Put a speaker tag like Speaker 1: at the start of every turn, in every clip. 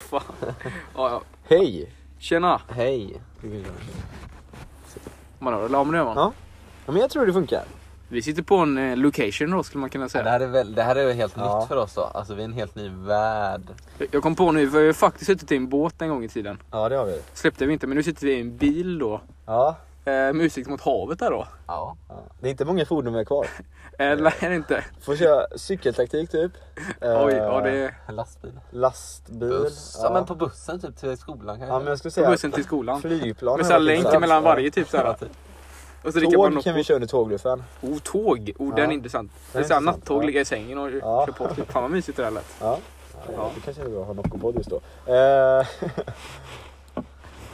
Speaker 1: fan. Ja, ja.
Speaker 2: Hej!
Speaker 1: Tjena!
Speaker 2: Hej! Du kan köra.
Speaker 1: Man hör lam nu man.
Speaker 2: Ja. Ja, men jag tror det funkar.
Speaker 1: Vi sitter på en eh, location då skulle man kunna
Speaker 3: Det
Speaker 1: säga.
Speaker 3: här är, väl, det här är väl helt
Speaker 2: Ja.
Speaker 3: nytt för oss då. Alltså vi är en helt ny värld.
Speaker 1: Jag- Jag kom på nu, vi har ju faktiskt suttit i en båt en gång i tiden.
Speaker 2: Ja, det har vi.
Speaker 1: Släppte vi inte, men nu sitter vi i en bil då.
Speaker 2: Ja.
Speaker 1: Eh, med utsikt mot havet där då.
Speaker 3: Ja.
Speaker 2: ja. Det är inte många fordon vi har kvar.
Speaker 1: Eller är det inte?
Speaker 2: Får köra cykeltaktik typ.
Speaker 1: Oj,
Speaker 2: Eh,
Speaker 1: ja det
Speaker 3: En lastbil.
Speaker 2: Lastbil.
Speaker 3: Buss. Ja.
Speaker 2: Ja.
Speaker 3: men på bussen typ till skolan kanske.
Speaker 2: ja, men jag skulle
Speaker 1: är
Speaker 2: säga
Speaker 1: bussen till skolan.
Speaker 2: flygplan.
Speaker 1: Med såhär länk mellan varje typ såhär.
Speaker 3: Alternativ.
Speaker 1: Och så dricker man
Speaker 2: Tåg kan vi
Speaker 1: Nocco.
Speaker 2: köra under tågluffen.
Speaker 1: Oh, tåg! Oh, den är
Speaker 2: Ja.
Speaker 1: intressant. Det
Speaker 2: Den
Speaker 1: är
Speaker 2: är
Speaker 1: såhär
Speaker 2: intressant,
Speaker 1: nattåg,
Speaker 2: ja.
Speaker 1: ligga i sängen och
Speaker 2: Ja.
Speaker 1: köra på. Typ. Fan vad mysigt det där lät.
Speaker 2: Ja.
Speaker 1: Ja.
Speaker 2: Det kanske är bra att ha Nocco-podd just då. Eh,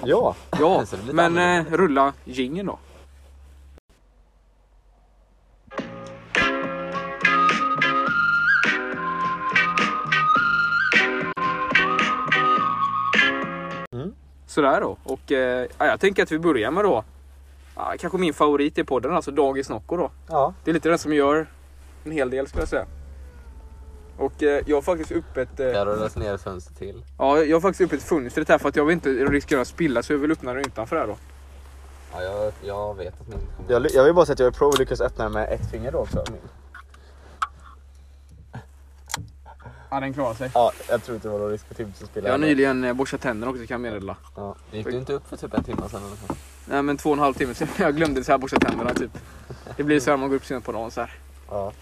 Speaker 2: ja,
Speaker 1: Ja,
Speaker 3: Så det blir lite
Speaker 1: men eh, rulla jingeln då.
Speaker 2: Mm.
Speaker 1: Sådär då. Och eh, ja, jag tänker att vi börjar med då. Ja, kanske min favorit i podden, alltså Dagis Nocco då.
Speaker 2: ja.
Speaker 1: Det är lite den som gör en hel del skulle jag säga. Och eh, jag har faktiskt upp ett... Eh,
Speaker 3: Där rullas ner ett fönster till.
Speaker 1: Ja, jag har faktiskt öppet fönstret här för att jag vill inte riskera att spilla så jag vill öppna det utanför här då.
Speaker 3: Ja, jag, jag vet att ni inte kommer.
Speaker 2: Jag, jag vill bara säga att jag är pro och lyckas öppna den med ett finger då också. Min.
Speaker 1: Ja, den klarar sig.
Speaker 2: Ja, jag tror inte det var någon risk för Tim som
Speaker 1: Jag
Speaker 2: spelade.
Speaker 1: har nyligen eh, borstat tänderna också kan jag meddela.
Speaker 2: Ja.
Speaker 3: Gick du inte upp för typ en timme sedan eller så?
Speaker 1: Nej men två och en halv timme sedan. Jag glömde så här borsta tänderna typ. Det blir så här man går upp sent på dagen så här.
Speaker 2: Ja.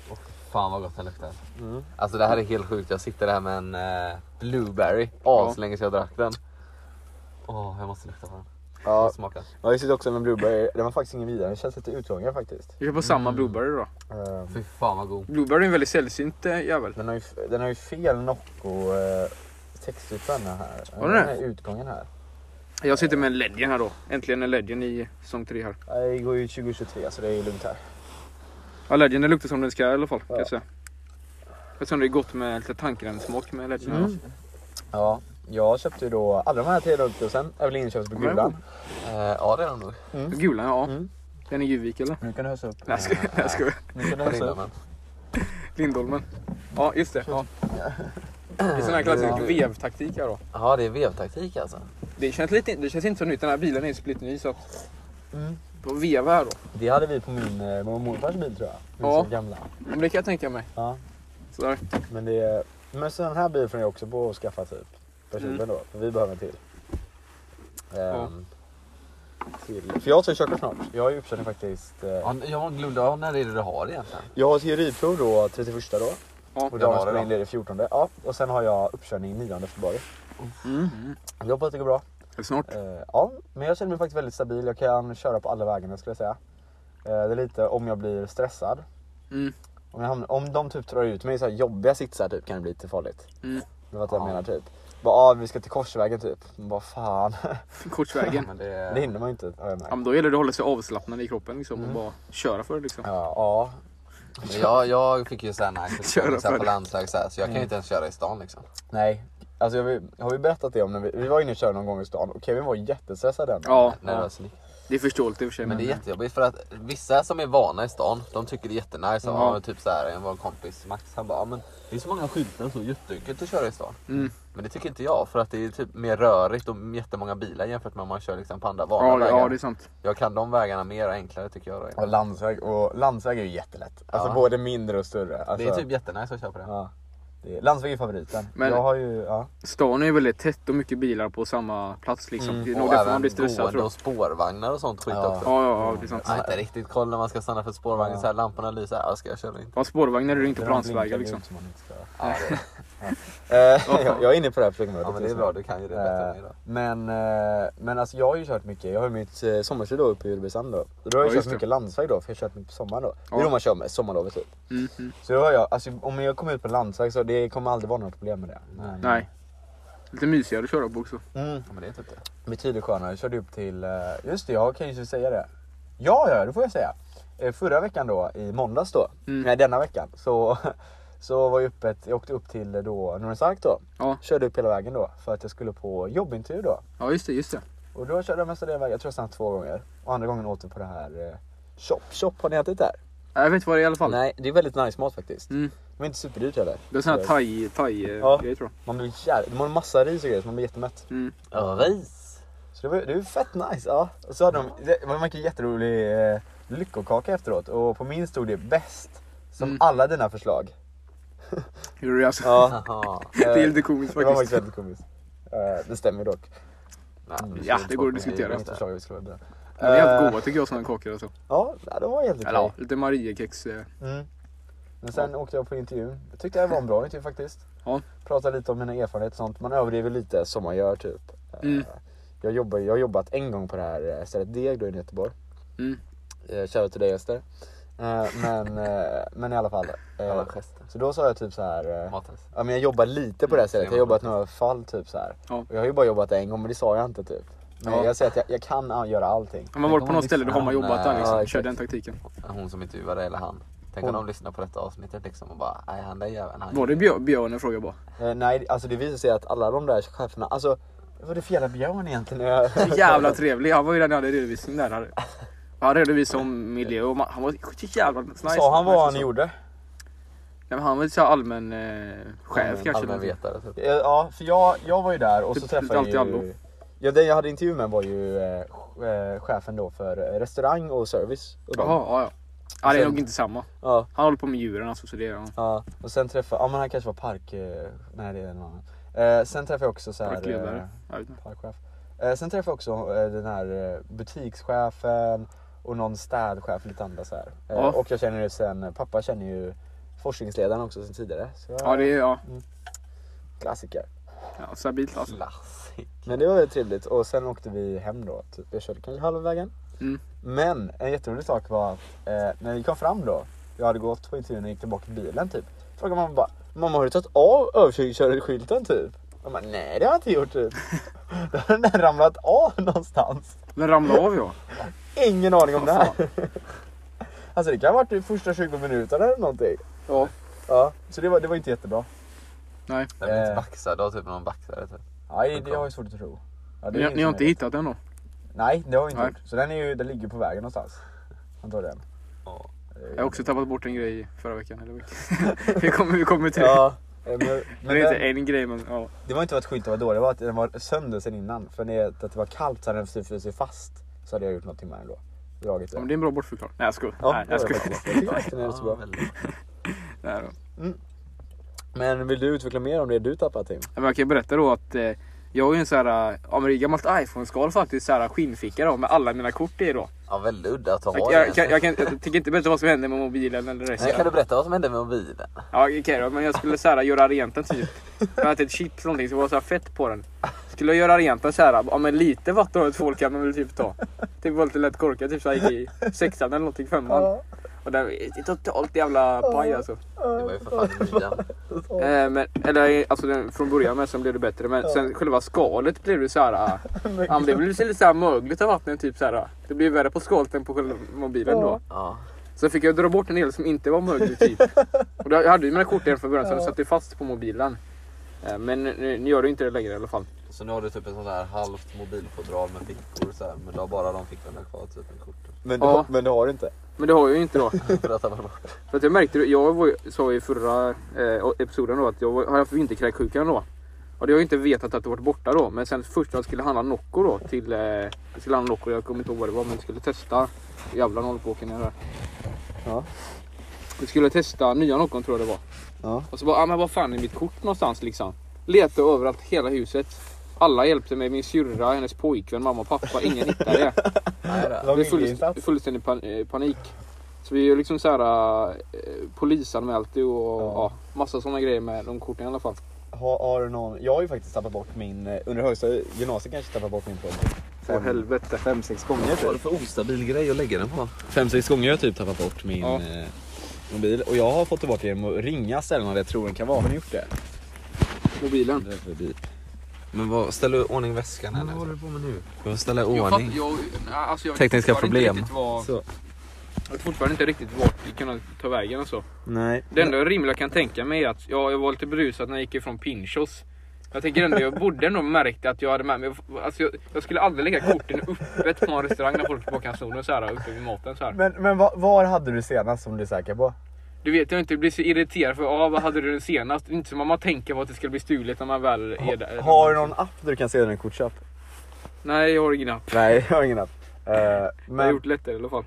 Speaker 3: Fan vad gott den luktar.
Speaker 2: Mm.
Speaker 3: Alltså det här är helt sjukt. Jag sitter här med en eh, blueberry. Aslänge sedan jag drack den. Åh, jag måste lukta på den. Jag
Speaker 2: Ja.
Speaker 3: måste smaka.
Speaker 2: ja, jag sitter också med en blueberry. Den var faktiskt ingen vidare, den känns lite uttråkad faktiskt.
Speaker 1: Vi kör på samma blueberry då.
Speaker 2: Ehm,
Speaker 3: Fy fan vad god.
Speaker 1: Blueberry är en väldigt sällsynt eh, jävel.
Speaker 2: Den har ju, den har ju fel Nocco eh, texttyp på den här.
Speaker 1: Har den
Speaker 2: den
Speaker 1: det?
Speaker 2: här utgången här.
Speaker 1: Jag sitter med en Legend här då. Äntligen en Legend i säsong 3 här.
Speaker 2: Ja, Det går ju 2023 så det är ju lugnt här.
Speaker 1: Ja Legend den luktar som den ska i alla fall kan
Speaker 2: Ja.
Speaker 1: jag säga. Eftersom det är gott med lite tankrensmak med Legend. här,
Speaker 2: Mm.
Speaker 1: va?
Speaker 2: Ja, jag köpte ju då alla de här tre lugnthusen. Jag vill inköpas på
Speaker 1: Men-
Speaker 2: Gulan.
Speaker 3: Eh, ja det är den nog.
Speaker 1: Gulan ja.
Speaker 2: Mm.
Speaker 1: Den är Juvik eller?
Speaker 2: Nu kan du hösa upp.
Speaker 1: Nej jag skojar. jag skojar.
Speaker 2: Nu kan du
Speaker 3: På
Speaker 2: hösa upp.
Speaker 3: Lindholmen.
Speaker 1: Lindholmen. Ja, just det. Ja. Det är sån här klassisk vevtaktik här då.
Speaker 3: Ja det är vevtaktik alltså.
Speaker 1: Det känns, lite, det känns inte så nytt. Den här bilen är ju splitterny så att...
Speaker 2: Mm.
Speaker 1: På veva här då.
Speaker 2: Det hade vi på min eh, mormor och morfars bil tror jag. Min
Speaker 1: Ja.
Speaker 2: så gamla.
Speaker 1: Ja, Men det kan jag tänka mig.
Speaker 2: Ja.
Speaker 1: Sådär.
Speaker 2: Men det är... Men så den här bilen får jag också på att skaffa typ. Personligen
Speaker 1: Mm.
Speaker 2: då. För vi behöver en till.
Speaker 3: Mm.
Speaker 2: Ehm, till. För jag tar ju körkort snart. Jag har ju uppkörning faktiskt. Eh,
Speaker 3: Ja, jag glömde, ja, när är det du har egentligen?
Speaker 2: Jag har teoriprov då 31 då.
Speaker 1: Ja.
Speaker 2: Och
Speaker 3: Januari
Speaker 2: dagens
Speaker 3: då.
Speaker 2: spelning leder 14. Ja, och sen har jag uppkörning 9 februari.
Speaker 1: Mm.
Speaker 2: Jag hoppas det går bra.
Speaker 1: Snart.
Speaker 2: Eh, ja, men jag känner mig faktiskt väldigt stabil. Jag kan köra på alla vägarna skulle jag säga. Eh, det är lite om jag blir stressad.
Speaker 1: Mm.
Speaker 2: Om, jag hamnar, om de typ drar ut mig i så här jobbiga sitsar typ kan det bli lite farligt.
Speaker 1: Mm.
Speaker 2: Det var vad jag
Speaker 3: Ja.
Speaker 2: menar typ. Bara, ah, vi ska till Korsvägen typ. Vad fan.
Speaker 3: Ja,
Speaker 1: Kortsvägen.
Speaker 3: men det,
Speaker 2: Det hinner man ju inte har jag
Speaker 1: Ja,
Speaker 2: märkt.
Speaker 1: men då gäller det att hålla sig avslappnad i kroppen liksom,
Speaker 3: Mm.
Speaker 1: och bara köra för det. Liksom.
Speaker 2: Ja, ja.
Speaker 3: Men jag, jag fick ju såhär
Speaker 1: Köra Mm.
Speaker 3: nice
Speaker 1: för
Speaker 3: på
Speaker 1: det.
Speaker 3: landslag så, här, så jag kan ju inte ens köra i stan liksom.
Speaker 2: Nej. Alltså jag vill, har vi berättat det om när vi, vi var inne och körde någon gång i stan och Kevin var jättestressad den dagen.
Speaker 1: Ja,
Speaker 3: När det var
Speaker 1: ja, Mm.
Speaker 3: snyggt.
Speaker 1: det är förståeligt i och för sig.
Speaker 3: alltså. Men det är
Speaker 1: Men,
Speaker 3: jättejobbigt för att vissa som är vana i stan, de tycker det är jättenice.
Speaker 1: Ja.
Speaker 3: Ja. men Typ såhär, en vår kompis Max, han bara, "Ja, men det är så många skyltar så jätteenkelt att köra i stan.
Speaker 1: Mm.
Speaker 3: Men det tycker inte jag för att det är typ mer rörigt och jättemånga bilar jämfört med om man kör liksom på andra vanliga
Speaker 1: ja,
Speaker 3: vägar.
Speaker 1: ja, det är sant.
Speaker 3: Jag kan de vägarna mer och enklare tycker jag. Då.
Speaker 2: Och landsväg, och landsväg är ju jättelätt. Alltså
Speaker 3: Ja.
Speaker 2: både mindre och större. Alltså,
Speaker 3: Det är typ jättenice att köra på det.
Speaker 2: ja. det är, landsväg är favoriten.
Speaker 1: Men-
Speaker 2: jag har ju, ja.
Speaker 1: Stan är väldigt tätt och mycket bilar på samma plats. Liksom. Det är nog
Speaker 3: Mm. Och
Speaker 1: därför man
Speaker 3: även
Speaker 1: blir stressad.
Speaker 3: gående
Speaker 1: Tror jag.
Speaker 3: och spårvagnar och sånt skit
Speaker 2: Ja.
Speaker 3: också.
Speaker 1: Ja, ja, ja, det är sant.
Speaker 3: Jag har inte riktigt koll när man ska stanna för spårvagnen,
Speaker 2: Ja.
Speaker 3: så här, lamporna lyser, ja, ska jag köra eller inte?
Speaker 1: Ja, spårvagnar är det inte på
Speaker 2: Det är de blinkar
Speaker 1: landsvägar. Liksom.
Speaker 2: ut som man inte ska göra.
Speaker 3: Ja, det,
Speaker 2: Eh, jag, jag är inne på det här flygområdet.
Speaker 3: ja, men det är
Speaker 2: just nu.
Speaker 3: bra, du kan ju det bättre
Speaker 2: Eh,
Speaker 3: än mig då.
Speaker 2: men, eh, men alltså jag har ju kört mycket, jag har ju mitt eh, sommarstudio uppe i Julbysand då. Och Då har
Speaker 1: Ja,
Speaker 2: jag
Speaker 1: just
Speaker 2: kört
Speaker 1: det.
Speaker 2: mycket landsväg då, för jag har kört mycket på sommaren då. Det
Speaker 1: Ja.
Speaker 2: är då man kör med, sommarlovet typ.
Speaker 1: Mm, mm.
Speaker 2: Så då har jag, alltså, om jag kommer ut på landsväg så det kommer aldrig vara något problem med det. Men,
Speaker 1: Nej. Lite mysigare att köra på också.
Speaker 2: Mm,
Speaker 3: Ja, men det är typ det.
Speaker 2: betydligt skönare. Jag körde upp till, eh, just det jag kan ju säga det. Ja, ja det får jag säga. Eh, Förra veckan då, i måndags då,
Speaker 1: Mm.
Speaker 2: nej denna veckan, så, så var jag uppe, ett- jag åkte upp till eh, då Norrens Ark då.
Speaker 1: Ja,
Speaker 2: körde upp hela vägen då för att jag skulle på jobbintervju då.
Speaker 1: ja just det. Just det.
Speaker 2: Och då körde jag mestadels vägen, jag tror jag stannade två gånger. Och andra gången åt vi på det här eh, Chop Chop, har ni ätit där?
Speaker 1: Ja, Jag vet vad det är i alla fall.
Speaker 2: Nej, det är väldigt nice mat faktiskt.
Speaker 1: Mm.
Speaker 2: De är inte superdyrt heller.
Speaker 1: Det är sån här
Speaker 2: Sådär.
Speaker 1: thai, thai
Speaker 2: Ja.
Speaker 1: ja. grej tror
Speaker 2: Man blir jävligt... De har en massa ris och grejer så man blir jättemätt.
Speaker 1: jag. Mm.
Speaker 3: Ris.
Speaker 2: Så det var, det var fett nice. Ja. Och så hade de... Det var mycket jätterolig eh, lyckokaka efteråt och på min stod det bäst. Som
Speaker 1: Mm.
Speaker 2: alla dina förslag.
Speaker 1: Gjorde det alltså?
Speaker 2: Ja.
Speaker 3: Jaha.
Speaker 1: Det är lite komiskt
Speaker 2: Det var
Speaker 1: faktiskt.
Speaker 2: faktiskt väldigt komiskt. Eh, Det stämmer dock.
Speaker 3: Nej,
Speaker 1: Ja, det går att
Speaker 2: Det
Speaker 1: diskutera.
Speaker 2: var
Speaker 1: Göra
Speaker 2: mitt förslag vi skulle vara där.
Speaker 1: Men det är
Speaker 2: Eh,
Speaker 1: jävligt goda tycker jag sådana kakor alltså.
Speaker 2: Ja, nej, de var helt okej.
Speaker 1: Eller ja, lite Mariekex. eh.
Speaker 2: Mm. Men sen åkte jag på intervjun. Jag tyckte det var en bra intervju faktiskt.
Speaker 1: Ja.
Speaker 2: Pratade lite om mina erfarenheter och sånt. Man överdriver lite som man gör typ.
Speaker 1: Mm.
Speaker 2: Eh, Jag, jobbar, jag har jobbat en gång på det här eh, stället Deg då i Göteborg.
Speaker 1: Mm.
Speaker 2: Eh, Shoutout till dig Ester. Eh, Men, eh, men i alla fall. eh,
Speaker 3: Alla gester.
Speaker 2: Så då sa jag typ så här. eh,
Speaker 3: Matris.
Speaker 2: Ja men jag jobbar lite
Speaker 1: Mm,
Speaker 2: på det här stället. Jag har
Speaker 3: ser man.
Speaker 2: jobbat några fall typ så här.
Speaker 1: Ja.
Speaker 2: Och jag har ju bara jobbat en gång men det sa jag inte typ. Men
Speaker 1: Ja.
Speaker 2: jag säger att jag, jag kan ah, göra allting.
Speaker 1: Har man varit
Speaker 3: Tänk
Speaker 1: på
Speaker 3: om
Speaker 1: något
Speaker 3: vi
Speaker 1: ställe då har man
Speaker 3: fan,
Speaker 1: jobbat där
Speaker 3: eh,
Speaker 2: ja,
Speaker 1: liksom.
Speaker 2: exakt.
Speaker 1: Kör den taktiken.
Speaker 3: Hon som intervjuade eller han. Tänk
Speaker 2: Hon.
Speaker 3: om de lyssnar på detta avsnittet liksom och bara, nej han där jäveln. han-
Speaker 1: Var det björ, björnen frågade jag bara?
Speaker 2: Eh, nej alltså det visar sig att alla de där cheferna, alltså vad är det för jävla björn egentligen? Jag-
Speaker 1: Så jävla trevlig. Han var ju den jag hade redovisning där. hade- Han redovisade om miljö och ma- han var så jävla nice.
Speaker 2: Sa han vad
Speaker 1: Nice
Speaker 2: han
Speaker 1: så.
Speaker 2: gjorde?
Speaker 1: Nej, men han var lite så här allmän eh, chef
Speaker 3: Allmän-
Speaker 1: kanske. någonting.
Speaker 3: Allmänvetare typ.
Speaker 2: Eh, Ja, för jag, jag var ju där och
Speaker 1: Typ
Speaker 2: så
Speaker 1: lite
Speaker 2: träffade jag
Speaker 1: allt i allo.
Speaker 2: ju... Ja, den jag hade intervju med var ju eh, ch- eh, chefen då för eh, restaurang och service. Och de-
Speaker 1: Jaha, ja ja. Ja, det är
Speaker 2: Sen-
Speaker 1: nog inte samma.
Speaker 2: Ja,
Speaker 1: Han håller på med djuren alltså. Så det är, ja.
Speaker 2: ja. Och sen träffade, ja men han kanske var park... Eh, nej det är en annan. Eh, sen träffade jag också så här...
Speaker 1: Parkledare.
Speaker 2: eh,
Speaker 1: Jag vet inte.
Speaker 2: parkchef. Eh, sen träffade jag också eh, den här eh, butikschefen och någon städchef och lite andra så här. Eh,
Speaker 1: Ja.
Speaker 2: Och jag känner ju sen, pappa känner ju forskningsledaren också sen tidigare. Så jag,
Speaker 1: Ja, det är ja.
Speaker 2: klassiker.
Speaker 1: ja stabilt alltså.
Speaker 3: Klassik.
Speaker 2: Men det var väldigt trevligt och sen åkte vi hem då. Typ. Jag körde kanske halva vägen.
Speaker 1: Mm.
Speaker 2: Men en jätterolig sak var att eh, när vi kom fram då. Jag hade gått på intervjun och gick tillbaka till bilen typ. Frågade mamma bara. Mamma har du tagit av överkörningsskylten typ? Jag bara nej det har jag inte gjort typ. Då har den ramlat av någonstans.
Speaker 1: Den ramlade av ja.
Speaker 2: Ingen aning om
Speaker 1: Vad
Speaker 2: det här. Alltså det kan ha varit de första 20 minuterna eller någonting.
Speaker 1: Ja.
Speaker 2: Ja, så det var, det var inte jättebra.
Speaker 1: Nej.
Speaker 3: Den blir inte
Speaker 2: Eh.
Speaker 3: baxad av typ någon baxare typ.
Speaker 2: Nej, det har jag svårt att tro. Ja, det är
Speaker 1: Ni,
Speaker 2: ingen
Speaker 1: ni har
Speaker 2: som
Speaker 1: inte
Speaker 2: vet.
Speaker 1: hittat den då?
Speaker 2: Nej, det har vi inte
Speaker 1: Nej.
Speaker 2: gjort. Så den, är ju, den ligger på vägen någonstans. Antagligen.
Speaker 3: Ja.
Speaker 1: Jag har också tappat bort en grej förra veckan. Eller vilken. vi, kommer, vi kommer till det.
Speaker 2: Ja, eh, men,
Speaker 1: Men
Speaker 2: men
Speaker 1: det är inte
Speaker 2: den,
Speaker 1: en grej men ja.
Speaker 2: det var inte för att skylten var dålig, det var att den var sönder sen innan. För när det- att det var kallt så hade den frysit sig fast. Så hade jag gjort någonting med den då. Dragit
Speaker 1: ja men
Speaker 2: den.
Speaker 1: det är en bra bortförklaring. Nej jag skojar.
Speaker 2: Ja,
Speaker 1: Nej,
Speaker 2: det
Speaker 1: jag
Speaker 2: var det
Speaker 1: skojar.
Speaker 2: faktiskt. Jag tycker att den är rätt så bra.
Speaker 3: väldigt bra.
Speaker 1: Nej, då.
Speaker 2: Men vill du utveckla mer om det du tappat Tim?
Speaker 1: Ja, men jag kan ju berätta då att eh, jag har ju en sån här, eh, ja men det är ett gammalt iPhone-skal faktiskt, så här eh, skinnficka då med alla mina kort i då.
Speaker 3: Ja, väldigt udda att ha
Speaker 1: Jag, jag, kan, jag, kan, jag tänker inte berätta vad som hände med mobilen eller
Speaker 3: Nej, kan
Speaker 1: resten.
Speaker 3: du berätta vad som hände med mobilen?
Speaker 1: Ja okej då, men jag skulle så här göra rent den typ. Jag hade ett chips eller någonting så det var så här fett på den. Skulle jag göra rent den så här, ja men lite vatten och ett tvål kan man väl typ ta. Typ var lite lätt korkad, typ så här gick i sexan eller någonting, femman. Och den är totalt jävla paj alltså.
Speaker 3: Det var ju för fan nian.
Speaker 1: Eh, men, eller alltså den- från början med sen blev det bättre men sen själva skalet blev det så här. ah, Ja, men det blev lite såhär mögligt av vattnet. Typ såhär, ah. det blev värre på skalet än på själva mobilen då.
Speaker 3: Ja.
Speaker 1: Sen fick jag dra bort en del som inte var mögligt. Typ. Och då, jag hade ju mina kort redan från början så det satt ju fast på mobilen. Eh, Men nu, nu gör det inte det längre i alla fall.
Speaker 3: Så nu har du typ en sån här halvt mobilfodral med fickor så här, men du har bara de fickorna kvar typ med korten.
Speaker 2: Men,
Speaker 1: Ja.
Speaker 2: men det har du inte.
Speaker 1: Men det har jag ju inte då.
Speaker 3: För att tappa bort.
Speaker 1: För att jag märkte, jag var, ju- sa ju i förra eh, episoden då att jag var- hade haft vinterkräksjukan då. Och det har jag ju inte vetat att det varit borta då. Men sen först när jag skulle handla Nocco då till, eh, jag skulle handla Nocco, jag kommer inte ihåg vad det var men jag skulle testa. Jävlar nu håller på att åka ner här.
Speaker 2: Ja.
Speaker 1: Vi skulle testa nya Noccon tror jag det var.
Speaker 2: Ja.
Speaker 1: Och så bara, ah, men vad fan är mitt kort någonstans liksom? Letade överallt, hela huset. Alla hjälpte mig, min syrra, hennes pojkvän, mamma och pappa. Ingen hittade det.
Speaker 3: Nej då.
Speaker 2: Det var
Speaker 1: Det är fullst-
Speaker 2: viljeinsats.
Speaker 1: fullständig pan- eh, panik. Så vi är ju liksom så här eh, polisanmält det och ja. massa sådana grejer med de korten i alla fall.
Speaker 2: Har, har du någon... Jag har ju faktiskt tappat bort min... eh, Under högstadiet, gymnasiet kanske tappat bort min plånbok.
Speaker 1: Åh helvete.
Speaker 2: Fem, sex gånger typ.
Speaker 3: Vad var det för ostabil grej att lägga den på?
Speaker 2: fem, sex gånger har jag typ tappat bort min
Speaker 1: Ja.
Speaker 2: eh, mobil. Och jag har fått tillbaka den genom att ringa ställen där jag tror den kan vara. Har ni gjort det?
Speaker 1: Mobilen.
Speaker 2: Det är förbi.
Speaker 3: Men vad, ställ i ordning väskan här nu. Vad håller du på med nu? Du får ställa i
Speaker 1: Jag fatt-
Speaker 3: ordning.
Speaker 1: jag, alltså jag
Speaker 3: Tekniska
Speaker 1: vet fortfarande
Speaker 3: problem.
Speaker 1: Inte riktigt vad,
Speaker 2: Så.
Speaker 1: jag vet fortfarande inte riktigt vart vi kunde ta vägen och så.
Speaker 2: Nej.
Speaker 1: Det enda rimliga jag kan tänka mig är att ja, jag var lite berusad när jag gick ifrån Pinchos. Jag tänker ändå, jag borde nog märkt att jag hade med mig. Alltså, jag, jag skulle aldrig lägga korten öppet på en restaurang när folk bakar snoren så här uppe vid maten så här.
Speaker 2: Men, men var, var hade du senast som du är säker på?
Speaker 1: Du vet jag inte, jag blir så irriterad för ah, vad hade du den senast? Inte som att man tänker på att det ska bli stulet när man väl är där.
Speaker 2: Har du någon app där du kan se din kortköp?
Speaker 1: Nej, jag har knappt.
Speaker 2: Nej, jag har ingen app. Eh,
Speaker 1: Jag har
Speaker 2: men,
Speaker 1: gjort lättare i alla fall.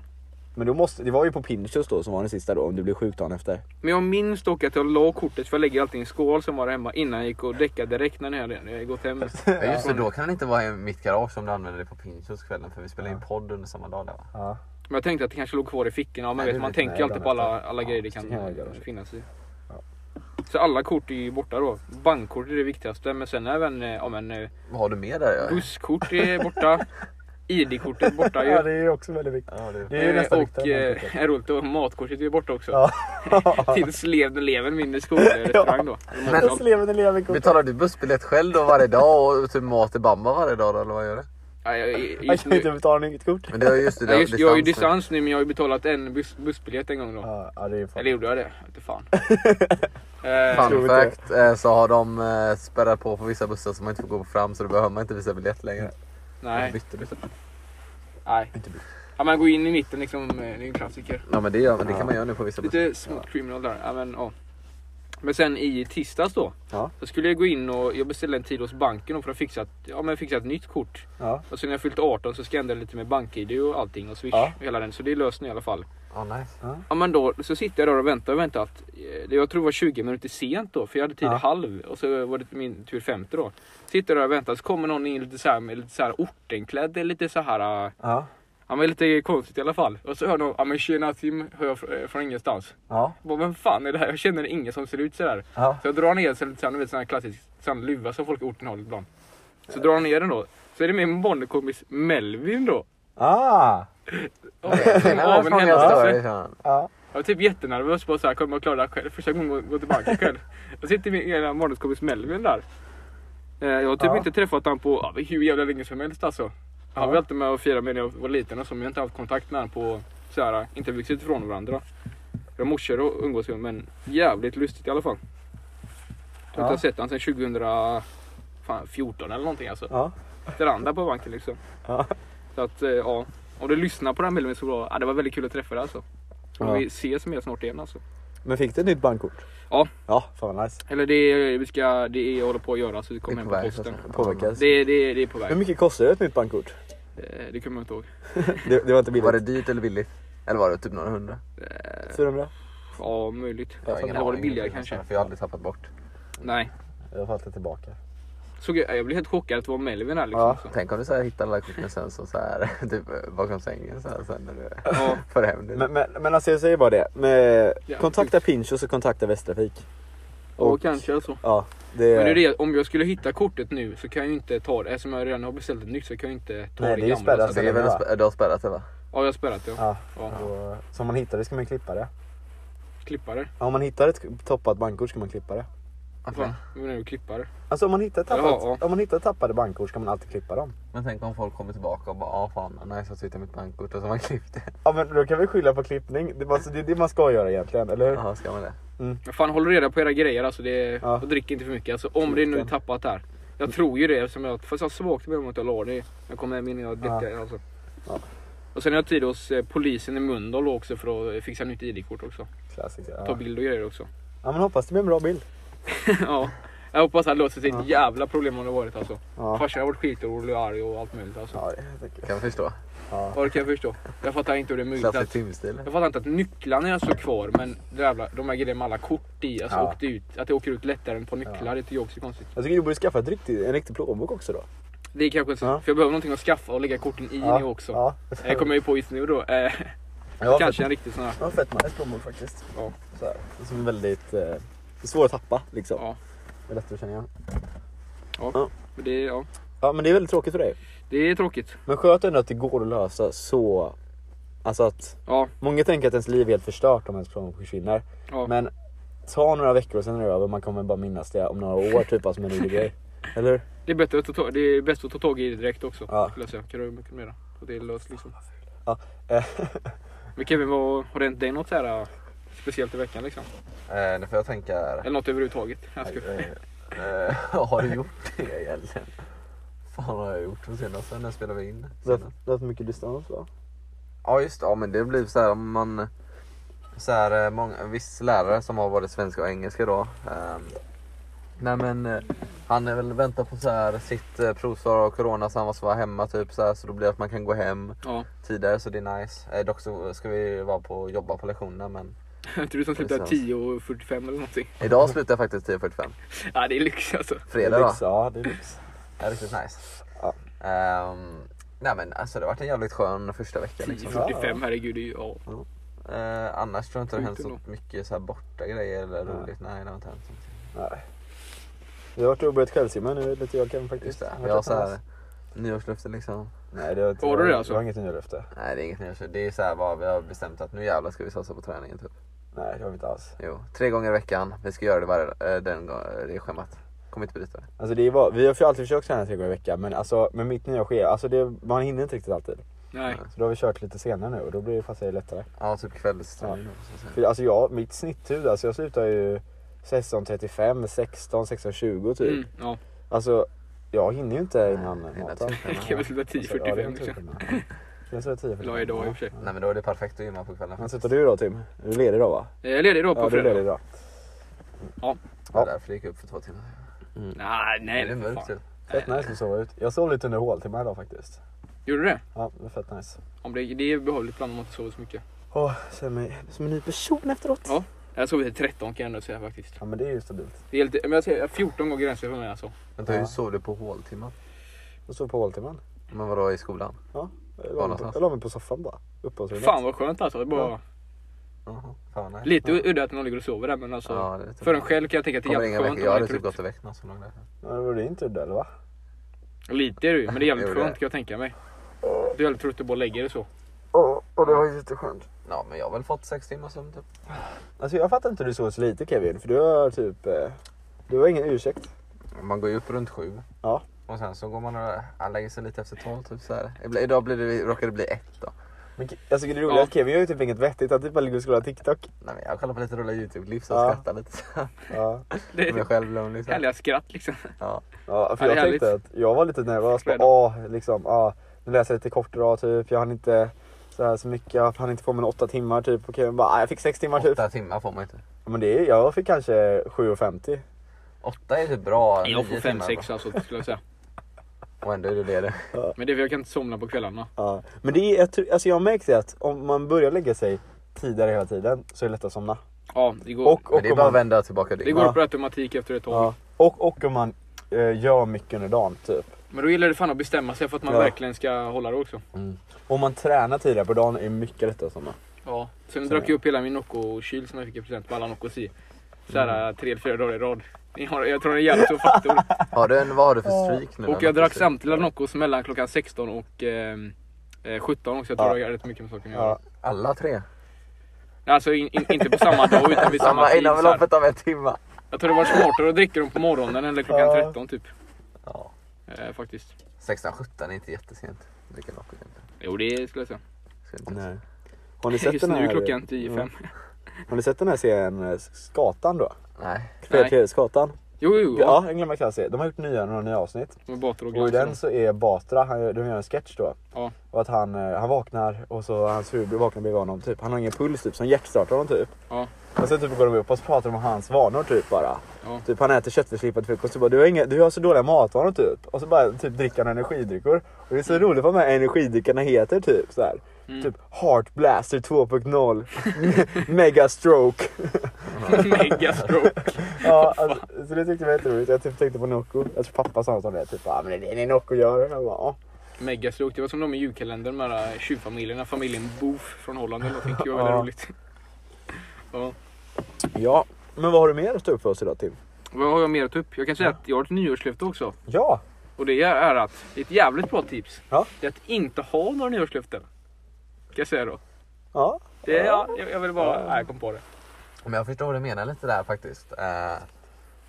Speaker 2: men då måste, det var ju på Pinterest då som var den sista då om du blev sjuk dagen efter.
Speaker 1: Men jag minns dock att jag la kortet, för jag lägger alltid i en skål som var där hemma innan jag gick och däckade direkt när jag hade när jag gått hem.
Speaker 3: Ja, just det, då kan den inte vara i mitt garage om du använder det på Pinchos kvällen för vi spelar in podd under samma dag där va?
Speaker 2: Ja.
Speaker 1: Men jag tänkte att det kanske låg kvar i fickorna. Ja,
Speaker 2: Nej,
Speaker 1: Men
Speaker 2: det
Speaker 1: vet, man
Speaker 2: vet jag.
Speaker 1: tänker ju alltid på alla, alla grejer det
Speaker 2: det kan jag
Speaker 1: kan
Speaker 2: göra.
Speaker 1: finnas i.
Speaker 2: Ja.
Speaker 1: Så alla kort är ju borta då. Bankkort är det viktigaste, men sen även eh, ja, men, eh,
Speaker 3: Vad har du mer där? Ja,
Speaker 1: busskort är borta. ID-kortet är borta ju.
Speaker 2: Ja, det är ju också väldigt viktigt.
Speaker 3: ja, det...
Speaker 2: Det är ju
Speaker 1: Eh,
Speaker 2: nästan
Speaker 1: och eh, är roligt och matkortet är borta också.
Speaker 2: Ja.
Speaker 1: Tills levde lever mindre skolrestaurang då. Eller matsal.
Speaker 2: Levande Alltså, lever kort.
Speaker 3: Betalar du bussbiljett själv då varje dag och typ mat i Bamba varje dag då, eller vad gör du?
Speaker 1: Ja, jag-
Speaker 2: Jag
Speaker 1: just
Speaker 2: kan ju
Speaker 1: nu-
Speaker 2: inte betala inget kort.
Speaker 3: Men det är just det,
Speaker 1: Ja, just, jag har ju
Speaker 3: distans- typ.
Speaker 1: distans nu men jag har ju betalat en bus, bussbiljett en gång då.
Speaker 2: Ja, ja, det är ju fan.
Speaker 1: Eller gjorde jag det? Inte fan. Eh,
Speaker 2: tror
Speaker 3: Fun
Speaker 2: inte det.
Speaker 3: fact eh, så har de eh, spärrat på på vissa bussar så man inte får gå fram så då behöver man inte visa biljett längre.
Speaker 1: nej.
Speaker 3: Bytte du?
Speaker 1: nej. Ja, man går in i mitten liksom. eh, Det är en klassiker.
Speaker 3: Ja men det, gör, men det kan man göra nu på vissa bussar.
Speaker 1: Lite smart criminal där. Ja, men, ja. men sen i tisdags då.
Speaker 2: Ja.
Speaker 1: Så skulle jag gå in och jag beställde en tid hos banken då för att fixa ett, ja, men fixa ett nytt kort.
Speaker 2: Ja.
Speaker 1: Och sen Alltså, när jag fyllt 18 så ska jag ändra lite med bank-id och allting och swish.
Speaker 2: Ja.
Speaker 1: och Hela den, så det är löst nu i alla fall.
Speaker 3: Ja, nice.
Speaker 1: Ja men då så sitter jag där och väntar och väntar. Att, eh, jag tror det var 20 minuter sent då för jag hade tid
Speaker 2: Ja.
Speaker 1: halv och så var det min tur 50 då. Sitter där och väntar så kommer någon in lite så här med lite så här ortenklädd lite så här. eh,
Speaker 2: Ja.
Speaker 1: Ja men lite konstigt i alla fall. Och så hör de, ja men tjena Tim, hör jag fr- eh, från ingenstans.
Speaker 2: Ja.
Speaker 1: Jag bara, vem fan är det här? Jag känner ingen som ser ut så där.
Speaker 2: Ja.
Speaker 1: Så jag drar ner så lite sån, vet, sån här klassisk sån luva som folk i orten har ibland. Så drar jag ner den då. Så är det min bondekompis Melvin då.
Speaker 2: Ah.
Speaker 1: Ja, som
Speaker 3: Tjena,
Speaker 1: av en
Speaker 3: från
Speaker 1: händelse.
Speaker 3: Göteborg, tjena.
Speaker 2: Ja.
Speaker 1: Jag var typ jättenervös. Bara så här, kommer jag klara det här själv? Första gången jag går tillbaka själv. Jag sitter med ena morgonskompis Melvin där. Eh, Jag har typ
Speaker 2: Ja.
Speaker 1: inte träffat han på ja, hur jävla länge som helst alltså. Han var alltid med och firade med när jag var liten och så, men jag har inte haft kontakt med honom på så här, inte vuxit ifrån varandra. Jag morsor och umgås med men jävligt lustigt i alla fall. Jag har
Speaker 2: Ja.
Speaker 1: inte sett honom sedan 2014 eller någonting alltså.
Speaker 2: Ja.
Speaker 1: Det andra på banken liksom.
Speaker 2: Ja.
Speaker 1: Så att eh, ja, om du lyssnar på den här Melvin så bra. Ja, det var väldigt kul att träffa dig alltså. Tror
Speaker 2: Ja.
Speaker 1: vi ses mer snart igen alltså.
Speaker 2: Men fick du ett nytt bankkort?
Speaker 1: Ja.
Speaker 2: Ja, fan vad nice.
Speaker 1: Eller det är, vi ska, det är jag håller på att göra så det
Speaker 3: Det är
Speaker 1: kommer hem
Speaker 3: på
Speaker 1: på
Speaker 3: väg,
Speaker 1: posten.
Speaker 3: så att-
Speaker 2: Påverkas.
Speaker 1: Det, är- det, är- det är på
Speaker 2: Hur
Speaker 1: väg.
Speaker 2: mycket kostar ett nytt bankkort?
Speaker 1: Eh, Det kommer jag inte ihåg.
Speaker 2: Det, det var inte
Speaker 3: Var det
Speaker 2: billigt.
Speaker 3: dyrt eller billigt? Eller var det typ några hundra?
Speaker 2: 400?
Speaker 1: Ja, möjligt.
Speaker 2: Jag har ingen
Speaker 1: Eller var det billigare kanske?
Speaker 3: För jag har aldrig tappat bort.
Speaker 1: Nej.
Speaker 2: Jag har fått tillbaka.
Speaker 1: Såg jag, jag blev helt chockad att det var Melvin här liksom.
Speaker 2: Ja.
Speaker 1: Så.
Speaker 3: Tänk om du så här hittar alla korten sen så, så här, typ bakom sängen så här, sen när du
Speaker 1: Ja,
Speaker 3: för hem det.
Speaker 2: Men, men, men alltså jag säger bara det. Med,
Speaker 1: Ja,
Speaker 2: kontakta Pinchos och kontakta Västtrafik.
Speaker 1: och kanske alltså.
Speaker 2: Ja, det,
Speaker 1: Men det är det, om jag skulle hitta kortet nu så kan jag ju inte ta det. Eftersom jag redan har beställt ett nytt så kan jag ju inte ta det,
Speaker 2: Nej, det är ju
Speaker 1: gamla.
Speaker 2: spärrat.
Speaker 1: så att-
Speaker 3: det är väl sp- du har spärrat det va?
Speaker 1: Ja, jag har spärrat det. Ja.
Speaker 2: Ja,
Speaker 1: Ja.
Speaker 2: då, så om man hittar det ska man klippa det.
Speaker 1: Klippare.
Speaker 2: Ja, om man hittar ett toppat bankkort ska man klippa det.
Speaker 1: Fan, nu är det klippare.
Speaker 2: Alltså om man hittar, tappat,
Speaker 1: Jaha, ja.
Speaker 2: om man hittar tappade bankkort ska man alltid klippa dem.
Speaker 3: Men tänk om folk kommer tillbaka och bara ah fan nej så sitter mitt bankkort och så har man klippt det.
Speaker 2: Ja men då kan vi skylla på klippning. Det, var- alltså, det är det man ska göra egentligen, eller hur?
Speaker 3: Jaha ska man det?
Speaker 1: Men Fan håll reda på era grejer alltså. Det är,
Speaker 2: Ja.
Speaker 1: Och drick inte för mycket. Alltså, om det nu är tappat här. Jag tror ju det eftersom jag, fast jag svagt med om att jag la det. Jag kommer hem innan jag däckade. Alltså.
Speaker 2: Ja.
Speaker 1: Och sen har jag tid hos eh, polisen i Mölndal också för att eh, fixa nytt ID-kort också.
Speaker 2: Klassiker.
Speaker 1: Ta
Speaker 2: Ja.
Speaker 1: bild och grejer också.
Speaker 2: ja men hoppas det blir en bra bild.
Speaker 1: ja. Jag hoppas han löser sitt jävla problem om det varit alltså.
Speaker 2: Ja,
Speaker 1: Farsan har varit skitorolig och arg och allt möjligt alltså.
Speaker 2: ja det jag tänker jag.
Speaker 3: Kan man förstå.
Speaker 1: Ja, det kan jag förstå. Jag fattar inte hur det är möjligt
Speaker 3: Klassisk
Speaker 1: att...
Speaker 3: timstil.
Speaker 1: Jag fattar inte att nycklarna är så kvar men det jävla, de här grejerna med alla kort i, alltså
Speaker 2: Ja.
Speaker 1: åkte ut, att det åker ut lättare än på nycklar, det tycker jag också är konstigt.
Speaker 2: Jag tycker du borde skaffa ett riktigt, en riktig plånbok också då.
Speaker 1: Det är kanske så,
Speaker 2: Ja.
Speaker 1: för jag behöver någonting att skaffa och lägga korten i nu också.
Speaker 2: Ja,
Speaker 1: Jag kommer ju på just nu då. Eh,
Speaker 2: ja
Speaker 1: kanske en riktig sån här.
Speaker 2: Ja, fett nice plånbok faktiskt.
Speaker 1: Ja.
Speaker 2: Så här, som är väldigt eh, det är svår att tappa liksom.
Speaker 1: Ja.
Speaker 2: Det är lätt att känna igen.
Speaker 1: Men det, ja,
Speaker 2: Ja men det är väldigt tråkigt för dig.
Speaker 1: det är tråkigt.
Speaker 2: Men skönt ändå att det går att lösa så... Alltså att
Speaker 1: Ja,
Speaker 2: många tänker att ens liv är helt förstört om ens plånbok försvinner.
Speaker 1: ja.
Speaker 2: Men ta några veckor och sen är det över. Man kommer bara minnas det om några år typ alltså, som en rolig grej. Eller hur?
Speaker 1: Det, är bättre att ta, tag- det är bäst att ta tag i det direkt också.
Speaker 2: Ja.
Speaker 1: Skulle jag säga. Kan du mycket mera? Så det är löst liksom.
Speaker 2: Ja, eh.
Speaker 1: Men Kevin, vad, har det hänt dig något så här eh, speciellt i veckan liksom?
Speaker 3: Eh, nu får jag tänka här.
Speaker 1: Eller något överhuvudtaget? Jag ska-
Speaker 3: Eh, Eh, har du gjort det egentligen? Fan vad har jag gjort på senaste? När spelade vi in?
Speaker 2: Det
Speaker 3: senast?
Speaker 2: det är för mycket distans va?
Speaker 3: Ja just det. ja men det blir så här om man... Så här, eh, många, viss lärare som har både svenska och engelska då. ehm, nej men eh, han är väl väntar på så här sitt eh, provsvar av corona så han måste vara hemma typ så här så då blir det att man kan gå hem
Speaker 1: Ja.
Speaker 3: tidigare så det är nice. Eh, dock så ska vi vara på jobba på lektionerna men
Speaker 1: Jag tror du som slutar
Speaker 3: Precis.
Speaker 1: 10.45 eller någonting.
Speaker 3: idag slutar jag faktiskt 10.45.
Speaker 1: Ja, det är lyx alltså.
Speaker 3: Fredag då.
Speaker 2: Ja, det är lyx.
Speaker 3: Det är riktigt nice.
Speaker 2: Ja.
Speaker 3: Ehm, nej men alltså det har varit en jävligt skön första vecka liksom.
Speaker 1: 10.45, herregud. Det är ju, ja.
Speaker 3: Eh, annars tror jag inte det har hänt
Speaker 1: Inte
Speaker 3: så
Speaker 1: något.
Speaker 3: mycket så här borta grejer eller
Speaker 2: Nej.
Speaker 3: roligt. Nej, det har inte hänt någonting.
Speaker 2: Nej. Vi har varit och börjat kvällssimma nu lite jag kan faktiskt.
Speaker 3: Just det,
Speaker 2: Har varit
Speaker 3: vi har
Speaker 2: uppe
Speaker 3: så här
Speaker 2: annars.
Speaker 3: nyårslöfte liksom.
Speaker 2: Nej det har inte
Speaker 1: Har du det alltså?
Speaker 2: Jag har inget nyårslöfte.
Speaker 3: Nej, det är inget nyårslöfte. Det är så här vad vi har bestämt att nu jävlar ska vi satsa på träningen typ.
Speaker 2: Nej det har vi inte alls.
Speaker 3: Jo, tre gånger i veckan. Vi ska göra det varje eh, den gång, det är schemat. Kommer inte bryta det.
Speaker 2: Alltså det är bara, vi har ju alltid försökt träna tre gånger i veckan men alltså med mitt nya schema, alltså det, man hinner inte riktigt alltid.
Speaker 1: Nej.
Speaker 2: Så då har vi kört lite senare nu och då blir det fast lättare.
Speaker 3: Ja, typ kvällsträning då. så att säga.
Speaker 2: För alltså jag, mitt snitthuvud, alltså jag slutar ju 16.35, 16, 16.20 typ.
Speaker 1: Mm, ja.
Speaker 2: Alltså jag hinner ju inte innan
Speaker 3: Nej,
Speaker 2: maten.
Speaker 3: innan tiden.
Speaker 1: Jag kan väl sluta
Speaker 2: Alltså, ja, det är
Speaker 1: 10.45
Speaker 2: inte
Speaker 1: liksom.
Speaker 2: superbra. Jag slutar 10.45.
Speaker 1: La idag i och för sig.
Speaker 3: Nej men då är det perfekt att gymma på kvällen.
Speaker 2: Men slutar du då Tim? Är du ledig då va?
Speaker 1: Jag är ledig då på
Speaker 2: Ja du är ledig
Speaker 1: fredag.
Speaker 2: idag.
Speaker 3: Det var därför det gick upp för två timmar.
Speaker 1: Nej, nej.
Speaker 3: det är
Speaker 1: för
Speaker 3: mörkt
Speaker 1: fan.
Speaker 3: typ.
Speaker 2: Fett nice att sova ut. Jag sov lite under håltimmar idag faktiskt.
Speaker 1: Gjorde du det?
Speaker 2: Ja, det var fett nice.
Speaker 1: Ja, men det, det är behålligt ibland om man inte sover så mycket.
Speaker 2: Åh, känner mig som en ny person efteråt.
Speaker 1: Ja. Jag har sovit till 13 kan jag ändå säga faktiskt.
Speaker 2: Ja men det är ju stabilt.
Speaker 1: Det är lite, men jag säger 14 går gränsen för mig alltså.
Speaker 3: Vänta,
Speaker 2: Ja.
Speaker 3: hur sov du på håltimmen?
Speaker 2: Jag sov på håltimman.
Speaker 3: Men vadå i skolan?
Speaker 2: Ja. Jag
Speaker 3: Var
Speaker 2: la, mig på,
Speaker 3: någonstans?
Speaker 2: jag la mig på soffan bara. Uppehållsrummet.
Speaker 1: Fan vad skönt alltså. Det är bara,
Speaker 3: Jaha, fan vad nice.
Speaker 1: Lite udda att någon ligger och sover där men alltså.
Speaker 3: Ja, det är lite
Speaker 1: för en själv kan jag tänka att det är
Speaker 3: Kommer
Speaker 1: jävligt
Speaker 3: inga
Speaker 1: skönt. om man
Speaker 3: veckor. Jag hade
Speaker 1: inte
Speaker 3: typ
Speaker 1: gått.
Speaker 3: gått och väckt någon som låg där.
Speaker 2: Ja, det var det inte udda eller va?
Speaker 1: Lite är det ju men det är jävligt
Speaker 3: Jo, det är
Speaker 1: skönt kan jag tänka mig. Du är jävligt trött och bara lägger dig så.
Speaker 2: Ja, och det var ju jätteskönt.
Speaker 3: Ja men jag har väl fått sex timmar sömn typ.
Speaker 2: Alltså jag fattar inte hur du sov så lite Kevin. För du har typ... eh, Du har ingen ursäkt.
Speaker 3: Man går ju upp runt sju.
Speaker 2: Ja.
Speaker 3: Och sen så går man och han lägger sig lite efter tolv typ så här. Ibla- Idag blir det, råkar det bli ett då.
Speaker 2: Men Ke- alltså det roliga är
Speaker 1: Ja.
Speaker 2: att Kevin gör ju typ inget vettigt. Han typ bara ligger och scrollar TikTok.
Speaker 3: Nej men jag kollar på lite roliga YouTube-klipp så
Speaker 2: Ja.
Speaker 3: jag skrattar lite så här.
Speaker 2: Ja.
Speaker 1: Det
Speaker 3: Om jag
Speaker 1: är
Speaker 3: själv blir lonely, så här.
Speaker 1: härliga skratt liksom.
Speaker 3: Ja.
Speaker 1: Ja,
Speaker 2: Ja, för
Speaker 1: det är
Speaker 2: jag
Speaker 1: härligt.
Speaker 2: tänkte att jag var lite nervös. Bara,
Speaker 1: Fredag.
Speaker 2: åh, liksom, ah, nu läser jag lite kort idag typ. Jag hann inte så, här, så mycket. Jag hann inte få mina åtta timmar typ. Okej, men bara, ah, jag fick sex timmar typ.
Speaker 3: Åtta timmar får man inte.
Speaker 2: Ja, Men det är, jag fick kanske 7,50.
Speaker 3: Åtta är typ bra.
Speaker 1: Jag får
Speaker 3: nio timmar
Speaker 1: 5-6 alltså skulle jag säga.
Speaker 3: bra. Och ändå är du ledig.
Speaker 1: Men det är för jag kan inte somna på kvällarna.
Speaker 2: Ja. Men det är, jag, tror- alltså jag har märkt det att om man börjar lägga sig tidigare hela tiden så är det lätt att somna.
Speaker 1: Ja, det går,
Speaker 2: Och,
Speaker 3: Men
Speaker 2: och,
Speaker 3: det är
Speaker 2: om,
Speaker 3: bara
Speaker 2: man,
Speaker 3: att vända
Speaker 1: det
Speaker 3: tillbaka dygnet.
Speaker 1: går
Speaker 2: Ja.
Speaker 1: upp på automatik efter ett tag.
Speaker 2: ja, och, och om man eh, gör mycket under dagen typ.
Speaker 1: Men då gäller det fan att bestämma sig för att man
Speaker 2: Ja.
Speaker 1: verkligen ska hålla det också.
Speaker 3: Mm.
Speaker 2: Om man tränar tidigare på dagen är det mycket lättare att somna.
Speaker 1: Ja. Sen drack jag upp hela min Nocco-kyl som jag fick i present på alla Noccos i. Såhär
Speaker 2: Mm.
Speaker 1: tre eller fyra dagar i rad. Jag har- jag tror det är en jävligt stor faktor.
Speaker 3: Har du en, vad har du för streak nu?
Speaker 1: Och jag drack samtliga Noccos mellan klockan 16 och ehm, eh, 17 också. Jag tror
Speaker 2: Ja.
Speaker 1: det har rätt mycket med saken att göra.
Speaker 2: Ja.
Speaker 3: Alla tre?
Speaker 1: Alltså in, in, inte på samma dag utan vid samma
Speaker 3: Samma
Speaker 1: tid.
Speaker 3: inom
Speaker 1: så här.
Speaker 3: loppet av en timme.
Speaker 1: Jag tror det var smartare att dricka dem på morgonen eller klockan
Speaker 2: Ja.
Speaker 1: 13 typ.
Speaker 3: Ja.
Speaker 1: Eh, faktiskt.
Speaker 3: 16-17 är inte jättesent. Vilken lock egentligen.
Speaker 1: Jo det skulle jag säga.
Speaker 3: Ska inte-
Speaker 2: Nej. Har ni sett
Speaker 1: Just
Speaker 2: den
Speaker 1: nu
Speaker 2: här, eh, Mm.
Speaker 1: är klockan 10.05.
Speaker 2: har ni sett den här serien eh, Skatan då?
Speaker 3: Nej.
Speaker 2: Fredriksgatan.
Speaker 1: Jo jo, jo.
Speaker 2: Ja, England McKlassie. De har gjort nya, några nya avsnitt.
Speaker 1: Med bator och
Speaker 2: Och i
Speaker 1: glasen.
Speaker 2: den så är Batra, han, gör- de gör en sketch då.
Speaker 1: Ja.
Speaker 2: Och att han, eh, han vaknar och så hans fru blir- vaknar bredvid honom. Typ. Han har ingen puls typ, så han hjärtstartar honom typ.
Speaker 1: Ja.
Speaker 2: Och sen typ går de upp och så pratar de om hans vanor typ bara.
Speaker 1: Ja.
Speaker 2: Typ han äter köttfärslippad frukost och bara du har, inga, du har så dåliga matvanor typ. Och så bara typ dricker han energidryckor. Och det är så roligt vad de här energidryckerna heter typ så här. Typ Heart Blaster 2.0 Mega Stroke.
Speaker 1: Megastroke.
Speaker 2: Ja, alltså, så det tyckte jag var jätteroligt. Jag typ tänkte på Nocco. Jag tror pappa sa något om det. Typ, ah, men det är det Nocco gör. Jag bara, ah.
Speaker 1: Megastroke, det var som de i julkalendern med de här eh, tjuvfamiljerna. Familjen Boof från Holland eller någonting. Det var
Speaker 2: Ja.
Speaker 1: väldigt roligt. Ja.
Speaker 2: Ja, men vad har du mer att stå upp för oss idag Tim?
Speaker 1: Vad har jag mer att ta upp? Jag kan säga att jag har ett nyårslöfte också.
Speaker 2: Ja,
Speaker 1: Och det är att, det är ett jävligt bra tips.
Speaker 2: Ja.
Speaker 1: Det är att inte ha några nyårslöften. Kan jag säga då.
Speaker 2: ja.
Speaker 1: Det är, ja, jag, jag vill bara, nej, jag kom på det.
Speaker 3: Men jag förstår vad du menar lite där faktiskt. Eh,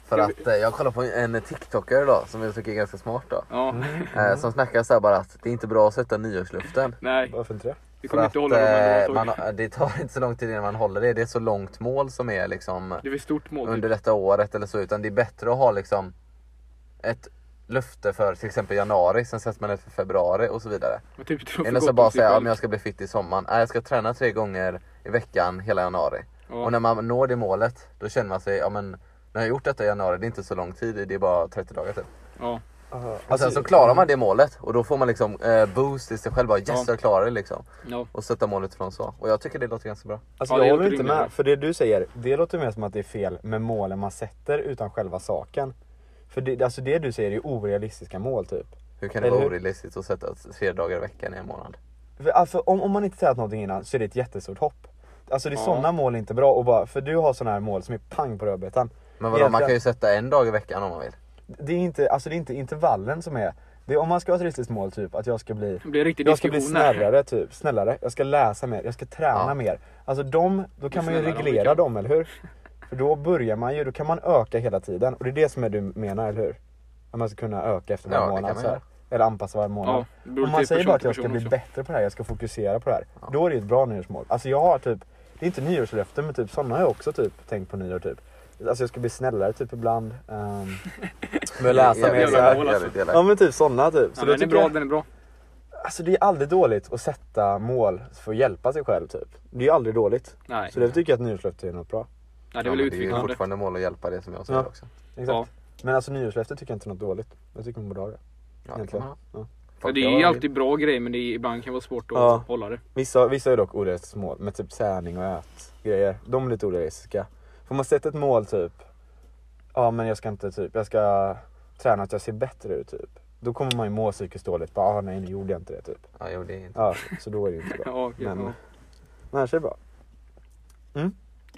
Speaker 3: för att eh, jag kollar på en TikToker idag som jag tycker är ganska smart då.
Speaker 1: Ja,
Speaker 2: Mm.
Speaker 1: Mm.
Speaker 3: Eh, som snackar så här bara att det är inte bra att sätta nyårslöften.
Speaker 1: nej.
Speaker 2: Varför inte det?
Speaker 1: Vi
Speaker 3: För
Speaker 1: kommer
Speaker 3: att,
Speaker 1: inte hålla dem ändå.
Speaker 3: eh,
Speaker 1: ett tag.
Speaker 3: man, har- det tar inte så lång tid innan man håller det. Det är så långt mål som är liksom
Speaker 1: Det är väl ett stort mål.
Speaker 3: under
Speaker 1: Typ.
Speaker 3: detta året eller så. Utan det är bättre att ha liksom ett löfte för till exempel januari, sen sätter man ett för februari och så vidare.
Speaker 1: Man typ tror för
Speaker 3: Eller så
Speaker 1: gott
Speaker 3: bara
Speaker 1: om sig
Speaker 3: säga att
Speaker 1: själv.
Speaker 3: jag ska bli fit i sommaren. Nej, jag ska träna tre gånger i veckan hela januari.
Speaker 1: Ja.
Speaker 3: Och när man når det målet, då känner man sig, ja men nu har jag gjort detta i januari, det är inte så lång tid, det är bara 30 dagar typ.
Speaker 1: Ja.
Speaker 3: Och sen Alltså,
Speaker 2: Alltså-
Speaker 3: så klarar man det målet och då får man liksom eh, boost i sig själv, bara yes
Speaker 1: Ja.
Speaker 3: jag klarar det liksom.
Speaker 1: Ja.
Speaker 3: Och sätta målet från så. Och jag tycker det låter ganska bra.
Speaker 2: Alltså
Speaker 1: Ja, det
Speaker 2: jag
Speaker 1: låter
Speaker 2: håller inte
Speaker 1: rimligare.
Speaker 2: med, för det du säger, det låter mer som att det är fel med målen man sätter utan själva saken. För det, alltså det du säger är orealistiska mål typ.
Speaker 3: Hur kan det
Speaker 2: Eller
Speaker 3: vara
Speaker 2: hur?
Speaker 3: orealistiskt att sätta tre dagar i veckan i en månad?
Speaker 2: För, alltså, om, om man inte tränat någonting innan så är det ett jättestort hopp. Alltså det är
Speaker 1: Ja.
Speaker 2: sådana mål inte bra och bara, för du har sådana här mål som är pang på rödbetan.
Speaker 3: Men vadå, man
Speaker 2: Egentligen-
Speaker 3: kan ju sätta en dag i veckan om man vill.
Speaker 2: Det är inte, alltså det är inte intervallen som är, det är, om man ska ha ett riktigt mål typ att jag ska bli
Speaker 1: Det blir riktigt
Speaker 2: jag ska
Speaker 1: diskussioner.
Speaker 2: bli snällare typ, snällare, jag ska läsa mer, jag ska träna
Speaker 3: Ja.
Speaker 2: mer. Alltså de, då kan man ju
Speaker 1: snällare om vi
Speaker 2: reglera
Speaker 1: kan.
Speaker 2: dem, eller hur? För då börjar man ju, då kan man öka hela tiden. Och det är det som är du menar, eller hur? Att man ska kunna öka efter
Speaker 3: Ja,
Speaker 2: varje
Speaker 3: det kan
Speaker 2: månad.
Speaker 3: man
Speaker 2: Så här.
Speaker 3: göra.
Speaker 2: Eller anpassa varje månad.
Speaker 1: Ja, det typ beror
Speaker 2: Om man
Speaker 1: till
Speaker 2: säger
Speaker 1: person
Speaker 2: bara att
Speaker 1: till
Speaker 2: jag ska
Speaker 1: person
Speaker 2: bli
Speaker 1: också.
Speaker 2: bättre på det här, jag ska fokusera på det här. Då är det ett bra nyårsmål. Alltså jag har typ, det är inte nyårslöften men typ sådana har jag också typ tänkt på nyår typ. Alltså jag ska bli snällare typ ibland. ehm,
Speaker 3: Men
Speaker 2: läsa mer så här. ja men typ sådana typ.
Speaker 1: Ja,
Speaker 2: det
Speaker 1: den är
Speaker 2: tycker
Speaker 1: bra,
Speaker 2: jag-
Speaker 1: den är bra.
Speaker 2: Alltså det är aldrig dåligt att sätta mål för att hjälpa sig själv typ. Det är ju aldrig dåligt.
Speaker 1: Nej,
Speaker 2: Så det tycker jag att nyårslöfte är något bra.
Speaker 1: Nej, det
Speaker 3: Det
Speaker 1: är
Speaker 3: är,
Speaker 1: väl
Speaker 3: ja, men det är ju
Speaker 1: utvidgande.
Speaker 3: fortfarande mål att hjälpa det som jag säger
Speaker 2: Ja.
Speaker 3: också.
Speaker 2: Exakt.
Speaker 1: Ja.
Speaker 2: Men alltså nyårslöfte tycker jag inte är något dåligt. Jag tycker man borde ha det.
Speaker 3: Ja, det kan
Speaker 2: Egentligen.
Speaker 3: man ha.
Speaker 2: Ja.
Speaker 1: Ja,
Speaker 3: Folk,
Speaker 1: det
Speaker 3: jag
Speaker 1: är ju
Speaker 3: var-
Speaker 1: alltid bra grejer men det är, ibland kan det vara svårt att
Speaker 2: Ja.
Speaker 1: hålla det.
Speaker 2: Vissa, vissa är dock orealistiska mål med typ träning och ätgrejer. De är lite orealistiska. Får man sätta ett mål typ. Ja men jag ska inte typ, jag ska träna att jag ser bättre ut typ. Då kommer man ju må psykiskt dåligt. Bara ah, nej nu gjorde jag inte det typ.
Speaker 3: Ja, jo, det är inte...
Speaker 2: Ja, så då är det ju inte bra.
Speaker 1: Ja, okej,
Speaker 2: Men-
Speaker 1: ja.
Speaker 2: Men annars är det bra.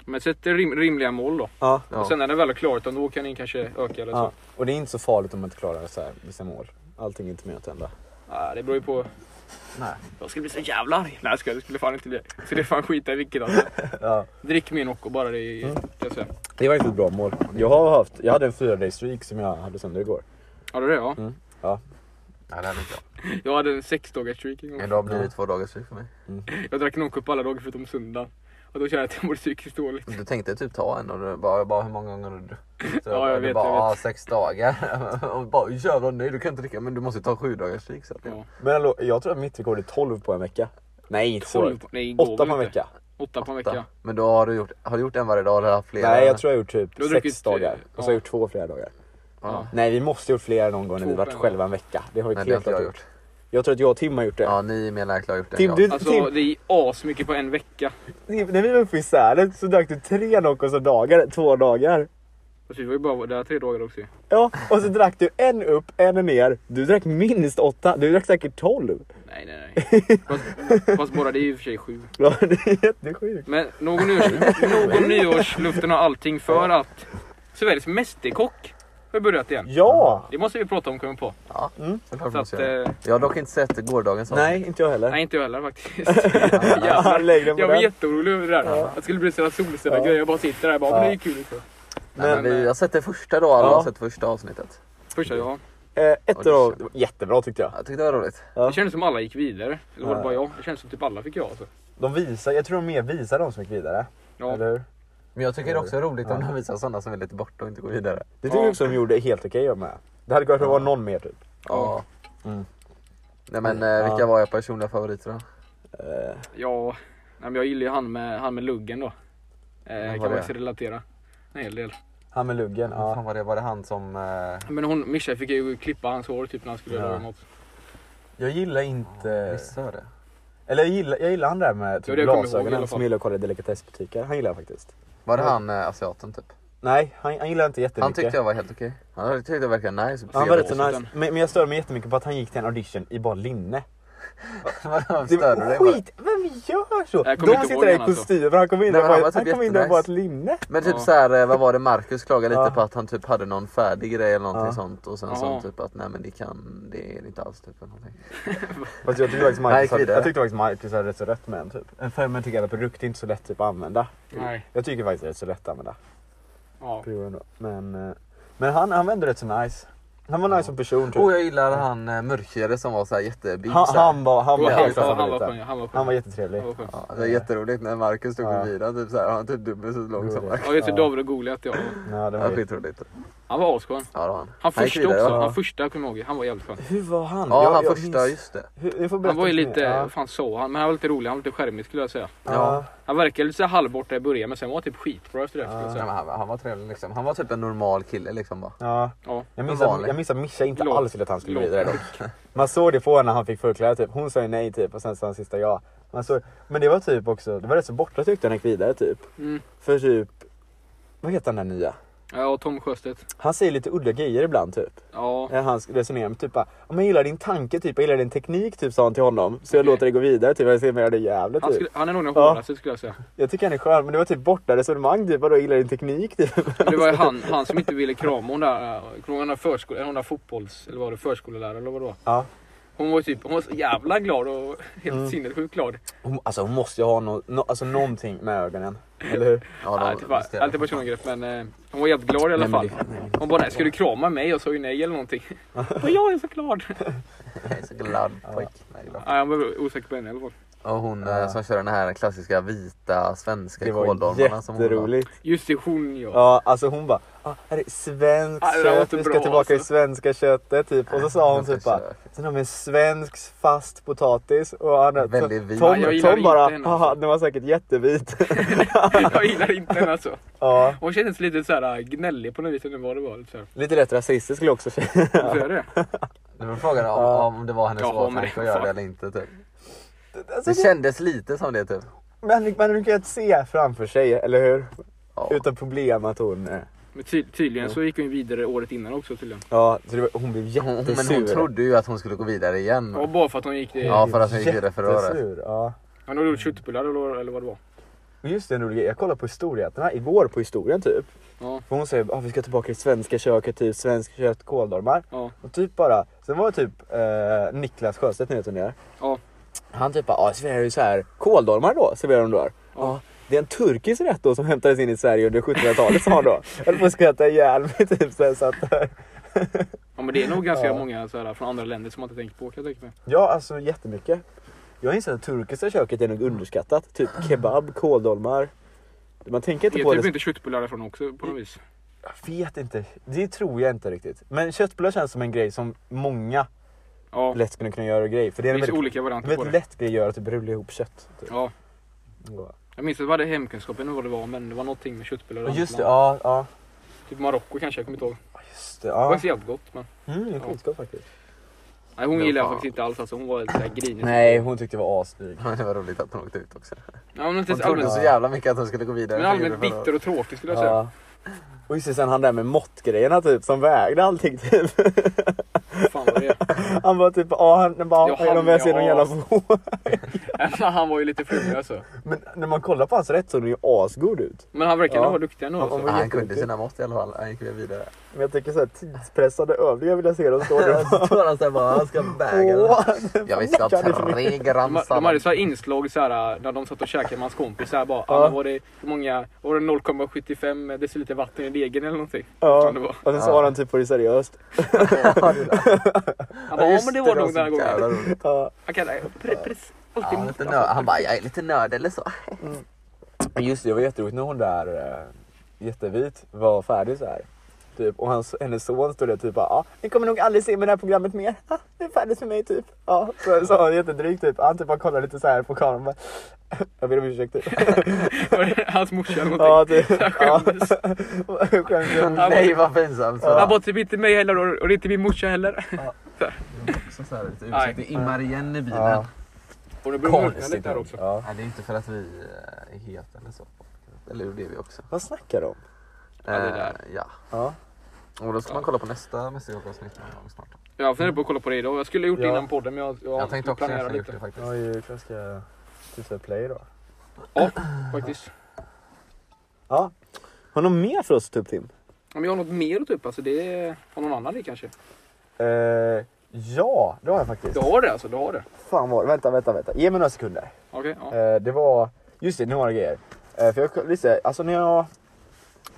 Speaker 1: Men sätt rim, rimliga mål då.
Speaker 2: Ja.
Speaker 3: ja.
Speaker 1: Och sen när det väl är klart då kan ni kanske öka eller
Speaker 2: ja.
Speaker 1: så.
Speaker 2: Och det är inte så farligt om man inte klarar så här, vissa mål. Allting är inte mer att hända.
Speaker 1: Ja, det beror ju på.
Speaker 2: Nej.
Speaker 1: Jag skulle bli så jävla arg. Nej jag skojar, det skulle fan inte bli. Så det är fan skita i vilket alltså.
Speaker 2: Ja.
Speaker 1: Drick mer Nocco bara det är,
Speaker 2: Mm.
Speaker 1: kan jag säga.
Speaker 2: Det var inte ett bra mål. Jag har haft, jag hade en fyra day streak som jag hade sönder igår.
Speaker 1: Ja det är det ja.
Speaker 3: Nej, det hade inte jag.
Speaker 2: Mm.
Speaker 1: Jag hade en sexdagars streak en gång.
Speaker 3: En dag blir det
Speaker 2: Ja.
Speaker 3: två dagars stryk för mig.
Speaker 2: Mm.
Speaker 1: Jag drack Nocco på alla dagar förutom söndag. Och då kände jag att jag mådde psykiskt dåligt.
Speaker 3: Du tänkte typ ta en och du bara, bara hur många gånger har du druckit?
Speaker 1: Ja, jag
Speaker 3: Du
Speaker 1: vet,
Speaker 3: bara,
Speaker 1: jag
Speaker 3: "Ah, sex dagar. och bara, jävlar nej du kan inte dricka men du måste ta sju dagars stryk sen.
Speaker 1: Ja.
Speaker 2: Men hallå, jag tror att mitt rekord är 12 på en vecka. Nej inte så.
Speaker 1: 12 på- nej, går
Speaker 2: Åtta
Speaker 1: väl
Speaker 2: på en
Speaker 1: inte.
Speaker 2: vecka.
Speaker 1: Åtta på en
Speaker 3: Åtta.
Speaker 1: vecka.
Speaker 3: Men då har du gjort, har du gjort en varje dag eller har du haft flera?
Speaker 2: Nej jag tror jag har gjort typ
Speaker 1: Du har
Speaker 2: sex
Speaker 1: druckit, eh,
Speaker 2: dagar. Och så har jag
Speaker 1: ja.
Speaker 2: gjort två flera dagar.
Speaker 3: Ja.
Speaker 2: Nej vi måste ha gjort flera någon gång när
Speaker 1: Två
Speaker 2: vi
Speaker 1: på
Speaker 2: varit
Speaker 1: en
Speaker 2: själva en vecka. Det har vi
Speaker 3: Nej, det har
Speaker 2: helt
Speaker 3: inte
Speaker 2: klart
Speaker 3: jag
Speaker 2: gjort.
Speaker 3: gjort.
Speaker 2: Jag tror att jag och Tim har gjort det.
Speaker 3: Ja, ni är mer lärklar har gjort det
Speaker 2: Tim,
Speaker 3: än
Speaker 2: du,
Speaker 3: jag.
Speaker 1: Alltså
Speaker 2: Tim,
Speaker 1: det är asmycket på en vecka.
Speaker 2: när vi var uppe i Sälen så drack du tre Noccos om dagar, två dagar.
Speaker 1: Alltså, vi var ju bara där tre dagar också ju.
Speaker 2: Ja, och så drack du en upp, en ner. Du drack minst åtta, du drack säkert tolv.
Speaker 1: Nej nej nej. Fast, fast bara det är ju i och för sig sju.
Speaker 2: Ja, det är jättesjukt.
Speaker 1: Men någon, nyår, någon nyårsluften har allting för att Sveriges mästerkock har börjat igen.
Speaker 2: Ja!
Speaker 1: Det måste vi prata om kommer på.
Speaker 3: Ja, såklart
Speaker 1: Så att,
Speaker 3: måste jag.
Speaker 1: eh,
Speaker 3: Jag har dock inte sett gårdagens avsnitt.
Speaker 2: Nej, inte jag heller.
Speaker 1: nej inte jag heller faktiskt.
Speaker 2: Ja,
Speaker 1: Jävlar.
Speaker 2: lägg den på
Speaker 1: Jag var
Speaker 2: den.
Speaker 1: jätteorolig över det där. Jag skulle bli sådana solställda
Speaker 2: Ja.
Speaker 1: grejer. Jag bara sitter där och bara, men det är ju kul. liksom." Så.
Speaker 3: Nej,
Speaker 1: Men,
Speaker 3: men vi har sett det första då, alla
Speaker 2: eh, Ja.
Speaker 3: har sett första avsnittet.
Speaker 1: Första ja.
Speaker 2: Eh, ett
Speaker 3: Ja, det
Speaker 2: av
Speaker 3: känns-
Speaker 2: det var jättebra tyckte jag.
Speaker 3: Jag tyckte det var roligt.
Speaker 2: Ja.
Speaker 1: Det kändes som alla gick vidare. Eller var det
Speaker 2: Ja.
Speaker 1: bara jag? Det kändes som typ alla fick ja. Alltså.
Speaker 2: De visar, jag tror de mer visar de som gick vidare.
Speaker 1: Ja.
Speaker 2: Eller hur?
Speaker 3: Men jag tycker det också är roligt om
Speaker 2: Ja.
Speaker 3: de visar sådana som är lite borta och inte går vidare.
Speaker 2: Det tycker
Speaker 1: Ja.
Speaker 2: jag också de gjorde helt okej okay med. Det hade kunnat vara någon mer typ.
Speaker 3: Ja.
Speaker 2: Mm.
Speaker 3: Nej men eh, vilka
Speaker 2: Ja.
Speaker 3: var era personliga favoriter då?
Speaker 2: Eh,
Speaker 1: Ja, nej, men jag gillar ju han med, han med luggen då. Eh,
Speaker 3: vad
Speaker 1: kan
Speaker 3: det
Speaker 1: man
Speaker 3: är.
Speaker 1: också relatera en hel del.
Speaker 2: han med luggen,
Speaker 3: Ja.
Speaker 2: ja.
Speaker 3: Fan var det, var det han som... Eh,
Speaker 1: Men hon, Mischa fick ju klippa hans hår typ när han skulle
Speaker 2: Ja.
Speaker 1: göra något.
Speaker 2: Jag gillar inte...
Speaker 3: visst var det?
Speaker 2: Eller jag gillar, jag gillar han där med
Speaker 1: Ja,
Speaker 2: typ
Speaker 1: det kommer jag ihåg i alla
Speaker 2: glasögonen
Speaker 1: fall.
Speaker 2: som gillar att kolla i delikatessbutiker. Han gillar jag faktiskt.
Speaker 3: Var det han eh, asiaten typ?
Speaker 2: Nej, han, han gillar inte jättemycket.
Speaker 3: Han tyckte jag var helt okej. Han tyckte jag verkade nice.
Speaker 2: Ja, han var
Speaker 1: Trevlig
Speaker 2: lite
Speaker 1: åsikt,
Speaker 2: nice. Men, men jag stör mig jättemycket på att han gick till en audition i bara linne.
Speaker 3: Varför
Speaker 2: Det
Speaker 3: störde du dig på
Speaker 2: var
Speaker 3: det?
Speaker 2: skit! Vem gör så?
Speaker 1: Jag kommer
Speaker 2: De
Speaker 1: inte
Speaker 2: sitter
Speaker 1: ihåg
Speaker 2: där i
Speaker 1: han, alltså.
Speaker 2: kostymer, han kom in
Speaker 3: Nej,
Speaker 2: och
Speaker 3: men han
Speaker 2: bara,
Speaker 3: var typ
Speaker 2: han kom in där och bara ett
Speaker 3: jättenice.
Speaker 2: linne.
Speaker 3: Men typ
Speaker 1: Ja.
Speaker 3: såhär, eh, vad var det Marcus klagade lite
Speaker 2: Ja.
Speaker 3: på att han typ hade någon färdig grej eller någonting
Speaker 2: Ja.
Speaker 3: sånt och sen
Speaker 1: Jaha.
Speaker 3: sa han typ att nej men det kan, det är det inte alls typ eller någonting.
Speaker 2: Fast jag tyckte faktiskt
Speaker 3: Nej, gick
Speaker 2: Marcus, hade,
Speaker 3: vidare.
Speaker 2: jag tyckte faktiskt Marcus hade rätt så rätt med en typ. En fermenterad produkt är inte så lätt typ att använda.
Speaker 1: Nej.
Speaker 2: Jag tycker faktiskt det är rätt så lätt att använda.
Speaker 1: Ja.
Speaker 2: Prior ändå. Men, eh, men han använde rätt så nice. Han var nice som person typ.
Speaker 1: Oh,
Speaker 3: Och jag gillar han eh, mörkhyade som var så här jättebig.
Speaker 2: han,
Speaker 3: så här.
Speaker 2: han var, han var
Speaker 3: Ja,
Speaker 2: helt
Speaker 3: han
Speaker 1: han var
Speaker 2: favorit.
Speaker 1: skön, han var skön.
Speaker 2: Han var jättetrevlig.
Speaker 1: Han var skön.
Speaker 3: Ja, det är jätteroligt när Marcus stod
Speaker 2: Ja.
Speaker 3: bredvid ja. typ såhär, han är typ dubbelt så lång som
Speaker 2: Jo,
Speaker 3: Marcus.
Speaker 1: Ja, just det. David och Goliat ja.
Speaker 2: Ja, det
Speaker 3: Ja,
Speaker 2: var ju...
Speaker 3: skitroligt.
Speaker 1: Han var asskön.
Speaker 3: Ja, det var han.
Speaker 1: Han
Speaker 3: gick
Speaker 1: första
Speaker 3: vidare,
Speaker 1: också.
Speaker 3: va?
Speaker 1: Han första kommer jag ihåg. Han var jävligt skön.
Speaker 2: Hur var han?
Speaker 3: Ja,
Speaker 2: Jag-
Speaker 3: han
Speaker 2: jag
Speaker 3: första,
Speaker 2: minns-
Speaker 3: just det.
Speaker 2: Hur, ni får berätta
Speaker 1: Han var ju
Speaker 2: mer.
Speaker 1: lite,
Speaker 2: Ja.
Speaker 1: vad fan sa han? Men han var lite rolig. Han var lite charmig skulle jag säga.
Speaker 2: Ja.
Speaker 1: Han verkade lite så här halvborta i början men sen var han typ skitbra efter det skulle jag
Speaker 3: Nej,
Speaker 1: säga.
Speaker 3: men han, han var trevlig liksom. Han var typ en normal kille liksom bara.
Speaker 2: ja.
Speaker 1: Ja.
Speaker 2: Jag minns,
Speaker 3: Men
Speaker 2: att,
Speaker 3: vanlig.
Speaker 2: jag minns att Mischa inte
Speaker 1: Låt.
Speaker 2: alls ville att han skulle bli
Speaker 1: Låt.
Speaker 2: det dock. Man såg det på henne när han fick förkläde typ. Hon sa ju nej typ och sen sa han sista ja. Man såg, men det var typ också, det var rätt så borta tyckte jag när han gick vidare typ.
Speaker 1: Mm.
Speaker 2: För typ, vad heter han den nya?
Speaker 1: Ja, och Tom Sjöstedt.
Speaker 2: Han säger lite udda grejer ibland typ.
Speaker 1: Ja.
Speaker 2: Eh, Hans resonemang typ bara, om jag gillar din tanke typ, jag gillar din teknik typ sa han till honom. Så jag
Speaker 1: Okej.
Speaker 2: låter dig gå vidare typ, jag ser mer det jävligt
Speaker 1: Han,
Speaker 2: typ.
Speaker 1: skulle, han är nog den
Speaker 2: Ja.
Speaker 1: hårdaste skulle jag säga.
Speaker 2: Jag tycker han är skön men det var typ borta resonemang typ, vadå gillar din teknik typ.
Speaker 1: Men det var ju han, han som inte ville krama hon där, eh, kommer du ihåg den där förskol- eller hon där fotbolls, eller var det förskollärare eller vad det var?
Speaker 2: Ja.
Speaker 1: Hon var ju typ, hon var så jävla glad och helt sinnessjukt glad.
Speaker 2: Hon, alltså hon måste ju ha no, no, alltså, någonting med ögonen. Eller hur?
Speaker 3: Ja,
Speaker 1: Ja, typ, bara- alltid personangrepp men eh, hon var jävligt glad i alla
Speaker 3: Nej, men
Speaker 1: fall. Hon bara, "Nej, ska du krama mig? Jag sa ju nej eller någonting. Och jag är så glad.
Speaker 3: Jag är så glad pojk. Nej, det är bra.
Speaker 1: Nej, jag var osäker på henne i alla fall.
Speaker 3: Och hon
Speaker 2: Ja.
Speaker 3: eh, som kör den här klassiska vita svenska
Speaker 2: Det var
Speaker 3: kåldolmarna som hon har.
Speaker 2: jätteroligt.
Speaker 1: Just det, hon ja.
Speaker 2: Ja, alltså hon bara, ah, här är svenskt
Speaker 1: Ja, Ah, det där var
Speaker 2: kött,
Speaker 1: inte
Speaker 2: vi ska
Speaker 1: bra,
Speaker 2: tillbaka till
Speaker 1: alltså.
Speaker 2: svenska köttet typ. Och så sa hon
Speaker 3: svenska
Speaker 2: typ bara,
Speaker 3: kött.
Speaker 2: sen har vi en svensk fast potatis. Och han,
Speaker 3: Väldigt vit.
Speaker 2: Tom,
Speaker 1: Ja, jag gillar
Speaker 2: Tom
Speaker 1: inte
Speaker 2: bara,
Speaker 1: henne,
Speaker 2: haha
Speaker 1: alltså.
Speaker 2: den var säkert jättevit.
Speaker 1: Jag gillar inte henne alltså.
Speaker 2: ja,
Speaker 1: Hon kändes lite så här äh, gnällig på något vis, eller vad det var. Lite så här.
Speaker 2: lite lätt rasistisk skulle jag också säga.
Speaker 1: Så är det.
Speaker 3: Det var frågan om,
Speaker 2: Ja.
Speaker 3: om det var hennes
Speaker 1: Ja, men
Speaker 3: åtanke
Speaker 1: det-
Speaker 3: att göra
Speaker 1: fan.
Speaker 3: det eller inte. Typ.
Speaker 2: Alltså,
Speaker 3: Det
Speaker 2: det-
Speaker 3: kändes lite som det typ.
Speaker 2: Men man kan ju se framför sig, eller hur?
Speaker 3: Ja.
Speaker 2: Utan problem att hon... eh,
Speaker 1: Men ty- tydligen så gick hon ju vidare året innan också tydligen.
Speaker 2: Ja, så det var, hon blev
Speaker 3: Hon,
Speaker 2: jättesur.
Speaker 3: men hon trodde ju att hon skulle gå vidare igen.
Speaker 1: Ja, bara för att hon gick det.
Speaker 3: Mm. Ja, för att hon gick vidare för året.
Speaker 2: Jättesur, ja.
Speaker 1: Han hade gjort köttbullar eller, eller vad det var.
Speaker 2: Men Just det, en rolig grej. Jag kollade på historieätarna igår på historien typ.
Speaker 1: Ja.
Speaker 2: För hon säger att ah, vi ska tillbaka till svenska köket, typ svensk kött, kåldolmar.
Speaker 1: Ja.
Speaker 2: Och typ bara, sen var det typ eh, Niklas Sjöstedt, ni vet vem det är.
Speaker 1: Ja.
Speaker 2: Han typ bara, ah, serverar ju så här kåldolmar då, serverar de då. Ja. det är en turkisk rätt då som hämtades in i Sverige under 1700-talet sa han då. Jag höll på att skratta ihjäl mig typ så jag satt där.
Speaker 1: ja, men det är nog ganska
Speaker 2: Ja.
Speaker 1: många så här, från andra länder som man inte tänkt på kan jag tänka mig.
Speaker 2: Ja, alltså jättemycket. Jag inser att turkiska köket är nog underskattat. Typ kebab, kåldolmar. Man tänker
Speaker 1: Det
Speaker 2: inte
Speaker 1: är
Speaker 2: på
Speaker 1: typ
Speaker 2: det.
Speaker 1: inte köttbullar därifrån också på något vis.
Speaker 2: Jag vet inte. Det tror jag inte riktigt. Men köttbullar känns som en grej som många
Speaker 1: Ja, det
Speaker 2: lätt skulle kunna göra grej. För det är en
Speaker 1: finns
Speaker 2: väldigt,
Speaker 1: olika varianter på
Speaker 2: väldigt
Speaker 1: det.
Speaker 2: lätt grej att göra, typ rulla ihop kött. Typ.
Speaker 1: Ja,
Speaker 2: Ja.
Speaker 1: jag minns att vi hade hemkunskap, jag vet inte vad det var, men det var någonting med köttbullar. och
Speaker 2: Just det,
Speaker 1: annat.
Speaker 2: ja. ja.
Speaker 1: Typ Marocko kanske, jag kommer inte ihåg.
Speaker 2: Just det,
Speaker 1: Det var
Speaker 2: ja.
Speaker 1: så jävligt gott. Men...
Speaker 2: Mm, det är skitgott faktiskt.
Speaker 1: Nej, hon
Speaker 3: Ja,
Speaker 1: gillade jag
Speaker 3: fan.
Speaker 1: faktiskt inte alls alltså. Hon var lite så här grinig.
Speaker 2: Nej, hon tyckte det var asdyrt.
Speaker 3: Men det var roligt att hon åkte ut också.
Speaker 1: Ja, men
Speaker 3: Hon
Speaker 1: inte
Speaker 3: trodde
Speaker 1: allmänt,
Speaker 3: så jävla mycket att hon skulle gå vidare.
Speaker 1: men
Speaker 3: för
Speaker 1: allmänt
Speaker 3: Europe förra året.
Speaker 1: bitter och tråkig skulle jag säga.
Speaker 2: Ja. Och just det, sen han där med måttgrejerna typ, som vägde allting typ.
Speaker 1: Fan vad det är.
Speaker 2: Han var typ, ja, han bara,
Speaker 1: Ja,
Speaker 2: är de
Speaker 1: han,
Speaker 2: med sig i någon
Speaker 1: ja.
Speaker 2: jävla vrå?
Speaker 1: Han var ju lite flummig alltså.
Speaker 2: Men när man kollar på hans rätt så är den ju asgod ut.
Speaker 1: Men han verkar
Speaker 2: Ja.
Speaker 1: nog vara duktig ändå.
Speaker 2: Ja,
Speaker 1: Alltså.
Speaker 2: hon var
Speaker 3: Ja, han kunde
Speaker 2: jätteduktig.
Speaker 3: sina mått i alla fall. Han gick vidare.
Speaker 2: Men jag tänker såhär tidspressade övningar vill jag se dem stå där. och bara,
Speaker 3: Så var han såhär bara, han ska väga den.
Speaker 2: Åh,
Speaker 3: Jag visste att
Speaker 2: kan det för mycket.
Speaker 3: tre gram
Speaker 1: De, de hade
Speaker 3: sallad.
Speaker 1: så här inslag så här, när de satt och käkade med hans kompis. Så här, bara,
Speaker 2: Ja.
Speaker 1: ja. men var det, hur många, var det 0,75 deciliter vatten i degen eller någonting?
Speaker 2: Ja,
Speaker 1: Kan det vara.
Speaker 2: och sen sa han typ på det seriöst.
Speaker 1: Han bara, ja men det var nog den här gången.
Speaker 3: gången.
Speaker 2: Ja.
Speaker 1: Han kan, pre, pre, alltid
Speaker 3: Ja,
Speaker 1: mot- Alltså,
Speaker 3: lite nörd. Han bara, jag är lite nörd eller så.
Speaker 2: Men Just det, det var jätteroligt när hon där eh, jättevit var färdig så här. Typ, och hans, hennes son stod där typ bara, ah, ni kommer nog aldrig se mig i det här programmet mer. Ah, det är färdigt för mig typ. Ja, så sa han jättedrygt typ. Han typ bara kollade lite så här på kameran och bara, jag ber om ursäkt typ.
Speaker 1: Hans morsa eller
Speaker 2: Ja,
Speaker 1: någonting.
Speaker 2: typ.
Speaker 1: Så han skämdes.
Speaker 2: Skämdes.
Speaker 3: Nej vad pinsamt. Så.
Speaker 1: Han bara, typ inte mig heller och och inte min morsa heller.
Speaker 3: Så så här, lite
Speaker 1: Nej.
Speaker 3: ursäkt. Det immar igen i bilen.
Speaker 2: Ja.
Speaker 1: Och det börjar mörkna lite här också.
Speaker 2: Ja.
Speaker 3: Nej, det är inte för att vi eh, är heta eller så. Eller det är vi också.
Speaker 2: Vad snackar de om?
Speaker 3: Ja,
Speaker 1: det där.
Speaker 3: ja.
Speaker 2: Ja.
Speaker 3: Och då ska man kolla på nästa mästerskapsavsnitt någon gång snart.
Speaker 1: Jag funderar på att kolla på det idag. Jag skulle ha gjort det
Speaker 2: Ja.
Speaker 1: innan podden men jag, jag,
Speaker 3: Jag tänkte också
Speaker 1: planerar
Speaker 3: nästan gjort
Speaker 1: lite.
Speaker 3: det faktiskt.
Speaker 2: Ja, ju klart ska jag titta play då.
Speaker 1: Ja, faktiskt.
Speaker 2: Ja. Har du något mer för oss att ta upp Tim?
Speaker 1: Ja, men jag har något mer typ. Alltså, det är, har någon annan det kanske?
Speaker 2: Eh, ja, det har jag faktiskt.
Speaker 1: Du har det alltså? Du har det?
Speaker 2: Fan var Vänta, vänta, vänta. Ge mig några sekunder.
Speaker 1: Okej. ja.
Speaker 2: Eh, det var, just det, några grejer. Eh, för jag lyssnade, alltså när jag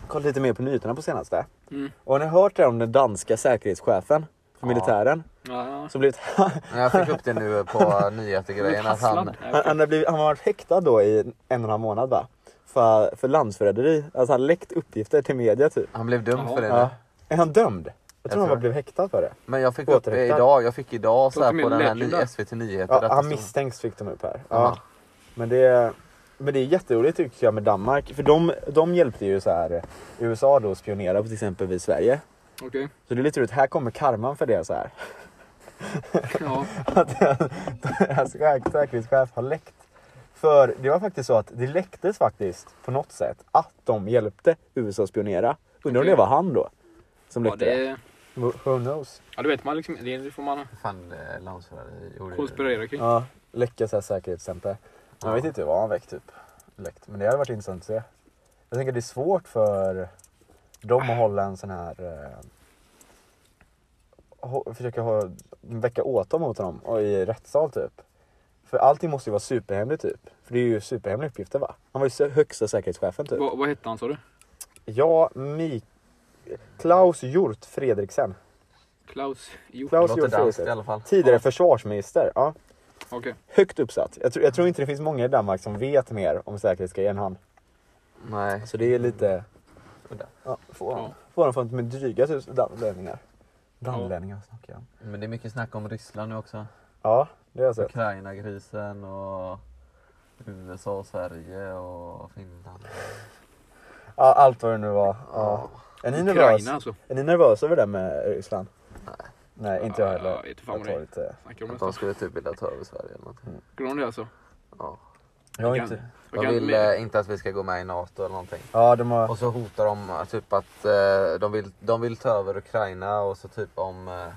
Speaker 2: kollat lite mer på nyheterna på senaste.
Speaker 1: Mm.
Speaker 2: Och har ni hört det om den danska säkerhetschefen för
Speaker 3: Ja.
Speaker 2: militären?
Speaker 1: Ja,
Speaker 2: Som blivit, han,
Speaker 3: Jag fick upp det nu på nyhetergrejen att han...
Speaker 2: han, har blivit, han har varit häktad då i en och en halv månad va? För, för landsförräderi. Alltså han har läckt uppgifter till media typ.
Speaker 3: Han blev dömd
Speaker 1: Ja.
Speaker 3: för det nu.
Speaker 2: Ja. Är han dömd? Jag tror
Speaker 3: tror
Speaker 2: han bara
Speaker 3: det.
Speaker 2: blev häktad för det.
Speaker 3: Men jag fick upp det
Speaker 2: Återrättad.
Speaker 3: idag. Jag fick idag så här
Speaker 1: Låter
Speaker 3: på den
Speaker 1: mer
Speaker 3: här ny
Speaker 1: legend.
Speaker 3: SVT Nyheter. att
Speaker 2: Ja,
Speaker 3: det
Speaker 2: han
Speaker 3: stod-
Speaker 2: misstänks fick de upp här. Ja.
Speaker 3: Ja.
Speaker 2: Men, det, men det är jätteroligt tycker jag med Danmark. För de, de hjälpte ju så här USA då att spionera på till exempel vi i Sverige.
Speaker 1: Okej.
Speaker 2: Så det är lite roligt, här kommer karman för det så här.
Speaker 1: Ja.
Speaker 2: Att deras säk- säkerhetschef Alltså, har läckt. För det var faktiskt så att det läcktes faktiskt på något sätt att de hjälpte USA att spionera. Undrar om
Speaker 1: Okej.
Speaker 2: det var han då? Som
Speaker 1: Ja,
Speaker 2: läckte det...
Speaker 1: det,
Speaker 2: Who- Who knows?
Speaker 1: ja, det vet man liksom. Det får man
Speaker 3: Fan, eh, landsförräderi gjorde ju-
Speaker 1: konspirera kring.
Speaker 2: Ja, läcka så här säkerhetsstämpel. Jag
Speaker 3: Ja.
Speaker 2: vet inte vad han väckt typ. Läckt. Men det hade varit intressant att se. Jag tänker att det är svårt för dem att hålla en sån här... Eh, hå- försöka ha, väcka åtal mot honom och i rättssal typ. För allting måste ju vara superhemligt typ. För det är ju superhemliga uppgifter va? Han var ju sä- högsta säkerhetschefen typ.
Speaker 1: Vad, vad hette han sa du?
Speaker 2: Ja, Mik... Klaus Hjort Fredriksen.
Speaker 1: Klaus? Jo.
Speaker 3: Det
Speaker 2: Klaus
Speaker 3: låter
Speaker 2: Hjort
Speaker 3: danskt i alla
Speaker 2: Fredriksen.
Speaker 3: fall.
Speaker 2: Tidigare försvarsminister. Ja.
Speaker 1: Okej.
Speaker 2: Högt uppsatt. Jag tror, jag tror inte det finns många i Danmark som vet mer om säkerhetsgrejer än han.
Speaker 3: Nej.
Speaker 2: Så Alltså, det är lite...
Speaker 3: Udda.
Speaker 2: Ja, får han.
Speaker 1: Ja.
Speaker 2: Får han från med dryga tusen danlänningar. Danlänningar snackar jag om.
Speaker 3: Men det är mycket snack om Ryssland nu också.
Speaker 2: Ja, det har jag sett.
Speaker 3: Ukraina-krisen och USA och Sverige och Finland.
Speaker 2: Ja, allt vad det nu var. Ja. Är, ni nervös,
Speaker 1: Ukraina alltså.
Speaker 2: är ni nervösa över det där med Ryssland? Nej. Nej, inte jag
Speaker 1: Ja,
Speaker 2: heller.
Speaker 1: jag vet fan vad
Speaker 2: tar
Speaker 1: det är.
Speaker 2: lite...
Speaker 1: Snackar om
Speaker 3: Att de
Speaker 1: nästan.
Speaker 3: skulle typ vilja ta över Sverige eller någonting.
Speaker 2: Mm.
Speaker 1: Skulle de det alltså?
Speaker 3: Ja.
Speaker 2: Jag har
Speaker 1: Kan-
Speaker 2: inte...
Speaker 1: Jag
Speaker 3: De
Speaker 1: kan-
Speaker 3: vill
Speaker 1: men-
Speaker 3: eh, inte att vi ska gå med i NATO eller någonting.
Speaker 2: Ja, de har...
Speaker 3: Och så hotar de eh, typ att eh, de vill, de vill ta över Ukraina och så typ om... eh,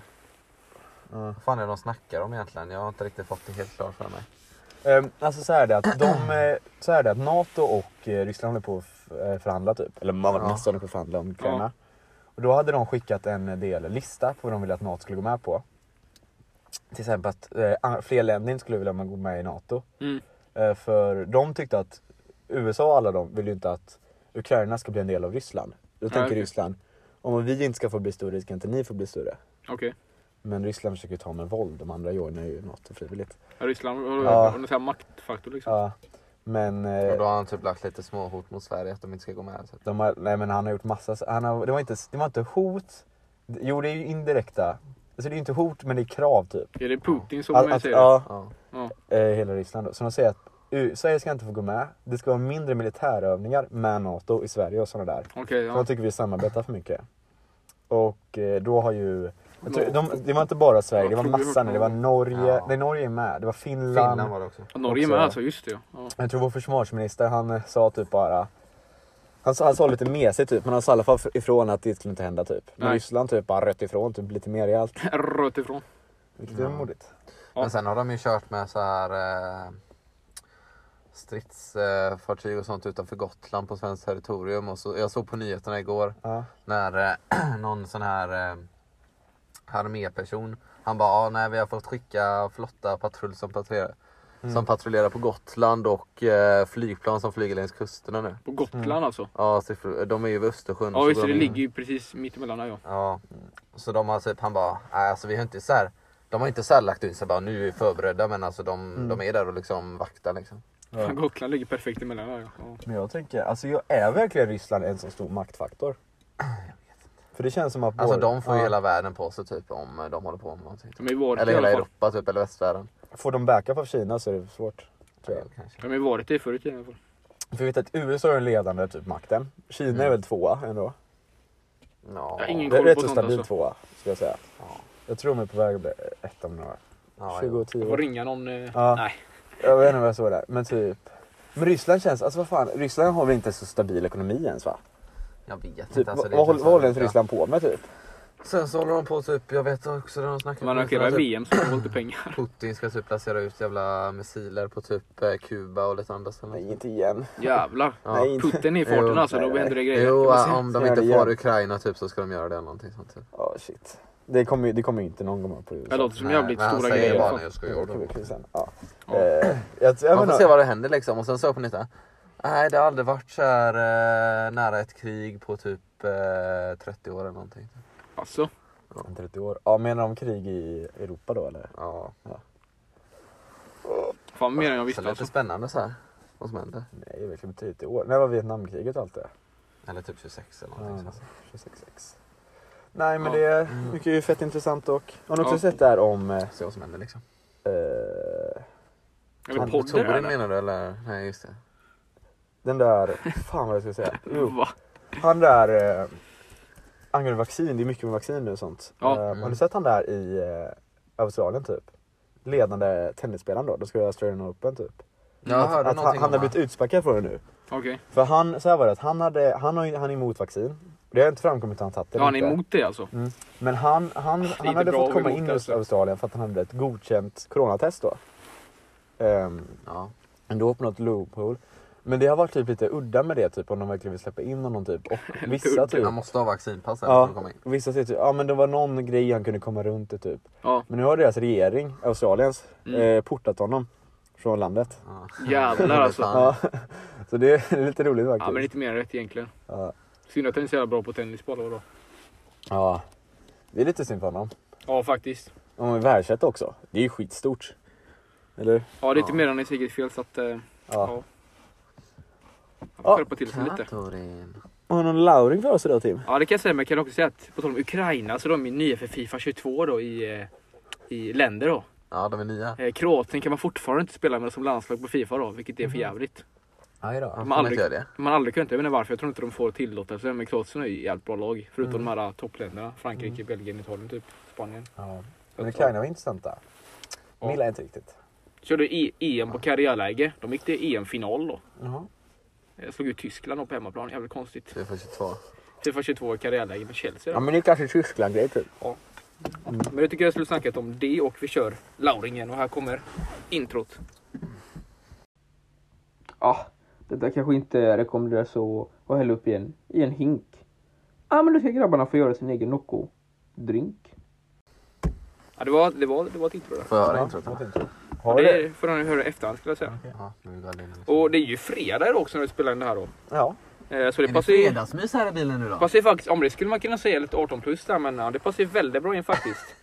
Speaker 2: Ja.
Speaker 3: Vad fan är det de snackar om egentligen? Jag har inte riktigt fått det helt klart för mig.
Speaker 2: Ehm, alltså så här är det att de... eh, Så här är det att NATO och eh, Ryssland håller på att f- eh, förhandla typ. Eller man var
Speaker 3: Ja.
Speaker 2: nästan på att förhandla om Ukraina. Och då hade de skickat en del lista på vad de ville att NATO skulle gå med på. Till exempel att eh, an- fler länder inte skulle vilja gå med i NATO.
Speaker 1: Mm.
Speaker 2: Eh, för de tyckte att USA och alla de vill ju inte att Ukraina ska bli en del av Ryssland. Då
Speaker 1: Nej,
Speaker 2: tänker
Speaker 1: okej.
Speaker 2: Ryssland, om vi inte ska få bli större ska inte ni få bli större.
Speaker 1: Okej.
Speaker 2: Men Ryssland försöker ta med våld, de andra joinar ju NATO frivilligt.
Speaker 1: Ja, Ryssland har
Speaker 2: Ja.
Speaker 1: ja. en sån här maktfaktor liksom.
Speaker 2: Ja, men... eh,
Speaker 3: Och då har han typ lagt lite små hot mot Sverige att de inte ska gå med. Så att,
Speaker 2: De har, nej men han har gjort massa, han har, det, var inte, det var inte hot. Jo det är ju indirekta. Alltså det är ju inte hot men det är krav typ.
Speaker 1: Är det Putin som
Speaker 2: Att, att,
Speaker 1: säger det?
Speaker 2: alltså, ja,
Speaker 3: ja.
Speaker 1: Ja.
Speaker 2: eh, hela Ryssland då. Så de säger att U- Sverige ska inte få gå med. Det ska vara mindre militärövningar med NATO i Sverige och sådana där.
Speaker 1: Okej,
Speaker 2: För
Speaker 1: ja.
Speaker 2: de tycker vi samarbetar för mycket. Och eh, då har ju, jag tror, de, det var inte bara Sverige, det var massa nu. Det var Norge,
Speaker 3: Ja.
Speaker 2: nej Norge är med. Det var Finland.
Speaker 3: Finland var det också.
Speaker 1: Ja, Norge är
Speaker 2: också-
Speaker 1: med alltså, just det. ja. Ja.
Speaker 2: Jag tror vår försvarsminister han eh, sa typ bara han sa, han sa lite mesigt typ men han sa i alla fall ifrån att det skulle inte hända typ. Men
Speaker 1: Nej.
Speaker 2: Ryssland typ bara rött ifrån typ lite mer rejält.
Speaker 1: Rött ifrån.
Speaker 2: Vilket är
Speaker 3: Ja.
Speaker 2: modigt.
Speaker 1: Ja.
Speaker 3: Men sen har de ju kört med så här eh, stridsfartyg och sånt utanför Gotland på svenskt territorium. Och så, jag såg på nyheterna igår
Speaker 2: Ja.
Speaker 3: när eh, någon sån här eh, arméperson han bara, ah, nej vi har fått skicka flotta patrull som patrullerar,
Speaker 1: Mm.
Speaker 3: som patrullerar på Gotland och eh, flygplan som flyger längs kusterna nu.
Speaker 1: På Gotland alltså.
Speaker 3: Ja, siffror, de är ju vid Östersjön.
Speaker 1: Ja
Speaker 3: så
Speaker 1: just
Speaker 3: går
Speaker 1: det, det
Speaker 3: de in-
Speaker 1: ligger ju precis mittemellan där ja.
Speaker 3: Ja, så de har typ, han bara, nej alltså vi har inte så här, de har inte så här lagt ut sig bara nu är vi förberedda men alltså de,
Speaker 2: Mm.
Speaker 3: de är där och liksom vaktar liksom.
Speaker 2: Ja.
Speaker 1: Gotland ligger perfekt emellan där ja. ja.
Speaker 2: Men jag tänker, alltså jag är verkligen Ryssland en så stor maktfaktor? För det känns som att...
Speaker 3: Alltså
Speaker 2: vår-
Speaker 3: de får ju
Speaker 2: ja.
Speaker 3: hela världen på sig typ om de håller på med någonting.
Speaker 1: De är varit
Speaker 3: Eller
Speaker 1: i
Speaker 3: hela
Speaker 1: alla fall.
Speaker 3: Europa typ, eller västvärlden.
Speaker 2: Får de backup av Kina så är det svårt. Tror jag.
Speaker 3: Kanske.
Speaker 1: De har ju varit det förut i alla fall.
Speaker 2: För vi vet att USA är den ledande typ makten. Kina är väl tvåa ändå.
Speaker 3: Ja,
Speaker 1: Ja, Mm. ingen-
Speaker 2: Det är
Speaker 1: koll
Speaker 2: rätt
Speaker 1: på
Speaker 2: så
Speaker 1: sånt,
Speaker 2: stabil
Speaker 1: alltså.
Speaker 2: tvåa skulle jag säga.
Speaker 3: Ja.
Speaker 2: Jag tror de är på väg att bli ett om några
Speaker 3: ja,
Speaker 2: 20
Speaker 3: jo.
Speaker 2: och 10
Speaker 1: Jag
Speaker 2: år.
Speaker 1: får ringa någon. Eh...
Speaker 2: Ja.
Speaker 1: Nej.
Speaker 2: Jag vet inte vad jag såg där, men typ. Men Ryssland känns, alltså vad fan, Ryssland har väl inte så stabil ekonomi ens va?
Speaker 3: Jag vet
Speaker 2: Typ,
Speaker 3: inte. Alltså, det är
Speaker 2: vad, håller-
Speaker 3: typ
Speaker 2: vad håller ens
Speaker 3: så här-
Speaker 2: Ryssland på med typ?
Speaker 3: Sen så håller de på typ, jag vet också när de snackar
Speaker 1: Man
Speaker 3: om
Speaker 1: arrangerar
Speaker 3: Ryssland, typ,
Speaker 1: VM så har de inte pengar.
Speaker 3: Putin ska typ placera ut jävla missiler på typ eh, Kuba och lite andra ställen.
Speaker 2: Nej, inte igen.
Speaker 1: Jävlar.
Speaker 3: Ja.
Speaker 2: Nej, inte.
Speaker 1: Putin är i
Speaker 3: Jo,
Speaker 1: farten alltså,
Speaker 2: nej,
Speaker 1: då händer det grejer.
Speaker 3: Jo,
Speaker 1: Jag måste-
Speaker 3: om
Speaker 2: ska
Speaker 3: de
Speaker 2: jag
Speaker 3: inte
Speaker 2: göra
Speaker 3: får
Speaker 2: det.
Speaker 3: Ukraina typ så ska de göra det eller någonting sånt. Typ.
Speaker 2: Ja, shit. Det kommer ju det kommer ju inte någon gång upp på
Speaker 1: Det
Speaker 2: USA.
Speaker 1: låter som jävligt
Speaker 3: men han
Speaker 1: stora
Speaker 2: alltså,
Speaker 3: säger
Speaker 1: grejer. alltså. i alla
Speaker 3: bara
Speaker 1: fall.
Speaker 3: när jag ska
Speaker 2: Det kommer
Speaker 3: göra det.
Speaker 2: krisen, Ja.
Speaker 1: Ja.
Speaker 2: Eh, jag, jag
Speaker 3: Man
Speaker 2: menar-
Speaker 3: får se vad det händer liksom och sen så på nytt. Nej, det har aldrig varit så här eh, nära ett krig på typ eh, 30 år eller någonting.
Speaker 1: Alltså.
Speaker 2: Om 30 år. Ja, menar de krig i Europa då eller?
Speaker 3: Ja,
Speaker 1: Fan mer än jag
Speaker 3: så
Speaker 1: visste
Speaker 3: lite
Speaker 1: alltså.
Speaker 3: spännande så här. Vad som händer.
Speaker 2: Nej, det är typ 30 år. När var Vietnamkriget och allt det?
Speaker 3: Eller typ 26 eller
Speaker 2: Ja,
Speaker 3: någonting. sånt.
Speaker 2: 26 6. Nej, men
Speaker 1: Ja.
Speaker 2: det är mycket ju fett intressant och har ni också
Speaker 1: Ja.
Speaker 2: sett det här om eh,
Speaker 3: Se vad som händer liksom.
Speaker 2: eh,
Speaker 1: Eller
Speaker 2: Fan,
Speaker 1: podder
Speaker 3: Torin
Speaker 1: eller?
Speaker 3: menar du eller? Nej just det.
Speaker 2: den där, fan vad jag ska säga. Jo,
Speaker 1: Va?
Speaker 2: Han där, eh, angående vaccin, det är mycket med vaccin nu och sånt.
Speaker 1: Ja.
Speaker 2: Eh, Har
Speaker 3: Mm.
Speaker 2: ni sett han där i eh, Australien typ? Ledande tennisspelaren då, de ska göra Australian Open typ.
Speaker 3: Jag
Speaker 2: att,
Speaker 3: hörde
Speaker 2: att han,
Speaker 3: någonting
Speaker 2: han har
Speaker 3: om det.
Speaker 2: blivit utsparkad från det nu.
Speaker 1: Okej.
Speaker 2: För han, så här var det, att han, hade, han, har, ju- han är emot vaccin. Det har inte framkommit att han tagit det
Speaker 1: Ja, han
Speaker 2: eller
Speaker 1: är
Speaker 2: inte.
Speaker 1: emot det alltså?
Speaker 2: Men han, han, han
Speaker 1: inte
Speaker 2: hade
Speaker 1: bra
Speaker 2: fått
Speaker 1: att
Speaker 2: komma
Speaker 1: vara
Speaker 2: in
Speaker 1: emot
Speaker 2: i
Speaker 1: alltså.
Speaker 2: Australien för att han hade ett godkänt coronatest då. Ehm,
Speaker 3: Ja.
Speaker 2: ändå på något loophole. Men det har varit typ lite udda med det, typ om de verkligen vill släppa in honom typ. Och vissa
Speaker 1: udda.
Speaker 2: typ.
Speaker 3: Han måste ha vaccinpass här för
Speaker 2: Ja,
Speaker 3: att komma in.
Speaker 2: vissa säger typ, ja men det var någon grej han kunde komma runt det typ.
Speaker 1: Ja.
Speaker 2: Men nu har deras regering, Australiens,
Speaker 1: Mm.
Speaker 2: eh, portat honom från landet.
Speaker 3: Ja.
Speaker 1: Jävlar alltså.
Speaker 3: Fan.
Speaker 2: Ja. Så det är, det är lite roligt
Speaker 1: Ja, men
Speaker 2: faktiskt.
Speaker 1: lite mer rätt egentligen.
Speaker 2: Ja.
Speaker 1: Synd att han är så jävla bra på tennisboll. vadå?
Speaker 2: ja. Det är lite synd för honom.
Speaker 1: Ja, faktiskt.
Speaker 2: Om vi världsätta också. Det är ju skitstort. Eller?
Speaker 1: Ja, det är inte
Speaker 3: Ja.
Speaker 1: mer än ett eget fel så att... eh,
Speaker 2: Ja.
Speaker 1: Ja. Han får
Speaker 2: Ja.
Speaker 1: skärpa till sig lite.
Speaker 3: Torin.
Speaker 2: Har du någon lauring för oss idag Tim?
Speaker 1: Ja det kan jag säga, men jag kan också säga att på tal om Ukraina så de är nya för Fifa 22 då i, eh, i länder då.
Speaker 3: Ja de är nya.
Speaker 1: Eh, Kroatien kan man fortfarande inte spela med som landslag på Fifa då, vilket
Speaker 2: Mhm.
Speaker 1: är för jävligt.
Speaker 2: Aj då.
Speaker 3: Han
Speaker 1: Men
Speaker 3: får
Speaker 1: aldrig-
Speaker 3: inte göra det.
Speaker 1: Man har aldrig kunnat, jag vet inte varför, jag tror inte de får tillåtelse. Men Kroatien är ju ett jävligt bra lag, förutom de här toppländerna. Frankrike, Belgien, Italien, typ. Spanien.
Speaker 2: Ja. Mm. Men Ukraina var intressanta.
Speaker 1: Ja.
Speaker 2: Gillar inte riktigt.
Speaker 1: Körde E- EM på karriärläge, de gick till EM-final då.
Speaker 2: Jaha.
Speaker 1: Eh, Slog ut Tyskland då på hemmaplan, jävligt konstigt.
Speaker 3: Du får 22.
Speaker 1: Fifa 22 i karriärläge för Chelsea
Speaker 2: Ja
Speaker 1: då.
Speaker 2: men det är kanske Tyskland-grej typ.
Speaker 1: Men jag tycker jag skulle snackat om det och vi kör Lauringen och här kommer introt. Ja, detta kanske inte rekommenderas att, att hälla upp i en, i en hink. Ja, men då ska grabbarna få göra sin egen Nocco-drink. Ja, det var, det var, det var ett intro där.
Speaker 3: Får jag höra
Speaker 2: Ja,
Speaker 3: introt?
Speaker 2: låt
Speaker 3: eller?
Speaker 2: inte. Har du
Speaker 1: Det
Speaker 2: det?
Speaker 1: är- får ni höra i efterhand skulle jag säga.
Speaker 3: Ja, nu går jag in.
Speaker 1: Och det är ju fredag idag också när vi spelar in det här då.
Speaker 2: Ja.
Speaker 1: Eh, Så det
Speaker 3: Är det
Speaker 1: passar ju...
Speaker 3: fredagsmys här i bilen nu då?
Speaker 1: Passar ju faktiskt, om det skulle man kunna säga lite 18 plus där men ja, det passar ju väldigt bra in faktiskt.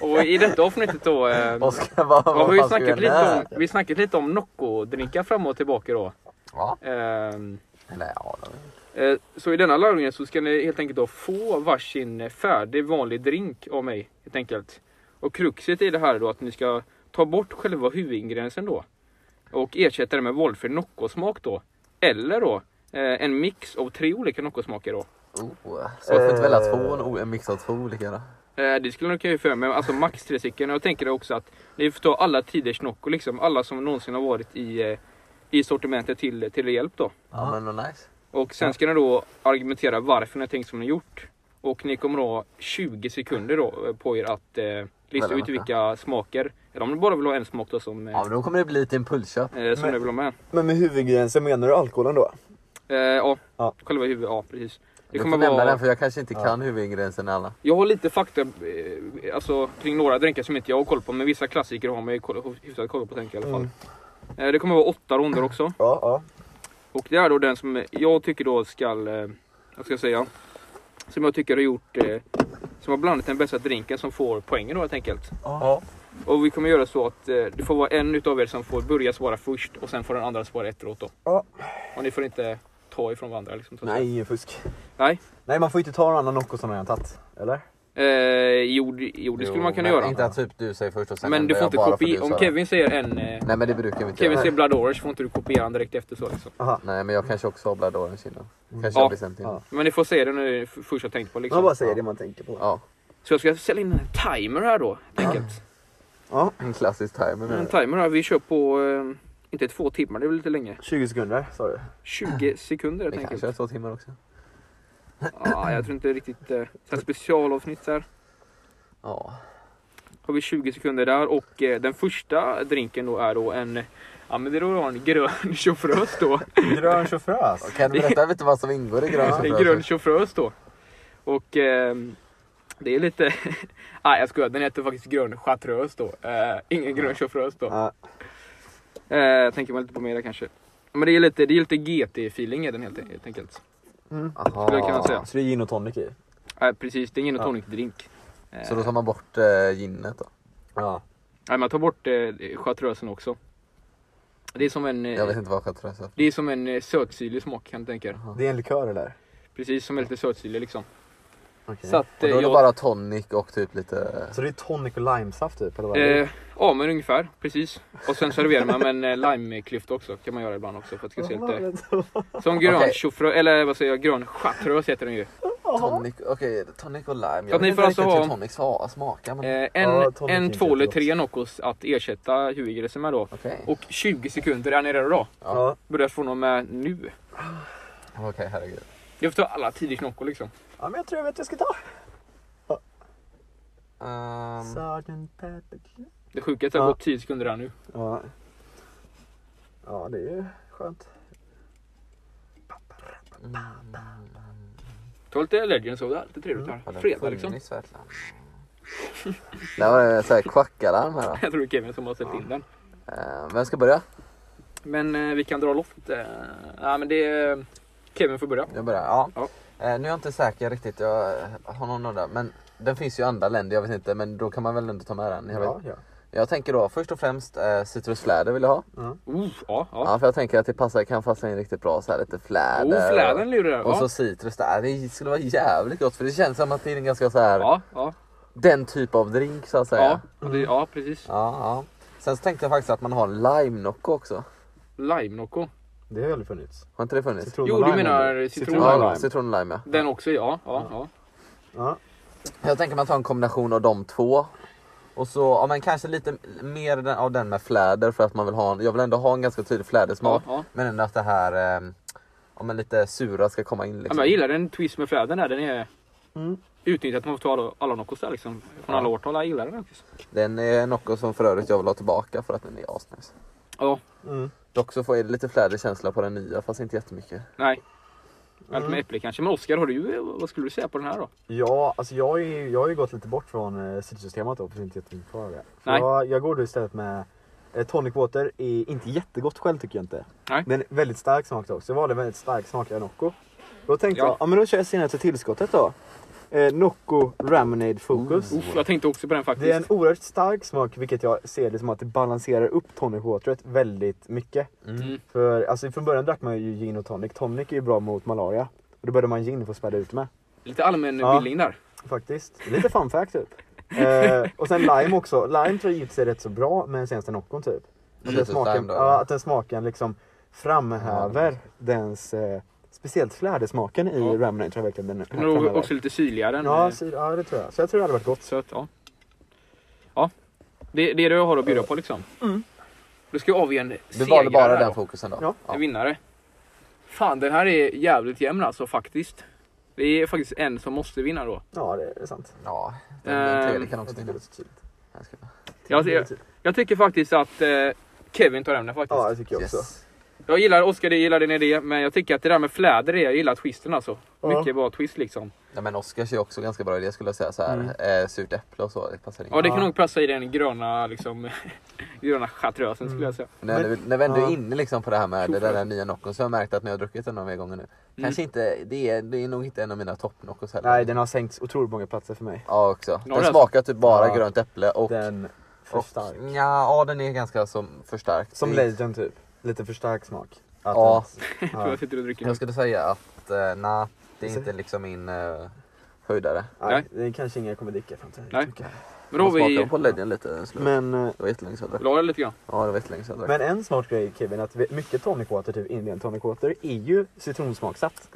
Speaker 1: Och i detta avsnittet då... eh,
Speaker 3: Oskar, vad,
Speaker 1: Ja,
Speaker 3: vad
Speaker 1: vi har
Speaker 3: fan ska
Speaker 1: snackat
Speaker 3: vi
Speaker 1: lite
Speaker 3: göra här?
Speaker 1: om, vi har snackat lite om Nocco-drinkar fram och tillbaka då.
Speaker 3: Ja,
Speaker 1: Ehm,
Speaker 3: eller ja. då.
Speaker 1: eh, Så i denna lördagen så ska ni helt enkelt då få varsin färdig vanlig drink av mig. Helt enkelt. Och kruxet i det här är då att ni ska ta bort själva huvudingrediensen då. Och ersätta det med valfri Nocco-smak då. Eller då eh, en mix av tre olika Nocco-smaker då.
Speaker 3: Oh, så jag får inte välja
Speaker 2: Eh.
Speaker 3: två, en o- en mix av två olika då?
Speaker 1: Eh, Det skulle ni kunna göra för mig, alltså max tre stycken. Och Jag tänker också att ni får ta alla tiders Nocco liksom. Alla som någonsin har varit i, eh, i sortimentet till, till er hjälp då.
Speaker 3: Ja, men vad nice.
Speaker 1: Och sen ska ni då argumentera varför ni har tänkt som ni gjort. Och ni kommer ha 20 sekunder då på er att eh, lista
Speaker 3: Välja
Speaker 1: ut
Speaker 3: något,
Speaker 1: vilka smaker. Eller om ni bara vill ha en smak då som, eh,
Speaker 3: Ja, men då kommer det bli lite impulsköp.
Speaker 1: eh, som
Speaker 2: men-
Speaker 1: ni vill ha med.
Speaker 2: Men med huvudgränsen menar du alkoholen då?
Speaker 1: Eh, ja,
Speaker 2: Ja.
Speaker 1: själva huvudet. Ja, precis. Det
Speaker 3: Du
Speaker 1: kommer
Speaker 3: får nämna
Speaker 1: vara...
Speaker 3: den för jag kanske inte kan huvudingredienserna alla.
Speaker 1: Jag har lite fakta eh, alltså, kring några drinkar som inte jag har koll på. Men vissa klassiker har man ju koll, hyfsat koll på tänker jag i alla fall.
Speaker 3: Mm.
Speaker 1: Eh, det kommer vara åtta ronder också.
Speaker 2: Ja, ja.
Speaker 1: Och det är då den som jag tycker då skall, eh, vad ska jag säga, som jag tycker har gjort, eh, som har blandat den bästa drinken som får poängen då helt enkelt.
Speaker 2: Ja.
Speaker 1: Och vi kommer göra så att eh, det får vara en utav er som får börja svara först och sen får den andra svara efteråt då.
Speaker 2: Ja.
Speaker 1: Och ni får inte ta ifrån varandra liksom. Så att
Speaker 2: Nej, ingen fusk.
Speaker 1: Nej.
Speaker 2: Nej, man får inte ta någon annan Nocco som man redan tagit. Eller?
Speaker 1: säga. Eh, jo, det- jo, det skulle man kunna
Speaker 3: men
Speaker 1: göra.
Speaker 3: Inte att typ du säger först och sen
Speaker 1: Men du
Speaker 3: ändrar
Speaker 1: får
Speaker 3: jag
Speaker 1: inte
Speaker 3: bara för att
Speaker 1: kopiera,
Speaker 3: du
Speaker 1: om
Speaker 3: sa det.
Speaker 1: Kevin säger en, eh,
Speaker 3: Nej men det brukar vi inte
Speaker 1: Kevin
Speaker 3: göra.
Speaker 1: säger Blood Orange får inte du kopiera den direkt efter så liksom.
Speaker 2: Aha.
Speaker 3: Nej men jag kanske också har Blood Orange innan. Kanske
Speaker 1: Mm. Ja.
Speaker 3: jag bestämt innan.
Speaker 2: Ja.
Speaker 1: Men ni får säga den nu f- först jag tänkt på liksom.
Speaker 2: Man bara säger det man tänker på.
Speaker 3: Ja,
Speaker 1: Så jag ska ställa in en timer här då, helt enkelt.
Speaker 2: Ja.
Speaker 3: en klassisk timer
Speaker 1: En
Speaker 3: nu.
Speaker 1: timer här, vi kör på, eh, inte två timmar, det är väl lite länge.
Speaker 2: 20 sekunder sa du.
Speaker 1: 20 sekunder helt
Speaker 3: Vi kanske
Speaker 1: enkelt.
Speaker 3: kör två timmar också.
Speaker 1: Ja, jag tror inte riktigt, eh, så här specialavsnitt här.
Speaker 3: Ja.
Speaker 1: Har vi 20 sekunder där och eh, den första drinken då är då en, ja men det är då en grön tjofrös då.
Speaker 2: Grön chaufförs.
Speaker 3: Kan du berätta lite vad som ingår i grön
Speaker 1: en
Speaker 3: choklad?
Speaker 1: grön tjofrös då. Och ehm, det är lite, nej jag skojar, den heter faktiskt grön chartreuse då. Eh, ingen grön tjofrös då.
Speaker 2: Ja.
Speaker 1: Eh, tänker man lite på mer kanske. Men det är lite, det är lite GT-feeling i den helt, helt enkelt. Skulle jag kunna säga.
Speaker 2: Så det är gin och tonic i?
Speaker 1: Nej, precis, det är ingen
Speaker 2: Ja.
Speaker 1: tonic-drink. Eh,
Speaker 3: Så då tar man bort eh, ginet då?
Speaker 2: Ja.
Speaker 1: Nej, man tar bort eh, chartreusen också. Det är som en, eh,
Speaker 3: Jag vet inte vad chartreuse är.
Speaker 1: det är som en eh, sötsyrlig smak kan jag tänka er.
Speaker 2: Det är en likör eller?
Speaker 1: Precis som en lite sötsyrlig liksom.
Speaker 2: Okej.
Speaker 1: Så att,
Speaker 3: Och
Speaker 1: eh,
Speaker 3: då är det
Speaker 1: jag-
Speaker 3: bara tonic och typ lite...
Speaker 2: Så det är tonic och limesaft typ? Eller vad är det?
Speaker 1: Eh, ja men ungefär, precis. Och sen serverar man med en eh, limeklyfta också, kan man göra ibland också för att det ska se lite... Som grön
Speaker 3: Okej.
Speaker 1: chouffrö, eller vad säger jag, grön chartreuse heter den ju.
Speaker 3: Tonic, okej, tonic och lime.
Speaker 1: Så
Speaker 3: Jag
Speaker 1: att
Speaker 3: vet
Speaker 1: ni
Speaker 3: inte
Speaker 1: får
Speaker 3: riktigt
Speaker 1: alltså
Speaker 3: hur
Speaker 1: ha-
Speaker 3: tonic sva- smakar men
Speaker 1: Eh, en,
Speaker 2: Ja, tonic
Speaker 1: en
Speaker 2: gick
Speaker 1: två eller
Speaker 2: jättebra.
Speaker 1: tre Noccos att ersätta huvudgressen med då.
Speaker 3: okej.
Speaker 1: Och 20 sekunder, är ni redo då?
Speaker 2: Ja.
Speaker 1: Börjar från och med nu.
Speaker 3: Okej, herregud.
Speaker 1: Jag får ta alla tidig Nocco liksom.
Speaker 2: ja, men jag tror jag vet vad jag ska ta.
Speaker 1: Mm.
Speaker 3: Ehm,
Speaker 2: Sergeant Pepper.
Speaker 1: Det sjuka är att det har
Speaker 2: Ja.
Speaker 1: gått 10 sekunder här nu.
Speaker 2: Ja. Ja, det är ju skönt.
Speaker 3: mm.
Speaker 1: Ta lite Legends och det här, lite
Speaker 2: Mm.
Speaker 1: trevligt här.
Speaker 3: har det
Speaker 1: Fredag liksom.
Speaker 3: funnits ett land? Det här var en sån här kvackalarm här då.
Speaker 1: Jag tror det är Kevin som har ställt in den.
Speaker 3: Ehm, vem ska börja?
Speaker 1: Men eh, vi kan dra loft. Eh, nej men det är... Kevin får börja.
Speaker 3: Jag börjar, ja.
Speaker 1: Ja.
Speaker 3: Eh, nu är jag inte säker riktigt, jag eh, har någon nudda. Men den finns ju i andra länder, jag vet inte. Men då kan man väl ändå ta med den. Jag,
Speaker 2: Ja,
Speaker 3: vet.
Speaker 2: ja.
Speaker 3: jag tänker då först och främst eh, citrusfläder vill jag ha.
Speaker 1: Oh, ja, ja.
Speaker 3: Ja, för jag tänker att det passar, kan passa in riktigt bra så här lite fläder.
Speaker 1: Oh,
Speaker 3: och-
Speaker 1: fläden lurar där.
Speaker 3: Och
Speaker 1: Ja.
Speaker 3: så citrus där, det skulle vara jävligt gott för det känns som att det är en ganska så här
Speaker 1: Ja, ja,
Speaker 3: den typ av drink så att säga.
Speaker 1: ja,
Speaker 3: Ja.
Speaker 1: och det, ja precis.
Speaker 3: ja, Sen så tänkte jag faktiskt att man har lime Nocco också.
Speaker 1: Lime Nocco.
Speaker 2: Det har väl funnits.
Speaker 3: Har inte det funnits?
Speaker 2: Citron
Speaker 1: Jo,
Speaker 2: och
Speaker 1: du
Speaker 2: lime,
Speaker 1: menar
Speaker 2: eller?
Speaker 1: citron
Speaker 2: och
Speaker 1: och
Speaker 3: Ja,
Speaker 2: lime.
Speaker 3: citron och lime ja.
Speaker 1: Den också, ja. ja, ja.
Speaker 2: Ja.
Speaker 3: Jag tänker man tar en kombination av de två. Och så ja, men kanske lite mer den, av den med fläder för att man vill ha en, jag vill ändå ha en ganska tydlig flädersmak.
Speaker 1: Ja, ja.
Speaker 3: Men ändå att det här eh, ja, men lite sura ska komma in
Speaker 1: ja
Speaker 3: liksom.
Speaker 1: men jag gillar den twist med fläden där. Den är
Speaker 2: Mm.
Speaker 1: utnyttjat. Man får ta alla, alla Noccos där liksom. Från alla årtal. Jag gillar den faktiskt.
Speaker 3: Den är något som för övrigt jag vill ha tillbaka för att den är asnice.
Speaker 1: Ja,
Speaker 2: Mm.
Speaker 3: Dock så får jag lite fläderkänsla på den nya fast inte jättemycket.
Speaker 1: nej.
Speaker 2: Mm.
Speaker 1: Allt med äpple kanske. Men Oskar, har du, vad skulle du säga på den här då?
Speaker 2: Ja, alltså jag har ju, jag har ju gått lite bort från eh, citrussystemet då, för det är inte jättemycket kvar av det. Så
Speaker 1: Nej.
Speaker 2: Jag, jag går då istället med eh, tonic water, är inte jättegott själv tycker jag inte.
Speaker 1: Nej.
Speaker 2: Men väldigt stark smak också. Jag valde väldigt stark smak av Nocco. Då tänkte
Speaker 1: Ja.
Speaker 2: jag, ja men då kör jag senaste tillskottet då. Eh, Nocco Ramonade
Speaker 3: Mm.
Speaker 2: Focus.
Speaker 1: Uff, jag tänkte också på den faktiskt.
Speaker 2: Det är en oerhört stark smak vilket jag ser det som att det balanserar upp tonic wateret väldigt mycket.
Speaker 1: Mm.
Speaker 2: För alltså, från början drack man ju gin och tonic. Tonic är ju bra mot malaria. Och då började man gin för att späda ut med.
Speaker 1: Lite allmän
Speaker 2: Ja.
Speaker 1: bildning där.
Speaker 2: Faktiskt. Lite fun fact typ. eh, och sen lime också. Lime tror jag givetvis är rätt så bra med den senaste Noccon typ. Att den,
Speaker 3: Citrus
Speaker 2: smaken,
Speaker 3: lime då,
Speaker 2: ja,
Speaker 3: eller?
Speaker 2: att den smaken liksom framhäver dens eh, speciellt flädersmaken i
Speaker 1: Ja.
Speaker 2: ja. Ramnate tror jag verkligen den
Speaker 1: Den är
Speaker 2: framhäver.
Speaker 1: också lite syrligare. Än,
Speaker 2: Ja,
Speaker 1: eh,
Speaker 2: så, ja, det tror jag. Så jag tror det hade varit gott.
Speaker 1: Söt, ja. Ja, det, det är det jag har att bjuda på liksom.
Speaker 2: Mm.
Speaker 1: Då ska jag avge en
Speaker 3: Du valde bara
Speaker 1: här
Speaker 3: den
Speaker 1: då.
Speaker 3: fokusen då?
Speaker 2: Ja.
Speaker 1: En vinnare. Fan, den här är jävligt jämn alltså faktiskt. Det är faktiskt en som måste vinna då.
Speaker 2: Ja, det är sant.
Speaker 3: Ja, den,
Speaker 1: Ehm,
Speaker 3: den tredje kan
Speaker 2: Jag
Speaker 3: också
Speaker 2: tycker det är
Speaker 3: finnas.
Speaker 2: så tydligt.
Speaker 3: Här ska vi-
Speaker 1: Jag, alltså, jag, jag tycker faktiskt att eh, Kevin tar hem den faktiskt.
Speaker 2: Ja, det tycker jag också.
Speaker 3: Yes.
Speaker 1: Jag gillar Oskar, jag gillar din idé, men jag tycker att det där med fläder, är- jag gillar twisten alltså.
Speaker 2: Ja.
Speaker 1: Mycket bra twist liksom.
Speaker 3: Ja, men Oscars är också ganska bra idé skulle jag säga. Så här,
Speaker 2: Mm.
Speaker 3: eh, surt äpple och så, det passar in.
Speaker 1: Ja, det kan
Speaker 2: Ja.
Speaker 1: nog passa i den gröna liksom, gröna chartreusen skulle jag säga.
Speaker 3: när, vi- när vi ändå är
Speaker 2: Ja.
Speaker 3: inne liksom på det här med det
Speaker 1: Tjofa.
Speaker 3: där, där nya Noccon så har jag märkt att när jag har druckit den några mer gånger nu.
Speaker 1: Mm.
Speaker 3: Kanske inte, det är, det är nog inte en av mina toppnoccos heller.
Speaker 2: Nej, den har sänkts otroligt många platser för mig.
Speaker 3: Ja också.
Speaker 1: har
Speaker 3: Den
Speaker 1: det.
Speaker 3: smakar typ bara
Speaker 2: Ja.
Speaker 3: grönt äpple och...
Speaker 2: Den för
Speaker 3: och
Speaker 2: stark.
Speaker 3: ja, ja, den är ganska som, för stark.
Speaker 2: Som
Speaker 3: Det-
Speaker 2: Legend typ. Lite för stark smak. Att
Speaker 3: Ja.
Speaker 2: den-
Speaker 1: Så
Speaker 2: ja.
Speaker 1: jag sitter och dricker.
Speaker 3: Jag skulle säga att, eh, nej, det är
Speaker 2: Ser.
Speaker 3: inte liksom min eh, höjdare.
Speaker 2: Nej, det är kanske inga jag kommer dricka i framtiden.
Speaker 1: Nej.
Speaker 2: tycker jag.
Speaker 1: Men då
Speaker 3: Jag
Speaker 1: har
Speaker 3: smakade
Speaker 1: vi...
Speaker 3: på Legend lite. slurk.
Speaker 2: Men, eh,
Speaker 3: Det var jättelänge sedan jag drack.
Speaker 1: La det lite grann.
Speaker 3: Ja, det var jättelänge sedan jag drack.
Speaker 2: men en smart grej Kevin, att vi- mycket tonic water, typ Indian tonic water, är ju citronsmaksatt.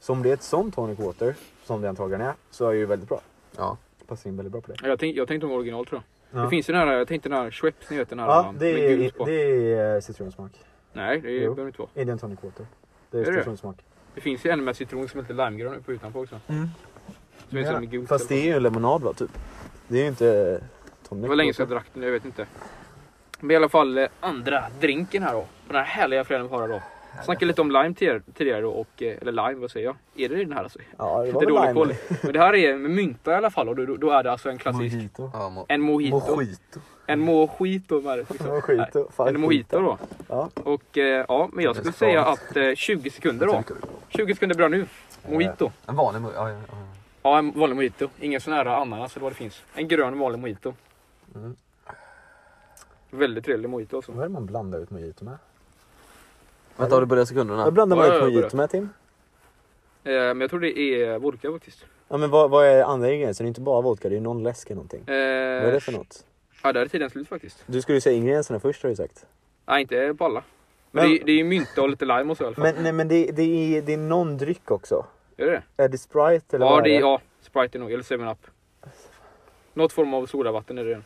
Speaker 2: Så om det är ett sånt tonic water, som det antagligen är, så är det ju väldigt bra.
Speaker 3: Ja.
Speaker 2: Passar in väldigt bra på det.
Speaker 1: Ja, Jag tänkte, jag tänkte om original tror jag.
Speaker 2: Ja.
Speaker 1: Det finns ju den här, jag tänkte den här Schweppes, ni vet den här
Speaker 2: Ja, det
Speaker 1: med
Speaker 2: är,
Speaker 1: gult på.
Speaker 2: det är eh, citronsmak.
Speaker 1: Nej, det
Speaker 2: Jo.
Speaker 1: behöver det inte vara.
Speaker 2: Indian tonic water. Det
Speaker 1: Är
Speaker 2: är
Speaker 1: det?
Speaker 2: citronsmak.
Speaker 1: Det finns ju en med citron som heter limegrön nu på utanpå också. Som är som en gul.
Speaker 2: Mm. Fast det är ju lemonad va, typ? Det är ju inte eh, tonic
Speaker 1: det var länge sedan jag drack den, jag vet inte. Men i alla fall eh, andra drinken här då. På den här härliga fredagen vi har idag. Snackade lite om lime tidigare- tidigare då och, eh, eller lime vad säger jag? Är det den här alltså?
Speaker 2: Ja, det var
Speaker 1: Lite
Speaker 2: väl
Speaker 1: dålig
Speaker 2: lime.
Speaker 1: koll. Men det här är med mynta i alla fall och då, då- då är det alltså en klassisk.
Speaker 2: Mojito.
Speaker 3: Ja, mo-
Speaker 1: En mojito.
Speaker 3: Mojito.
Speaker 1: En mojito med det. Liksom. Nej,
Speaker 2: Mojito. Fan,
Speaker 1: En mojito då.
Speaker 2: Ja.
Speaker 1: Och eh, ja, men jag skulle säga att eh, 20 sekunder då. 20 sekunder bra nu. Mojito.
Speaker 3: En vanlig mojito. Ja, ja, ja.
Speaker 1: Ja, en vanlig mojito. Ingen sån här ananas eller vad det finns. En grön vanlig mojito.
Speaker 3: Mm.
Speaker 1: Väldigt trevlig mojito alltså.
Speaker 2: Vad är det man blandar ut mojito med?
Speaker 3: Vänta, har du börjat
Speaker 2: Vad
Speaker 3: sekunderna?
Speaker 2: blandar man
Speaker 1: Ja,
Speaker 2: ut
Speaker 1: ja,
Speaker 2: mojito
Speaker 1: bra.
Speaker 2: med Tim?
Speaker 1: Eh, men jag tror det är vodka faktiskt. Eh,
Speaker 2: Ja men vad, vad är andra ingredienser? Det är inte bara vodka, det är någon läsk eller någonting.
Speaker 1: Eh,
Speaker 2: Vad är det för något?
Speaker 1: Ja, där är tiden slut faktiskt.
Speaker 2: Du skulle ju säga ingredienserna först har du sagt.
Speaker 1: Nej, inte på alla. Men,
Speaker 2: Men-
Speaker 1: det, är- det är ju mynta och lite lime och så i alla fall.
Speaker 2: Men, nej, men det, det, är, det är någon dryck också.
Speaker 1: är det
Speaker 2: Är det Sprite eller
Speaker 1: Ja,
Speaker 2: vad
Speaker 1: det är,
Speaker 2: är
Speaker 1: ja, Sprite är nog. Eller 7-Up. Något form av sodavatten är det.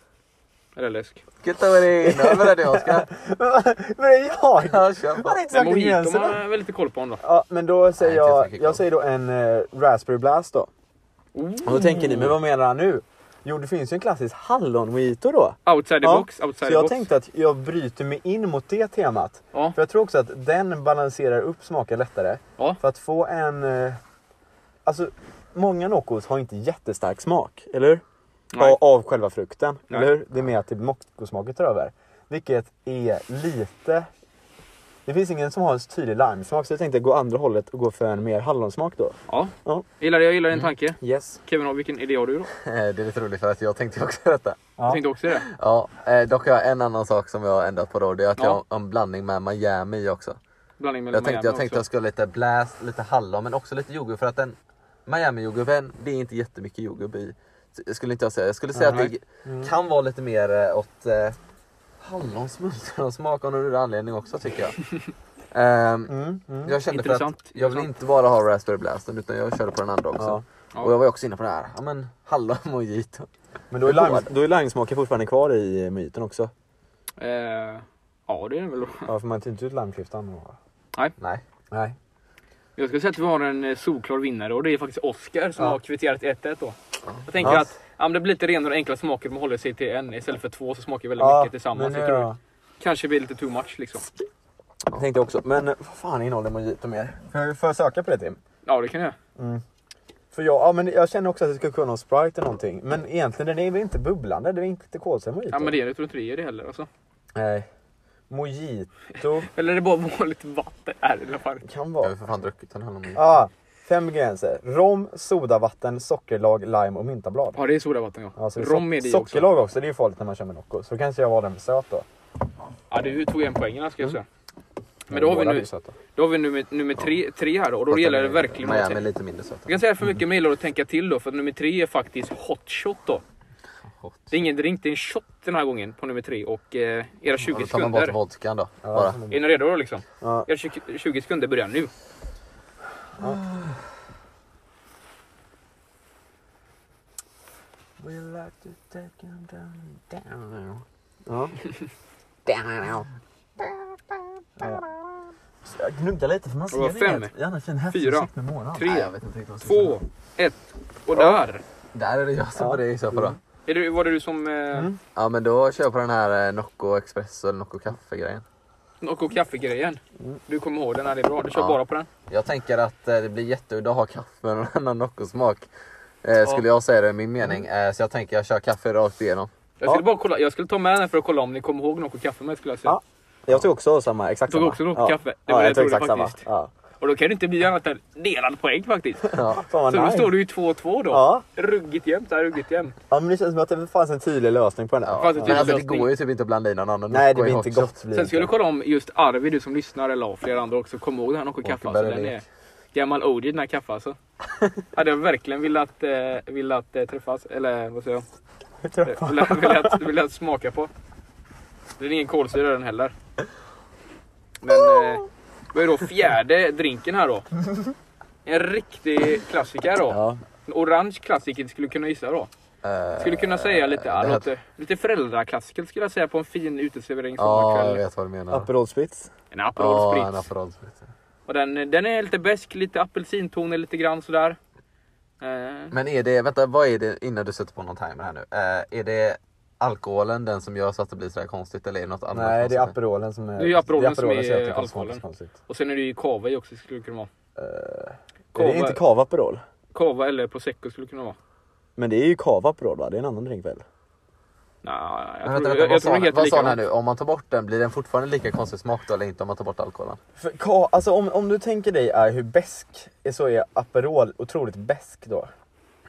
Speaker 1: Eller läsk.
Speaker 3: Get over it! Det var det jag Oskar.
Speaker 2: Men det är jag!
Speaker 3: Ja, kör
Speaker 2: Man
Speaker 3: på.
Speaker 2: har inte
Speaker 1: Men mojito
Speaker 2: sagt
Speaker 1: man
Speaker 2: ingredienserna.
Speaker 1: har väl lite koll på honom då.
Speaker 2: Ja men då säger
Speaker 3: Nej, inte så
Speaker 2: jag,
Speaker 3: mycket
Speaker 2: jag
Speaker 3: koll.
Speaker 2: säger då en eh, Raspberry Blast då. Och då
Speaker 1: Oh.
Speaker 2: tänker ni, men vad menar han nu? Jo det finns ju en klassisk hallon-mojito då.
Speaker 1: Outside the
Speaker 2: Ja,
Speaker 1: box, outside
Speaker 2: Så
Speaker 1: the
Speaker 2: jag
Speaker 1: box.
Speaker 2: tänkte att jag bryter mig in mot det temat.
Speaker 1: Ja.
Speaker 2: För jag tror också att den balanserar upp smaken lättare.
Speaker 1: Ja.
Speaker 2: För att få en... eh, Alltså, många Nocos har inte jättestark smak, eller hur?
Speaker 1: Nej.
Speaker 2: Av, av själva frukten,
Speaker 1: Nej.
Speaker 2: eller hur? Det är mer att det Nocosmaken tar över. Vilket är lite... Det finns ingen som har en så tydlig limesmak så jag tänkte gå andra hållet och gå för en mer hallonsmak då.
Speaker 1: Ja.
Speaker 2: Ja. Mm.
Speaker 1: Gillar det, jag gillar din tanke.
Speaker 2: Yes.
Speaker 1: Kevin, har- vilken idé har du då?
Speaker 3: Eh, Det är lite roligt för att jag tänkte också detta.
Speaker 1: Jag
Speaker 2: Ja.
Speaker 1: tänkte också det.
Speaker 3: Ja, eh, dock har jag en annan sak som jag har ändrat på då. Det är att jag
Speaker 1: Ja.
Speaker 3: har en blandning med Miami också.
Speaker 1: Blandning mellan
Speaker 3: Jag tänkte, jag
Speaker 1: Miami
Speaker 3: tänkte jag
Speaker 1: också.
Speaker 3: skulle lite blast, lite hallon men också lite jordgubb för att den Miami-jordgubben, det är inte jättemycket jordgubb i. S- Skulle inte jag säga. Jag skulle säga att
Speaker 1: Nej.
Speaker 3: det
Speaker 2: Mm.
Speaker 3: kan vara lite mer eh, åt eh, hallonsmak av någon rolig anledning också tycker jag. Ehm,
Speaker 2: Mm, mm.
Speaker 3: jag kände för att
Speaker 1: Intressant,
Speaker 3: jag vill
Speaker 1: intressant.
Speaker 3: inte bara ha Raspberry Blasten utan jag körde på den andra också.
Speaker 2: Ja.
Speaker 1: Ja.
Speaker 3: Och jag var ju också inne på det här, ja men hallon mojito.
Speaker 2: Men då är, lime,
Speaker 3: Förlåt.
Speaker 2: då är limesmaken fortfarande kvar i eh, myten också.
Speaker 1: Eh, ja, det är det väl då.
Speaker 2: Ja, för man tar inte ut limeklyftan. och-
Speaker 3: Nej.
Speaker 2: Nej.
Speaker 1: Jag skulle säga att vi har en eh, solklar vinnare och det är faktiskt Oscar som
Speaker 2: Ja.
Speaker 1: har kvitterat 1-1 då. Jag tänker
Speaker 2: Ja.
Speaker 1: att ja, men det blir lite renare och enkla smaker om man håller sig till en istället för två så smakar väldigt mycket tillsammans.
Speaker 2: men
Speaker 1: Jag
Speaker 2: nu
Speaker 1: tror
Speaker 2: då?
Speaker 1: det Kanske blir lite too much liksom.
Speaker 2: Jag tänkte också, men eh, vad fan innehåller mojito mer? Får jag, får jag söka på det Tim?
Speaker 1: Ja, det kan jag.
Speaker 2: För jag, ja, men jag känner också att det skulle kunna vara Sprite eller någonting. Men egentligen den är väl inte bubblande, det är inte kolsyra mojito?
Speaker 1: Ja, men det är jag tror inte det är det heller alltså.
Speaker 2: Nej. Mojito
Speaker 1: Eller är det bara vanligt vatten? Är det i alla fall.
Speaker 2: kan
Speaker 3: Jag har
Speaker 2: vara...
Speaker 3: ju för fan druckit en hallon mojito.
Speaker 2: Ah, fem gränser. Rom, sodavatten, sockerlag, lime och myntablad.
Speaker 1: Ja, det är sodavatten ja.
Speaker 2: Ja, så det är
Speaker 1: Rom
Speaker 2: sock-
Speaker 1: är det ju också.
Speaker 2: Sockerlag också. det är ju farligt när man kör med Nocco. Så då kanske jag var den söt då.
Speaker 1: Ja, du tog en poäng här, ska jag säga. Men då har vi
Speaker 2: Mm. Båda
Speaker 1: nu,
Speaker 2: är söta.
Speaker 1: då har vi nummer, nummer tre, tre här då och då
Speaker 3: Fast
Speaker 1: gäller det
Speaker 3: den är-
Speaker 1: verkligen att
Speaker 3: Miami är lite mindre söt.
Speaker 1: Jag kan säga för mycket mejlar att tänka till då, för att nummer tre är faktiskt hot shot då.
Speaker 3: Hot.
Speaker 1: Det är ingen drink, det är en shot den här gången på nummer tre och eh, era
Speaker 3: Ja,
Speaker 1: 20
Speaker 3: Då tar man bort
Speaker 1: sekunder.
Speaker 3: vodkan då.
Speaker 2: Ja.
Speaker 3: Bara.
Speaker 1: Är ni redo då liksom?
Speaker 2: Ja.
Speaker 1: Era 20, 20 sekunder börjar nu.
Speaker 3: We like to take him down, down.
Speaker 2: Ja.
Speaker 3: Down.
Speaker 2: Så Jag gnuggar lite för man
Speaker 1: var
Speaker 2: ser
Speaker 1: fem,
Speaker 2: inget. Jag hade en fin
Speaker 1: fyra,
Speaker 2: häftig med månaden.
Speaker 1: Tre,
Speaker 3: vet inte riktigt vad jag ska
Speaker 1: två, ett och där!
Speaker 3: säga. Där är det jag som var det i så fall då.
Speaker 1: Är det, var det du som... Eh,
Speaker 2: Mm.
Speaker 3: Ja men då kör jag på den här eh, Nocco Espresso eller Nocco Kaffe grejen.
Speaker 1: Nocco kaffe-grejen? Du kommer ihåg den här, det är bra. Du kör
Speaker 3: Mm. Ja.
Speaker 1: bara på den.
Speaker 3: Jag tänker att eh, det blir jätteudda att ha kaffe med någon annan Nocco-smak. Eh, skulle jag säga det är min mening.
Speaker 2: Mm.
Speaker 3: Eh, så jag tänker jag kör kaffe rakt igenom.
Speaker 1: Jag skulle, bara kolla, jag skulle ta med den för att kolla om ni kommer ihåg Nocco kaffe med skulle jag säga.
Speaker 2: Ja. Jag tog också samma, exakt
Speaker 1: Tog
Speaker 2: samma.
Speaker 1: också Nocco
Speaker 2: Ja.
Speaker 1: kaffe. Det
Speaker 2: Ja,
Speaker 1: var det
Speaker 2: jag
Speaker 1: jag
Speaker 2: tog
Speaker 1: trodde
Speaker 2: exakt samma.
Speaker 1: faktiskt.
Speaker 2: Ja.
Speaker 1: Och då kan det inte bli annat än delad poäng faktiskt.
Speaker 3: Ja.
Speaker 2: Fan vad
Speaker 1: Så nu
Speaker 2: nice.
Speaker 1: står du ju 2-2 då.
Speaker 2: Ja.
Speaker 1: Ruggigt jämnt, där ruggigt jämnt.
Speaker 2: Ja men det känns som att det fanns en tydlig lösning på den här.
Speaker 1: Fast det
Speaker 3: Men
Speaker 1: tydlig
Speaker 3: alltså, det
Speaker 1: lösning.
Speaker 3: går ju typ inte att blanda i någon annan
Speaker 2: Nej det
Speaker 3: Nocco i
Speaker 2: blir inte
Speaker 3: hot shot.
Speaker 2: gott. blir det
Speaker 1: Sen ska du
Speaker 2: inte.
Speaker 1: kolla om just Arvid, du som lyssnar, eller och flera andra också, kom ihåg den här Nocco
Speaker 3: Åker
Speaker 1: Kaffe. Alltså, den
Speaker 3: Berlik.
Speaker 1: är gammal OG den här kaffe alltså. Hade jag verkligen velat, eh, velat eh, träffas, eller vad säger jag?
Speaker 2: Jag tror jag-
Speaker 1: Eh, Velat, velat, velat smaka på. Det är ingen kolsyra i den heller. Men eh, vad är då fjärde drinken här då? En riktig klassiker då.
Speaker 2: Ja.
Speaker 1: En orange klassiker skulle du kunna gissa då.
Speaker 3: Eh,
Speaker 1: Skulle kunna säga lite,
Speaker 3: det
Speaker 1: äh,
Speaker 3: här-
Speaker 1: lite, lite föräldraklassiker skulle jag säga på en fin uteservering
Speaker 3: Ja, jag
Speaker 1: sommarkväll.
Speaker 3: vet vad du menar.
Speaker 2: Aperol Spritz.
Speaker 1: En Aperol
Speaker 3: Ja, en
Speaker 1: Spritz.
Speaker 3: Aperol Spritz.
Speaker 1: Och den, den är lite besk, lite apelsintoner lite grann sådär. Eh,
Speaker 3: Men är det, vänta vad är det innan du sätter på någon timer här nu? Eh, är det alkoholen den som gör så att det blir så här konstigt eller är det något annat?
Speaker 2: Nej, det är
Speaker 3: konstigt?
Speaker 2: Aperolen som är...
Speaker 1: Det är ju Aperolen som är
Speaker 2: jag tycker smakar
Speaker 1: alkoholen.
Speaker 2: konstigt.
Speaker 1: Och sen är det ju cava i också skulle det kunna vara.
Speaker 3: Eh,
Speaker 2: Är det
Speaker 1: Cava,
Speaker 2: inte cava Aperol?
Speaker 1: cava eller prosecco skulle det kunna vara.
Speaker 2: Men det är ju cava Aperol va? Det är en annan drink väl?
Speaker 1: Nej, jag,
Speaker 3: Men
Speaker 1: tror,
Speaker 3: vänta,
Speaker 1: jag,
Speaker 3: vänta,
Speaker 1: jag,
Speaker 3: vad
Speaker 1: tror
Speaker 3: sa,
Speaker 1: den heter
Speaker 3: vad sa den här
Speaker 1: likadant.
Speaker 3: nu? Om man tar bort den, blir den fortfarande lika konstig smak då eller inte om man tar bort alkoholen?
Speaker 2: För, ka- alltså om, om du tänker dig är hur besk är så är Aperol otroligt besk då.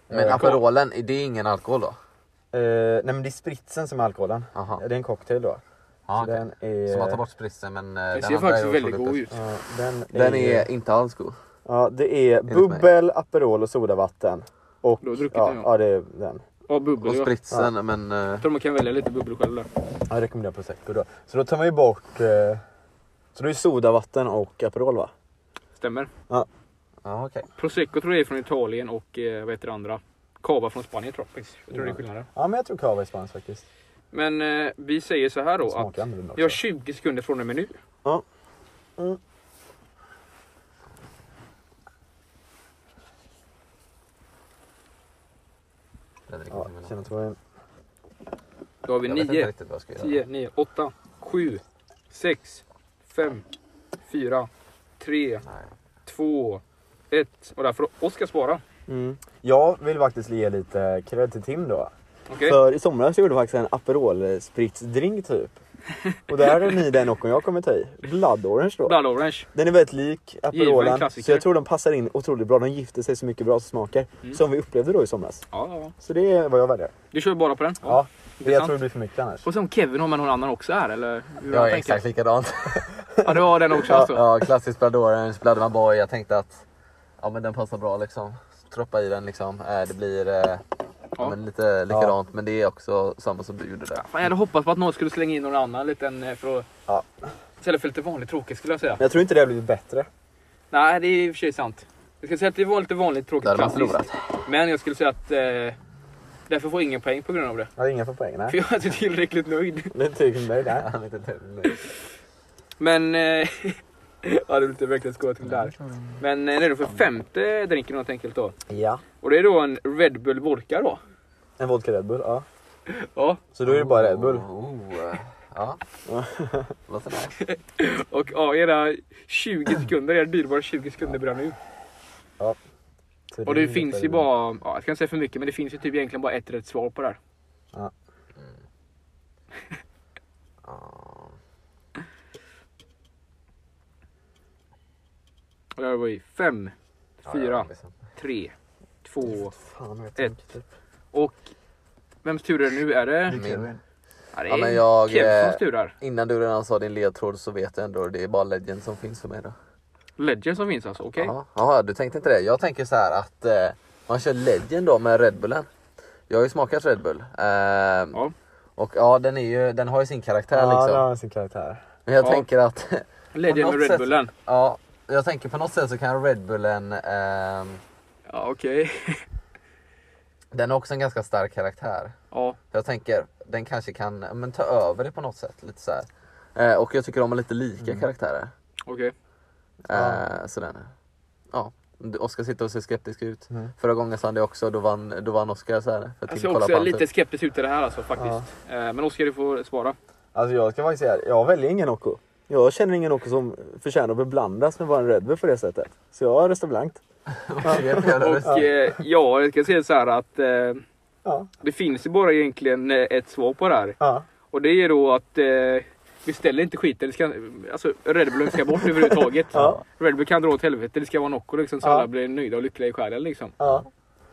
Speaker 3: Men
Speaker 2: Eh,
Speaker 3: Aperolen, det är ingen alkohol då?
Speaker 2: Eh, nej men det är spritsen som är alkoholen.
Speaker 3: Aha.
Speaker 2: Det är en cocktail då.
Speaker 3: Ja,
Speaker 2: Så
Speaker 3: okej.
Speaker 2: den är...
Speaker 3: Så man tar bort spritsen men eh,
Speaker 1: Den
Speaker 3: den
Speaker 1: ser
Speaker 3: andra
Speaker 1: faktiskt
Speaker 3: är
Speaker 1: väldigt
Speaker 3: otroligt
Speaker 1: god
Speaker 3: bäst.
Speaker 1: ut.
Speaker 2: Ja, den,
Speaker 3: Den
Speaker 2: är...
Speaker 3: är inte alls god.
Speaker 2: Ja, det är bubbel, Aperol och sodavatten. Och,
Speaker 1: Du har druckit
Speaker 2: ja,
Speaker 1: den, ja.
Speaker 2: ja, det är den.
Speaker 1: Ja, bubbel
Speaker 3: Och
Speaker 1: ja.
Speaker 3: spritsen men... eh,
Speaker 1: Jag tror man kan välja lite bubbel själv där.
Speaker 2: Jag rekommenderar prosecco då. Så då tar man ju bort... Eh, så då är sodavatten och Aperol va?
Speaker 1: Stämmer.
Speaker 3: Ja okej.
Speaker 1: Prosecco tror jag är från Italien och eh, vad heter det andra? Cava från Spanien tror jag faktiskt. Jag tror det är skillnaden.
Speaker 2: Ja men jag tror cava är spanskt faktiskt.
Speaker 1: Men eh, vi säger så här då att
Speaker 2: Smakar annorlunda
Speaker 1: vi har
Speaker 2: också.
Speaker 1: 20 sekunder från och med nu.
Speaker 2: Ja. Mm.
Speaker 3: Den dricker
Speaker 2: Ja,
Speaker 3: inte med någon.
Speaker 2: känner att det var en...
Speaker 1: Då har vi
Speaker 3: Jag vet inte
Speaker 1: 9,
Speaker 3: riktigt vad jag ska göra.
Speaker 1: 10, 9, 8, 7, 6, 5, 4, 3,
Speaker 3: Nej.
Speaker 1: 2, 1. Och därför Oskar spara.
Speaker 2: Mm. Jag vill faktiskt ge lite cred till Tim då.
Speaker 1: Okej?
Speaker 2: För i somras gjorde vi faktiskt en Aperol spritsdrink typ. Och där har ni den och jag kommer ta i. Blood Orange då.
Speaker 1: Blood Orange.
Speaker 2: Den är väldigt lik
Speaker 1: Given
Speaker 2: Aperolen.
Speaker 1: klassiker.
Speaker 2: Så jag tror de passar in otroligt bra. De gifter sig så mycket bra smaker.
Speaker 1: Mm.
Speaker 2: Som vi upplevde då i somras.
Speaker 1: Ja, ja, ja.
Speaker 2: Så det är vad jag väljer.
Speaker 1: Du kör bara på den?
Speaker 2: Ja. Det jag
Speaker 1: intressant.
Speaker 2: tror det blir för mycket annars.
Speaker 1: Och som Kevin har med någon annan också här eller? Hur
Speaker 3: Jag
Speaker 1: han
Speaker 3: är
Speaker 1: tänker?
Speaker 3: exakt likadant.
Speaker 1: Ja du har den också
Speaker 3: Ja,
Speaker 1: alltså?
Speaker 3: ja klassisk Blood Orange, Blood Man Boy. Jag tänkte att ja, men den passar bra liksom. Troppa i den liksom. Eh, Det blir eh, ja.
Speaker 1: Ja.
Speaker 3: men lite likadant men det är också samma som du gjorde där.
Speaker 1: Fan, jag hade hoppats på att någon skulle slänga in någon annan liten eh, för att...
Speaker 2: Ja.
Speaker 1: Istället för lite vanligt tråkigt skulle jag säga.
Speaker 2: Men jag tror inte det har blivit bättre.
Speaker 1: Nej, det är i och för sig sant. Jag ska säga att det var lite vanligt
Speaker 3: Där
Speaker 1: tråkigt
Speaker 3: har man
Speaker 1: klassiskt.
Speaker 3: förlorat.
Speaker 1: Men jag skulle säga att eh, därför får jag ingen poäng på grund av det.
Speaker 2: Jag har inga för poäng.
Speaker 1: För
Speaker 2: Nej.
Speaker 1: jag är inte tillräckligt nöjd.
Speaker 2: Det är tillräckligt nöjd där.
Speaker 3: Han är inte nöjd.
Speaker 1: Men... Eh, ja, det blir verkligen skål till där. Men eh, det är då för femte drinken helt enkelt då.
Speaker 2: Ja.
Speaker 1: Och det är då en Red Bull Vodka då.
Speaker 2: En vodka Red Bull. Ja.
Speaker 1: Ja,
Speaker 2: Så då är det bara Red Bull.
Speaker 3: Oh, oh, eh, ja. Låter nice.
Speaker 1: och ja, era 20 sekunder, era dyrbara 20 sekunder börjar nu.
Speaker 2: Så
Speaker 1: Och det
Speaker 2: är
Speaker 1: finns ju
Speaker 2: Red Bull.
Speaker 1: bara, ja, jag ska inte säga för mycket, men det finns ju typ egentligen bara ett rätt svar på det här.
Speaker 3: Ja.
Speaker 1: Och det här var ju fem,
Speaker 3: Ja,
Speaker 1: Fyra.
Speaker 3: ja, liksom.
Speaker 1: tre, två.
Speaker 2: Fan, jag tänker typ.
Speaker 1: Och vems tur är det nu? Är det,
Speaker 3: Min,
Speaker 1: ja, det
Speaker 3: Ja,
Speaker 1: är
Speaker 3: men jag,
Speaker 1: Kevsons
Speaker 3: eh,
Speaker 1: tur där.
Speaker 3: innan du redan sa din ledtråd så vet jag ändå det är bara Legend som finns för mig då.
Speaker 1: Legend som finns alltså, okej?
Speaker 3: Jaha, Jaha, du tänkte inte det. Jag tänker så här att eh, man kör Legend då med Red Bullen. Jag har ju smakat Red Bull. Eh,
Speaker 1: Ja.
Speaker 3: Och ja, den, är ju, den har ju sin karaktär
Speaker 2: Ja, den
Speaker 3: liksom.
Speaker 2: har sin karaktär.
Speaker 3: Men jag
Speaker 1: Ja.
Speaker 3: tänker att,
Speaker 1: Legend
Speaker 3: På
Speaker 1: med
Speaker 3: något
Speaker 1: Red Bullen.
Speaker 3: ja, jag tänker på något sätt så kan Red Bullen, ehm,
Speaker 1: Ja, okej.
Speaker 3: den har också en ganska stark karaktär.
Speaker 1: Ja,
Speaker 3: Jag tänker, den kanske kan men, ta över det på något sätt. Lite så här. Mm. Eh, och jag tycker de har lite lika karaktärer.
Speaker 1: okej.
Speaker 3: Eh, så den, ja. Du- Oskar sitter och ser skeptisk ut. Förra gången sa han det också, då vann, då vann Oskar. Så här, för jag
Speaker 1: Alltså
Speaker 3: tänker
Speaker 1: jag
Speaker 3: kolla
Speaker 1: också
Speaker 3: på
Speaker 1: är
Speaker 3: han
Speaker 1: lite
Speaker 3: typ.
Speaker 1: skeptisk ut i det här alltså faktiskt. Eh, Men Oskar du får svara.
Speaker 2: Alltså jag ska faktiskt säga, jag väljer ingen Nocco. Jag känner ingen Nocco som förtjänar att beblandas med bara en Red Bull på det sättet. Så jag röstar blankt.
Speaker 3: Det är ett jävla
Speaker 1: Och eh, ja, jag kan säga så här att eh,
Speaker 2: Ja.
Speaker 1: det finns ju bara egentligen eh, ett svar på det här.
Speaker 2: Ja.
Speaker 1: Och det är då att eh, vi ställer inte skiten. Det ska, alltså Red Bullen ska bort överhuvudtaget.
Speaker 2: Ja.
Speaker 1: Red Bull kan dra åt helvete. Det ska vara Nocco liksom, så
Speaker 2: Ja.
Speaker 1: alla blir nöjda och lyckliga i själen liksom.
Speaker 2: ja.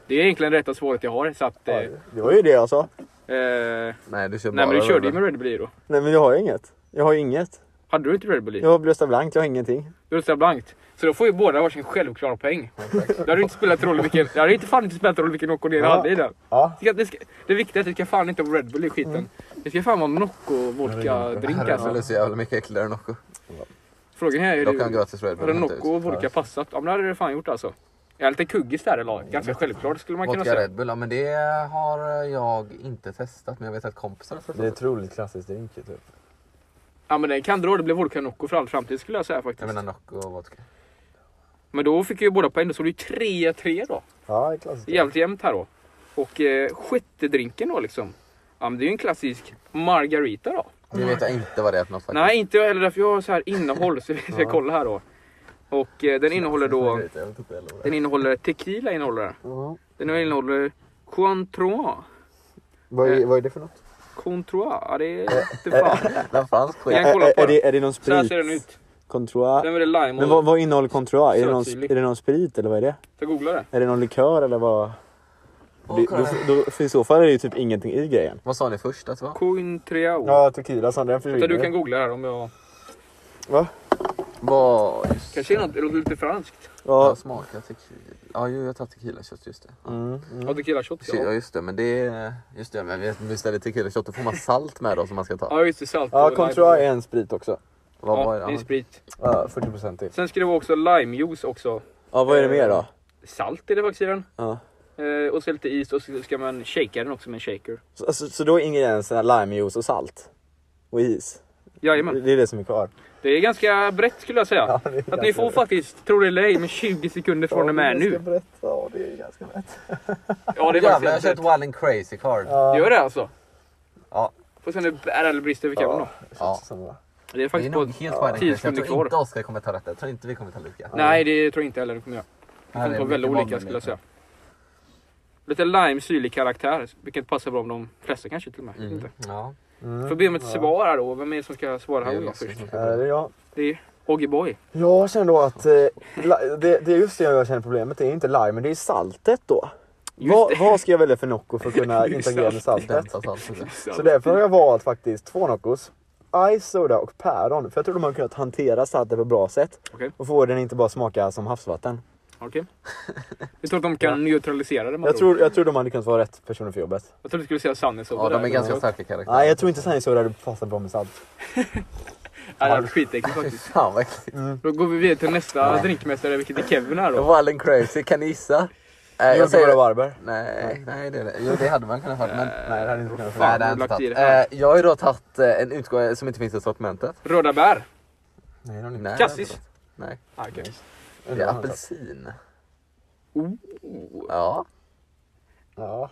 Speaker 1: Det är egentligen rätta svaret jag har. Så att, eh,
Speaker 2: Det var ju det jag sa.
Speaker 1: eh,
Speaker 3: Nej du kör
Speaker 1: nej men du
Speaker 3: bara
Speaker 1: körde ju
Speaker 3: Red Bull.
Speaker 1: med Red Bull i då.
Speaker 2: Nej men jag har ju inget. Jag har ju inget.
Speaker 1: Hade du inte Red Bull i?
Speaker 2: Jag röstar blankt, jag har ingenting.
Speaker 1: Du röstar blankt. Så då får ju båda varsin självklar poäng. Det hade inte spelat roll vilken, det hade inte fan inte spelat roll vilken Nocco ni
Speaker 2: Ja.
Speaker 1: hade i den.
Speaker 2: Ja.
Speaker 1: Det, ska, det, ska, det viktiga är att det ska fan inte vara Red Bull i skiten.
Speaker 3: Mm.
Speaker 1: Det ska fan vara Nocco vodka drink
Speaker 3: Red Bull är
Speaker 1: alltså.
Speaker 3: så jävla mycket äckligare än Nocco.
Speaker 1: Frågan här är
Speaker 3: Dock har han
Speaker 1: ju,
Speaker 3: gratis Red Bull.
Speaker 1: hade
Speaker 3: hämtat ut.
Speaker 1: Nocco och vodka passat? Ja men det hade det fan gjort alltså. Jag är lite kuggis där eller? Ganska självklart skulle man kunna
Speaker 3: Mm. Vodka
Speaker 1: säga.
Speaker 3: Red Bull, ja men det har jag inte testat men jag vet att kompisar har
Speaker 2: Det är
Speaker 3: testat.
Speaker 2: otroligt klassiskt drink typ.
Speaker 1: Ja men den kan dra, det blir vodka Nocco för all framtid skulle jag säga
Speaker 3: Jag
Speaker 1: faktiskt.
Speaker 3: menar Nocco och vodka.
Speaker 1: Men då fick ju båda poäng, då stod det ju 3-3 då.
Speaker 2: Ja, det är klassiskt.
Speaker 1: Det är jävligt jämnt här då. Och eh, sjätte drinken då liksom. Ja, men det är ju en klassisk margarita då.
Speaker 3: Det vet jag inte vad det är för något faktiskt.
Speaker 1: Nej, inte jag heller. Därför jag har så här innehåll så vi ska kolla här då. Och eh, den innehåller då...
Speaker 3: Jag vet inte heller vad det
Speaker 1: Den innehåller tequila innehåller den.
Speaker 2: Ja.
Speaker 1: Den innehåller Cointreau.
Speaker 2: Vad, är, vad är det för något?
Speaker 1: Cointreau? Ja, det är fan.
Speaker 3: är. Den fransk skit.
Speaker 1: Jag kan kolla
Speaker 2: Är,
Speaker 1: på
Speaker 2: är,
Speaker 1: den.
Speaker 2: det, är det någon
Speaker 1: Så här
Speaker 2: sprit?
Speaker 1: ser den ut.
Speaker 2: Controa?
Speaker 1: Den är det lime
Speaker 2: Men
Speaker 1: och...
Speaker 2: vad, vad innehåller Controa? Är det, någon,
Speaker 1: Sötsyrlig.
Speaker 2: sp- är det någon sprit eller vad är det?
Speaker 1: Jag googlar det.
Speaker 2: Är det någon likör eller vad? Det, då, då, för I så fall är det ju typ ingenting i grejen.
Speaker 3: Vad sa ni först att det var?
Speaker 1: Cointreau.
Speaker 2: Ja, tequila sa den
Speaker 1: Vänta, du kan googla här om jag...
Speaker 2: Va?
Speaker 3: Vad...
Speaker 1: Kanske är något, det låter lite franskt.
Speaker 2: Ja.
Speaker 3: Jag smakar tequila. Ja, jo, jag tar tequilashot, just det.
Speaker 2: Mm,
Speaker 1: Ja, tequila shots
Speaker 3: Ja,
Speaker 1: ja.
Speaker 3: just det. Men det är... Just det, men vi beställer tequilashot. Då får man salt med då som man ska ta.
Speaker 1: Ja, just det. Salt
Speaker 2: Ja,
Speaker 1: och
Speaker 2: Controa
Speaker 1: lime.
Speaker 2: är en sprit också.
Speaker 3: Vad var
Speaker 1: Ja,
Speaker 3: det?
Speaker 1: det är sprit.
Speaker 2: Ja, 40% till. Eh.
Speaker 1: Sen ska det vara också limejuice också.
Speaker 2: Ja, vad är det mer då?
Speaker 1: Salt är det faktiskt i den.
Speaker 2: Ja.
Speaker 1: Eh, och så lite is och så ska man shakea den också med en shaker.
Speaker 2: Så, alltså, så, så då är ingredienserna limejuice och salt? Och is?
Speaker 1: Jajamän.
Speaker 2: Det är det som är kvar.
Speaker 1: Det är ganska brett skulle jag säga.
Speaker 2: Ja, det är
Speaker 1: Att ni
Speaker 2: ganska
Speaker 1: får
Speaker 2: brett.
Speaker 1: faktiskt, tror det eller ej, men 20 sekunder från och med nu.
Speaker 2: Ja, det är ganska brett.
Speaker 1: Ja, det är
Speaker 3: Jävlar, jag har
Speaker 1: faktiskt
Speaker 3: köpt
Speaker 1: jävligt
Speaker 3: Wild and Crazy Card.
Speaker 1: brett. Gör det alltså?
Speaker 3: Ja.
Speaker 1: Får se om det är eller brist över kabeln då.
Speaker 3: Ja.
Speaker 1: Det är
Speaker 3: Det är
Speaker 1: faktiskt
Speaker 3: nog
Speaker 1: på...
Speaker 3: helt Wild
Speaker 1: tio
Speaker 3: and Crazy. Jag
Speaker 1: sekunder
Speaker 3: tror inte
Speaker 1: kvar.
Speaker 3: Oskar kommer ta rätt. Jag tror inte vi kommer ta lika.
Speaker 1: Nej, det tror jag inte heller det kommer jag. Det
Speaker 3: Nej,
Speaker 1: kommer
Speaker 3: det är
Speaker 1: vara väldigt
Speaker 3: mycket
Speaker 1: olika
Speaker 3: vanligt.
Speaker 1: skulle jag säga. Lite lime syrlig karaktär, vilket passar bra om de flesta kanske till och med.
Speaker 3: Mm.
Speaker 1: Inte.
Speaker 3: Ja.
Speaker 1: Får be om ett svar här då. Vem är det som ska svara
Speaker 3: Det är
Speaker 1: här då
Speaker 3: jag som
Speaker 1: först?
Speaker 3: ska-
Speaker 2: Ja, det är jag.
Speaker 1: Det är Hoggy Boy.
Speaker 2: Jag känner då att eh, li- det, det är just det jag känner problemet. Det är inte lime, men det är saltet då.
Speaker 1: Just
Speaker 2: Vad,
Speaker 1: det.
Speaker 2: vad ska jag välja för Nocco för att kunna
Speaker 1: Det är
Speaker 2: interagera med saltet?
Speaker 3: Vänta, salt.
Speaker 2: Så därför har jag valt faktiskt två Noccos. Ice, soda och päron. För jag tror de har kunnat hantera saltet på ett bra sätt.
Speaker 1: Okej.
Speaker 2: Och få den inte bara smaka som havsvatten.
Speaker 1: Okej. Vi tror att de kan neutralisera det med
Speaker 2: Jag
Speaker 1: andra ord.
Speaker 2: tror, jag tror de hade kunnat vara rätt personer för jobbet.
Speaker 1: jag tror du skulle säga Sunny Soda.
Speaker 3: Ja, de
Speaker 1: där.
Speaker 3: är ganska starka karaktärer.
Speaker 2: Nej, jag tror inte Sunny Soda hade passat bra med salt.
Speaker 1: Ja, det är skitäckligt faktiskt.
Speaker 3: Fan vad äckligt.
Speaker 1: Då går vi vidare till nästa drinkmästare, vilket är Kevin här då.
Speaker 3: Wild and Crazy, kan ni gissa? Äh,
Speaker 2: Jag säger
Speaker 3: det.
Speaker 2: Varberg.
Speaker 3: Nej, nej det, är det. Jo, det hade man kunnat ha. Men...
Speaker 2: Nej, det hade inte kunnat
Speaker 1: Eh, fan.
Speaker 2: vara.
Speaker 3: Nej, det har jag inte
Speaker 1: lagt i det
Speaker 3: tagit.
Speaker 1: här.
Speaker 3: Eh, Jag har ju då tagit eh, en utgåva som inte finns i sortimentet.
Speaker 1: Röda bär.
Speaker 2: Nej, det
Speaker 1: Mm.
Speaker 2: hade inte
Speaker 3: Nej,
Speaker 1: Kassis.
Speaker 3: Nej,
Speaker 1: Ah, okej.
Speaker 3: det är apelsin.
Speaker 1: Oh.
Speaker 3: Ja.
Speaker 2: Ja.
Speaker 3: ja,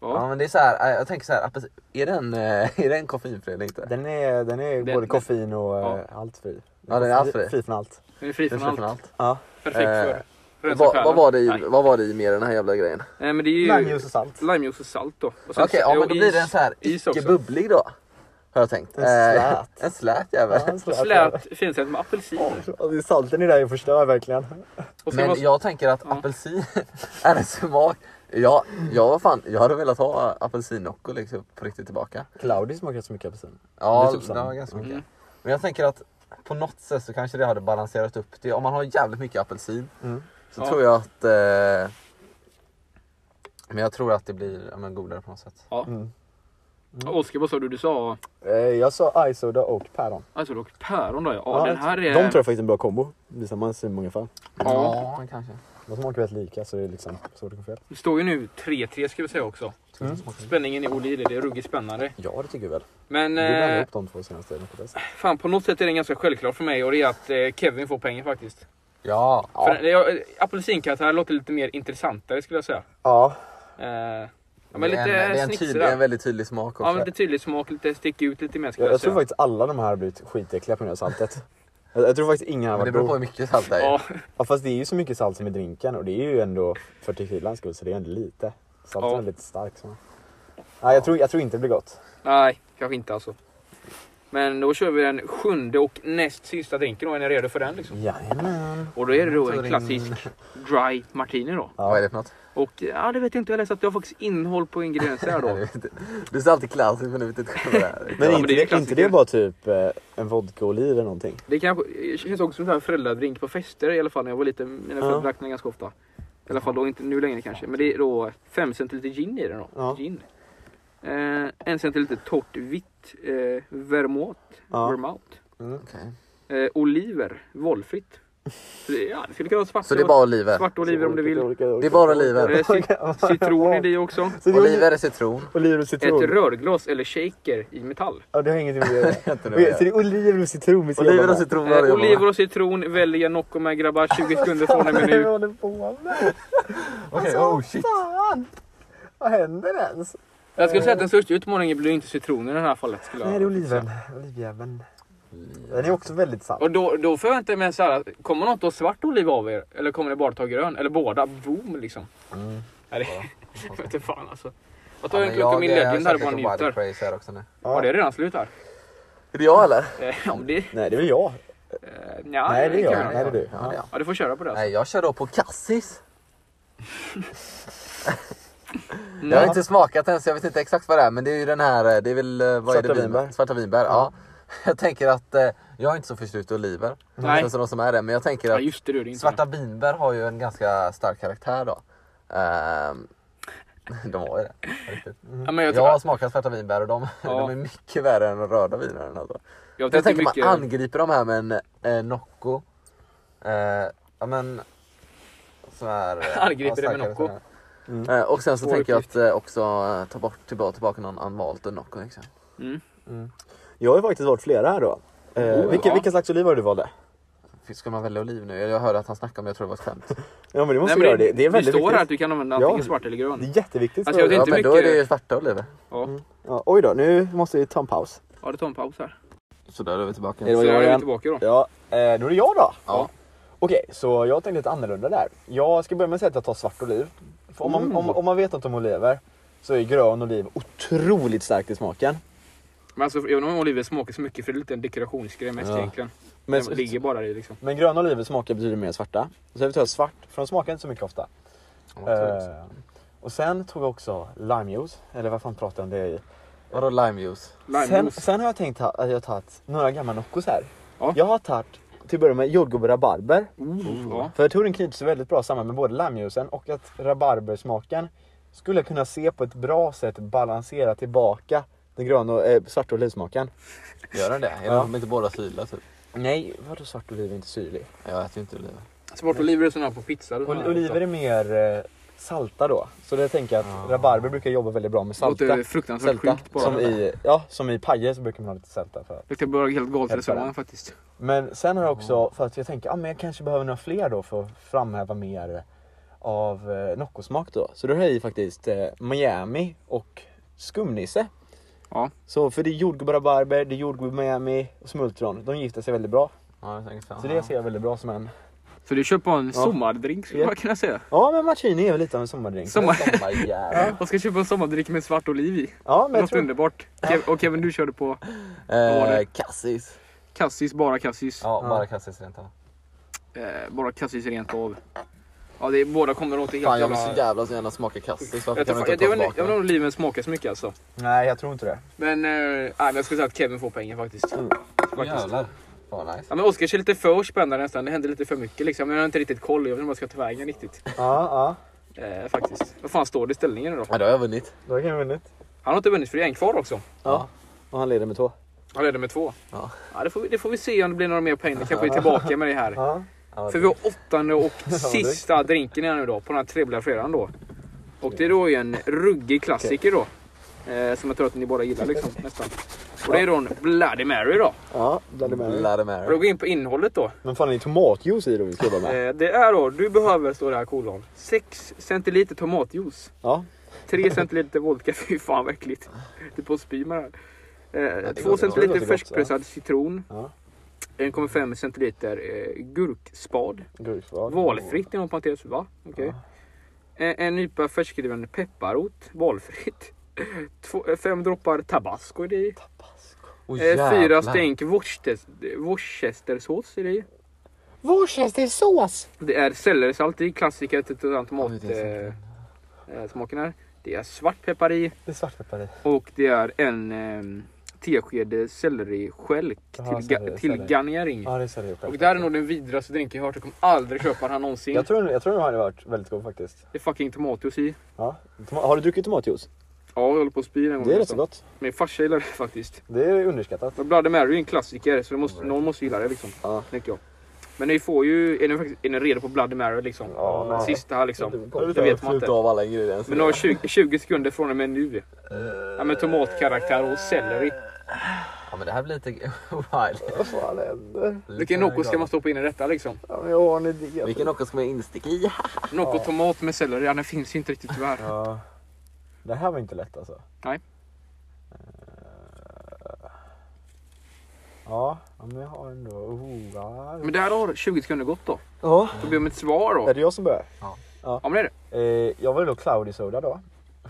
Speaker 1: Ja.
Speaker 3: men det är så här. eh, Jag tänker så här. Apelsin. Är den, eh, är den koffeinfri eller inte?
Speaker 2: Den är, den är
Speaker 1: Den-
Speaker 2: både koffein och
Speaker 1: ja.
Speaker 2: eh, allt fri.
Speaker 3: Ja, den är allt fri.
Speaker 2: Fri från allt.
Speaker 1: Den är fri
Speaker 3: Den
Speaker 1: från
Speaker 3: är fri från
Speaker 1: allt.
Speaker 3: allt.
Speaker 2: Ja.
Speaker 1: Perfekt för
Speaker 3: Vad,
Speaker 1: rensa själen.
Speaker 3: vad, var det i,
Speaker 1: Nej.
Speaker 3: vad var det i med den här jävla grejen?
Speaker 1: Nej, men det är ju
Speaker 2: Limejuice och salt.
Speaker 1: limejuice och salt då. Och sen-
Speaker 3: Okej, ja,
Speaker 1: och
Speaker 3: men då blir
Speaker 1: is.
Speaker 3: den så här
Speaker 1: is också.
Speaker 3: icke bubblig då. Har jag tänkt.
Speaker 2: En
Speaker 3: Eh,
Speaker 2: slät.
Speaker 3: en slät jävel.
Speaker 2: Ja, så där.
Speaker 1: Slät finsätt med apelsin.
Speaker 2: Ja, det är salten i det här jag förstör verkligen.
Speaker 1: Och sen
Speaker 3: Men
Speaker 1: måste-
Speaker 3: jag tänker att
Speaker 1: Ja.
Speaker 3: apelsin är en smak. Jag, jag, var fan, jag hade velat ha apelsinnocco liksom, på riktigt tillbaka.
Speaker 2: Cloudy smakar inte så mycket apelsin.
Speaker 3: Ja,
Speaker 2: Det är typ
Speaker 3: det
Speaker 2: samma.
Speaker 3: var ganska mycket.
Speaker 1: Mm.
Speaker 3: Men jag tänker att på något sätt så kanske det hade balanserat upp det. Om man har jävligt mycket apelsin
Speaker 2: Mm.
Speaker 3: så
Speaker 1: Ja.
Speaker 3: tror jag att... Eh, men jag tror att det blir ja, men, godare på något sätt.
Speaker 1: Ja.
Speaker 2: Mm.
Speaker 1: Oskar, vad sa du? Du sa...
Speaker 2: Eh, Jag sa ice soda och päron.
Speaker 1: Alltså, dock päron då ja. ja den här är...
Speaker 2: De tror jag faktiskt är en bra kombo. Tillsammans i många fall.
Speaker 1: Ja.
Speaker 3: men kanske.
Speaker 2: De smakar väldigt lika så det är liksom svårt att gå fel.
Speaker 1: Det står ju nu 3-3 ska vi säga också.
Speaker 2: Mm.
Speaker 1: Spänningen är ord i oh, det. Det är ruggigt spännande.
Speaker 2: Ja det tycker jag väl.
Speaker 1: Men...
Speaker 2: Du blandade
Speaker 1: Eh,
Speaker 2: ihop de två senaste. något bäst.
Speaker 1: fan, på något sätt är den ganska självklar för mig och det är att eh, Kevin får pengar faktiskt.
Speaker 3: Ja.
Speaker 1: För, den- jag, apelsinkaraktär låter lite mer intressantare skulle jag säga.
Speaker 2: Ja.
Speaker 1: Eh, ja,
Speaker 3: det,
Speaker 1: men
Speaker 3: är
Speaker 1: lite
Speaker 3: en, det, är en
Speaker 1: snitsig
Speaker 3: tydlig,
Speaker 1: där.
Speaker 3: en väldigt tydlig smak också.
Speaker 1: Ja, men lite tydlig smak, lite stick ut lite mer skulle
Speaker 2: Jag,
Speaker 1: jag,
Speaker 2: jag tror
Speaker 1: säga.
Speaker 2: faktiskt alla de här har blivit skitäckliga på grund av saltet. jag, jag tror faktiskt ingen har
Speaker 3: Men det
Speaker 2: varit
Speaker 3: beror
Speaker 2: god.
Speaker 3: på hur mycket salt det är.
Speaker 1: Ja,
Speaker 2: Ja fast det är ju så mycket salt som i drinken och det är ju ändå för tequilans skull så det är ändå lite. Salten
Speaker 1: Ja.
Speaker 2: är lite stark. Så. Nej jag tror, jag tror inte det blir gott.
Speaker 1: nej, kanske inte alltså. Men då kör vi den sjunde och näst sista drinken då. Är ni redo för den liksom?
Speaker 2: Jajamän.
Speaker 1: Och då är det då
Speaker 3: Så
Speaker 1: en
Speaker 3: ring-
Speaker 1: klassisk
Speaker 3: Mm.
Speaker 1: dry martini då.
Speaker 3: Vad är det för något?
Speaker 1: Och ja, det vet jag inte. Jag läste att det har faktiskt innehåll på ingredienser här
Speaker 3: Jag
Speaker 1: då.
Speaker 3: vet inte. Du säger alltid klassiskt men du vet inte själv vad det är.
Speaker 2: Men,
Speaker 1: Ja, men
Speaker 2: inte,
Speaker 1: det är ju
Speaker 2: det inte det
Speaker 1: klassiker.
Speaker 2: bara typ eh, en vodka oliv eller någonting?
Speaker 1: Det kanske det känns också som en sån här föräldradrink på fester i alla fall när jag var liten. Mina föräldrar drack den ganska ofta. I alla fall då inte nu längre kanske. Men det är då 5 centiliter gin i den då.
Speaker 2: Ja.
Speaker 1: Gin. Eh, en centiliter torrt vitt eh, vermouth.
Speaker 2: Ja.
Speaker 1: vermouth.
Speaker 3: Okej.
Speaker 1: Eh, oliver, valfritt. Så det, ja, det skulle kunna vara svart,
Speaker 3: Så det är bara oliver?
Speaker 1: svart oliver om du vill.
Speaker 3: Det är bara oliver.
Speaker 1: Eh, cit- citron i det också.
Speaker 2: Så det är
Speaker 3: Oliver är citron.
Speaker 2: Oliver och
Speaker 1: Ett
Speaker 2: citron.
Speaker 1: rörglas eller shaker i metall.
Speaker 2: Ja, det har ingenting med det att
Speaker 3: Heter det
Speaker 2: göra. Så
Speaker 3: vad
Speaker 2: det är oliver och citron vi
Speaker 3: det
Speaker 2: ska
Speaker 3: är. Oliver
Speaker 2: jobba
Speaker 3: och
Speaker 2: med.
Speaker 3: citron var det
Speaker 1: Eh,
Speaker 3: jag
Speaker 1: oliver
Speaker 3: var.
Speaker 1: och citron, välja Nocco med grabbar 20 sekunder från och med
Speaker 2: Vad
Speaker 1: nu.
Speaker 2: håller vi på med?
Speaker 3: Okej, oh shit.
Speaker 2: Fan! Vad Alltså, händer ens?
Speaker 1: Jag skulle säga att den största utmaningen blir inte citronen i det här fallet. Skulle jag
Speaker 2: Nej, det är oliven. Olivjäveln. Den är också väldigt sann.
Speaker 1: Och då, då förväntar jag mig så här, kommer något att svart oliv av er? Eller kommer det bara ta grön? Eller båda? Boom liksom.
Speaker 2: Mm.
Speaker 1: Nej, det jag vet inte fan alltså. Jag tar
Speaker 3: Ja,
Speaker 1: en
Speaker 3: men
Speaker 1: klunk av
Speaker 3: jag
Speaker 1: min
Speaker 3: är
Speaker 1: Legend här och bara
Speaker 3: säkert på body
Speaker 1: njuter.
Speaker 3: praise här också nu.
Speaker 1: Ja, det är redan slut här.
Speaker 3: Är det jag eller?
Speaker 1: Eh, Om det...
Speaker 2: Nej, det är väl jag.
Speaker 1: eh, Nja,
Speaker 2: Nej, det är
Speaker 1: kan
Speaker 2: jag.
Speaker 1: vi
Speaker 2: Nej, det är
Speaker 1: göra.
Speaker 2: du.
Speaker 3: Ja,
Speaker 2: Ja.
Speaker 3: ja.
Speaker 1: Ja, du får köra på det. Alltså.
Speaker 3: Nej, jag kör då på Cassis. Jag har
Speaker 1: Mm.
Speaker 3: inte smakat den så jag vet inte exakt vad det är. Men det är ju den här, eh, det är väl, eh, vad är
Speaker 2: Svarta
Speaker 3: det?
Speaker 2: vinbär.
Speaker 3: Svarta vinbär, ja. Jag tänker att, eh, jag är inte så förtjust i oliver.
Speaker 1: Nej.
Speaker 3: Det känns som de som är det. Men jag tänker
Speaker 1: Ja,
Speaker 3: att
Speaker 1: just det du. Det är inte
Speaker 3: svarta vinbär har ju en ganska stark karaktär då. Ehm, de har ju det. riktigt.
Speaker 1: det. Ja, men jag,
Speaker 3: Jag har
Speaker 1: jag,
Speaker 3: smakat svarta vinbär och de,
Speaker 1: Ja.
Speaker 3: de är mycket värre än de röda vinerna. Alltså.
Speaker 1: jag
Speaker 3: Jag
Speaker 1: tänkte
Speaker 3: tänker
Speaker 1: mycket.
Speaker 3: man angriper de här med en eh, Nocco. Eh, ja men... Som är... eh,
Speaker 1: Angriper
Speaker 3: ja,
Speaker 1: det med
Speaker 3: starkare
Speaker 1: Nocco.
Speaker 3: sådana.
Speaker 2: Mm.
Speaker 3: Eh, och sen så
Speaker 1: Svår
Speaker 3: tänker jag
Speaker 1: uppgift.
Speaker 3: att eh, också eh, ta bort tillbaka, tillbaka någon anvalt och Nocco. Liksom.
Speaker 1: Mm.
Speaker 2: Jag har ju faktiskt valt flera här då. Eh,
Speaker 1: Oh,
Speaker 2: vilken,
Speaker 1: ja.
Speaker 2: vilken slags oliv har du valt?
Speaker 3: Fy, Ska man välja oliv nu? Jag hörde att han snackade om det, jag tror det var ett skämt.
Speaker 2: Ja, men det måste
Speaker 1: Nej,
Speaker 2: vi
Speaker 1: men
Speaker 2: göra. Det, det är väldigt
Speaker 1: det står här att
Speaker 2: viktigt.
Speaker 1: du kan använda
Speaker 2: Ja. Mm.
Speaker 1: antingen svart eller grön.
Speaker 2: Det är jätteviktigt.
Speaker 1: Alltså, jag
Speaker 2: för-
Speaker 1: vet
Speaker 3: Ja,
Speaker 1: inte
Speaker 3: men då är
Speaker 1: mycket-
Speaker 3: det ju svarta oliver.
Speaker 1: Ja.
Speaker 2: ja, oj då, nu måste vi ta en paus.
Speaker 1: Ja, det tar en paus här.
Speaker 3: Så där är vi tillbaka.
Speaker 2: Det var
Speaker 1: Så
Speaker 2: jag
Speaker 1: är vi
Speaker 2: igen.
Speaker 1: tillbaka då.
Speaker 2: Ja, eh, då är det jag då.
Speaker 3: Ja.
Speaker 2: Okej, så jag tänkte lite annorlunda där. Jag ska börja med att säga att jag tar svart oliv. För om, man, om, om man vet något om oliver så är grön oliv otroligt starkt i smaken.
Speaker 1: Men alltså, jag undrar om oliver smakar så mycket för det är lite en dekorationsgrej mest
Speaker 2: Ja.
Speaker 1: egentligen.
Speaker 2: Men,
Speaker 1: den ligger bara i liksom.
Speaker 2: men gröna oliver smakar betydligt mer än svarta. Så jag vill ta svart, för de smakar inte så mycket ofta.
Speaker 3: Uh,
Speaker 2: Eh, och sen tog jag också limejuice, eller vad fan pratar jag om det i?
Speaker 3: eh, Vadå limejuice?
Speaker 2: Sen,
Speaker 1: Limejuice.
Speaker 2: sen har jag tänkt ta- att jag har tagit några gamla Noccos här.
Speaker 1: Ja.
Speaker 2: Jag har tagit till att börja med jordgubb och rabarber.
Speaker 1: Oh, ja.
Speaker 2: För jag tror den knyter sig väldigt bra samman med både lammjuicen och att rabarbersmaken skulle jag kunna se på ett bra sätt balansera tillbaka den gröna och eh, svarta olivsmaken.
Speaker 3: Gör den det? Är
Speaker 2: Ja.
Speaker 3: de inte båda syrliga typ?
Speaker 2: Nej, vadå svart oliv är inte syrlig?
Speaker 3: Jag äter ju inte oliver.
Speaker 1: Svart oliver är sådana här på pizza. och såna
Speaker 2: Ol-
Speaker 1: här
Speaker 2: oliver är mer eh, salta då. Så det tänker jag att
Speaker 3: Ja.
Speaker 2: rabarber brukar jobba väldigt bra med
Speaker 1: Det låter
Speaker 2: salta.
Speaker 1: fruktansvärt
Speaker 3: Sälta.
Speaker 1: sjukt bara.
Speaker 2: Som i, ja, som i pajer så brukar man ha lite sälta för.
Speaker 1: Luktar bara helt galet i
Speaker 2: Helt
Speaker 1: restaurangen
Speaker 2: bra.
Speaker 1: faktiskt.
Speaker 2: Men sen har jag också, för att jag tänker, ah, men jag kanske behöver några fler då för att framhäva mer av eh, Noccosmak då. Så då har jag i faktiskt eh, Miami och skumnisse.
Speaker 1: Ja.
Speaker 2: Så för det är jordgubb och rabarber, det är jordgubb Miami och smultron. De gifter sig väldigt bra.
Speaker 3: Ja, jag tänker fan.
Speaker 2: Så det ser jag väldigt bra som en...
Speaker 1: Så du köper en
Speaker 2: Ja.
Speaker 1: sommardrink skulle
Speaker 2: Ja.
Speaker 1: man kunna säga.
Speaker 2: Ja men martini är väl lite av en sommardrink.
Speaker 1: Sommar...
Speaker 3: Sommarjävel.
Speaker 1: Man ska köpa en sommardrink med svart oliv i.
Speaker 2: Ja men jag
Speaker 1: Något
Speaker 2: tror...
Speaker 1: underbart. Kev- Och Kevin du körde på var det?
Speaker 3: Eh, Cassis.
Speaker 1: Cassis, bara Cassis.
Speaker 3: Ja, bara
Speaker 2: Ja.
Speaker 3: Cassis rent av.
Speaker 1: Eh, bara Cassis rent av. Ja, det är, båda kommer åt helt
Speaker 3: Fan jag
Speaker 1: jävla...
Speaker 3: vill så jävla så gärna smaka kassis. Varför
Speaker 1: Jag
Speaker 3: kan
Speaker 1: tar-
Speaker 3: vi
Speaker 1: jag-
Speaker 3: inte
Speaker 1: jag
Speaker 3: ta
Speaker 1: vet inte- jag vet inte
Speaker 3: tillbaka?
Speaker 1: om oliven smakar så mycket alltså.
Speaker 2: Nej jag tror inte det.
Speaker 1: Men, eh, nej, men jag skulle säga att Kevin får poängen faktiskt.
Speaker 2: Mm.
Speaker 1: faktiskt.
Speaker 3: Jävlar. Vad nice.
Speaker 1: Ja, men Oskar är lite för spännande nästan. Det händer lite för mycket liksom. Men jag har inte riktigt koll. Jag vet inte vad jag ska ta vägen riktigt.
Speaker 2: Ja ja.
Speaker 1: Eh, faktiskt. Vad fan står det i ställningen då?
Speaker 3: Ja, då har jag vunnit.
Speaker 2: Då har jag vunnit.
Speaker 1: Han har inte vunnit för det är en kvar också.
Speaker 2: Ja. Och han leder med två.
Speaker 1: Han leder med två.
Speaker 3: Ja.
Speaker 1: Ja, det, får vi, det får vi se om det blir några mer poäng. Det kanske vi är tillbaka med det här.
Speaker 2: Ja.
Speaker 3: Ja,
Speaker 1: För
Speaker 3: det-
Speaker 1: vi har åttonde och sista drinken här nu då, på den här trevliga fredagen då. Och det är då ju en ruggig klassiker då. Eh, som jag tror att ni bara gillar liksom, nästan. Och det är då en Bloody Mary då.
Speaker 2: Ja, Bloody Mary.
Speaker 3: Bloody
Speaker 1: Och då
Speaker 3: Mary.
Speaker 1: går vi in på innehållet då.
Speaker 2: Men fan det är tomatjuice i då vi ska jobba med.
Speaker 1: Eh, det är då, du behöver, står det här kolon, 6 centiliter tomatjuice.
Speaker 2: Ja.
Speaker 1: 3 centiliter vodka, fy fan vad äckligt. Du är på att spy med det här. Eh,
Speaker 3: låter
Speaker 1: 2
Speaker 3: gott.
Speaker 2: Det
Speaker 1: centiliter
Speaker 2: låter gott,
Speaker 1: färskpressad citron.
Speaker 2: Ja.
Speaker 1: 1,5 centiliter eh, gurkspad.
Speaker 2: Gurkspad.
Speaker 1: Valfritt inom parentes, va? Okej. En, en nypa färskriven pepparrot, valfritt. Två, eh, fem droppar tabasco är det i.
Speaker 3: Oh,
Speaker 1: Eh, fyra
Speaker 3: jävlar.
Speaker 1: stänk worcester- worcestersås är det i.
Speaker 2: Worcestersås!
Speaker 1: Det är sellerisalt i, klassiker till den
Speaker 3: Oj,
Speaker 1: tomat,
Speaker 3: det är
Speaker 1: eh, eh, smaken här. Det är svartpeppar i
Speaker 2: Det är svartpeppar i.
Speaker 1: och det är en eh, tesked selleriskälk till,
Speaker 2: Jaha,
Speaker 1: ga-
Speaker 2: selleri,
Speaker 1: till
Speaker 2: selleri.
Speaker 1: garnering.
Speaker 2: Ja det ser jag
Speaker 1: Och det här är nog den vidraste drinken jag hört. Jag kommer aldrig köpa den här någonsin.
Speaker 2: jag tror, jag tror den hade varit väldigt god faktiskt.
Speaker 1: Det är fucking tomatjuice i.
Speaker 2: Ja. Toma- Har du druckit tomatjuice?
Speaker 1: Ja, jag håller på att spy en gång.
Speaker 2: Det är rätt så
Speaker 1: nästan.
Speaker 2: gott.
Speaker 1: Min farsa gillar det faktiskt.
Speaker 2: Det är underskattat.
Speaker 1: Men Bloody Mary är en klassiker så det måste, någon måste gilla det liksom.
Speaker 2: Ja.
Speaker 1: Tänker jag. Men ni får ju, är ni, faktiskt, är ni redo på Bloody Mary liksom?
Speaker 2: Ja, nej.
Speaker 1: Sista här liksom.
Speaker 3: Jag
Speaker 1: Det vet man
Speaker 3: slut
Speaker 1: inte.
Speaker 3: av alla ingredienser.
Speaker 1: Men ni har 20, 20 sekunder från och med nu. Ja men tomatkaraktär och
Speaker 2: Eh,
Speaker 1: selleri.
Speaker 3: Ja, men det här blir lite wild.
Speaker 2: Vad fan händer?
Speaker 1: Vilken Nocco ska man stoppa in i detta liksom?
Speaker 2: Ja, men jag har en idé.
Speaker 3: Vilken Nocco ska man insticka i?
Speaker 1: Nocco tomat med selleri, ja den finns ju inte riktigt tyvärr.
Speaker 2: Ja. Det här var inte lätt alltså.
Speaker 1: Nej.
Speaker 2: Eh, Ja, ja, men jag har ändå... Oh, ja.
Speaker 1: Men där har 20 sekunder gått då.
Speaker 2: Ja.
Speaker 1: Då blir det ett svar då.
Speaker 2: Är det jag som börjar?
Speaker 1: Ja men det är det.
Speaker 2: Eh, jag vill nog Cloudy Soda då.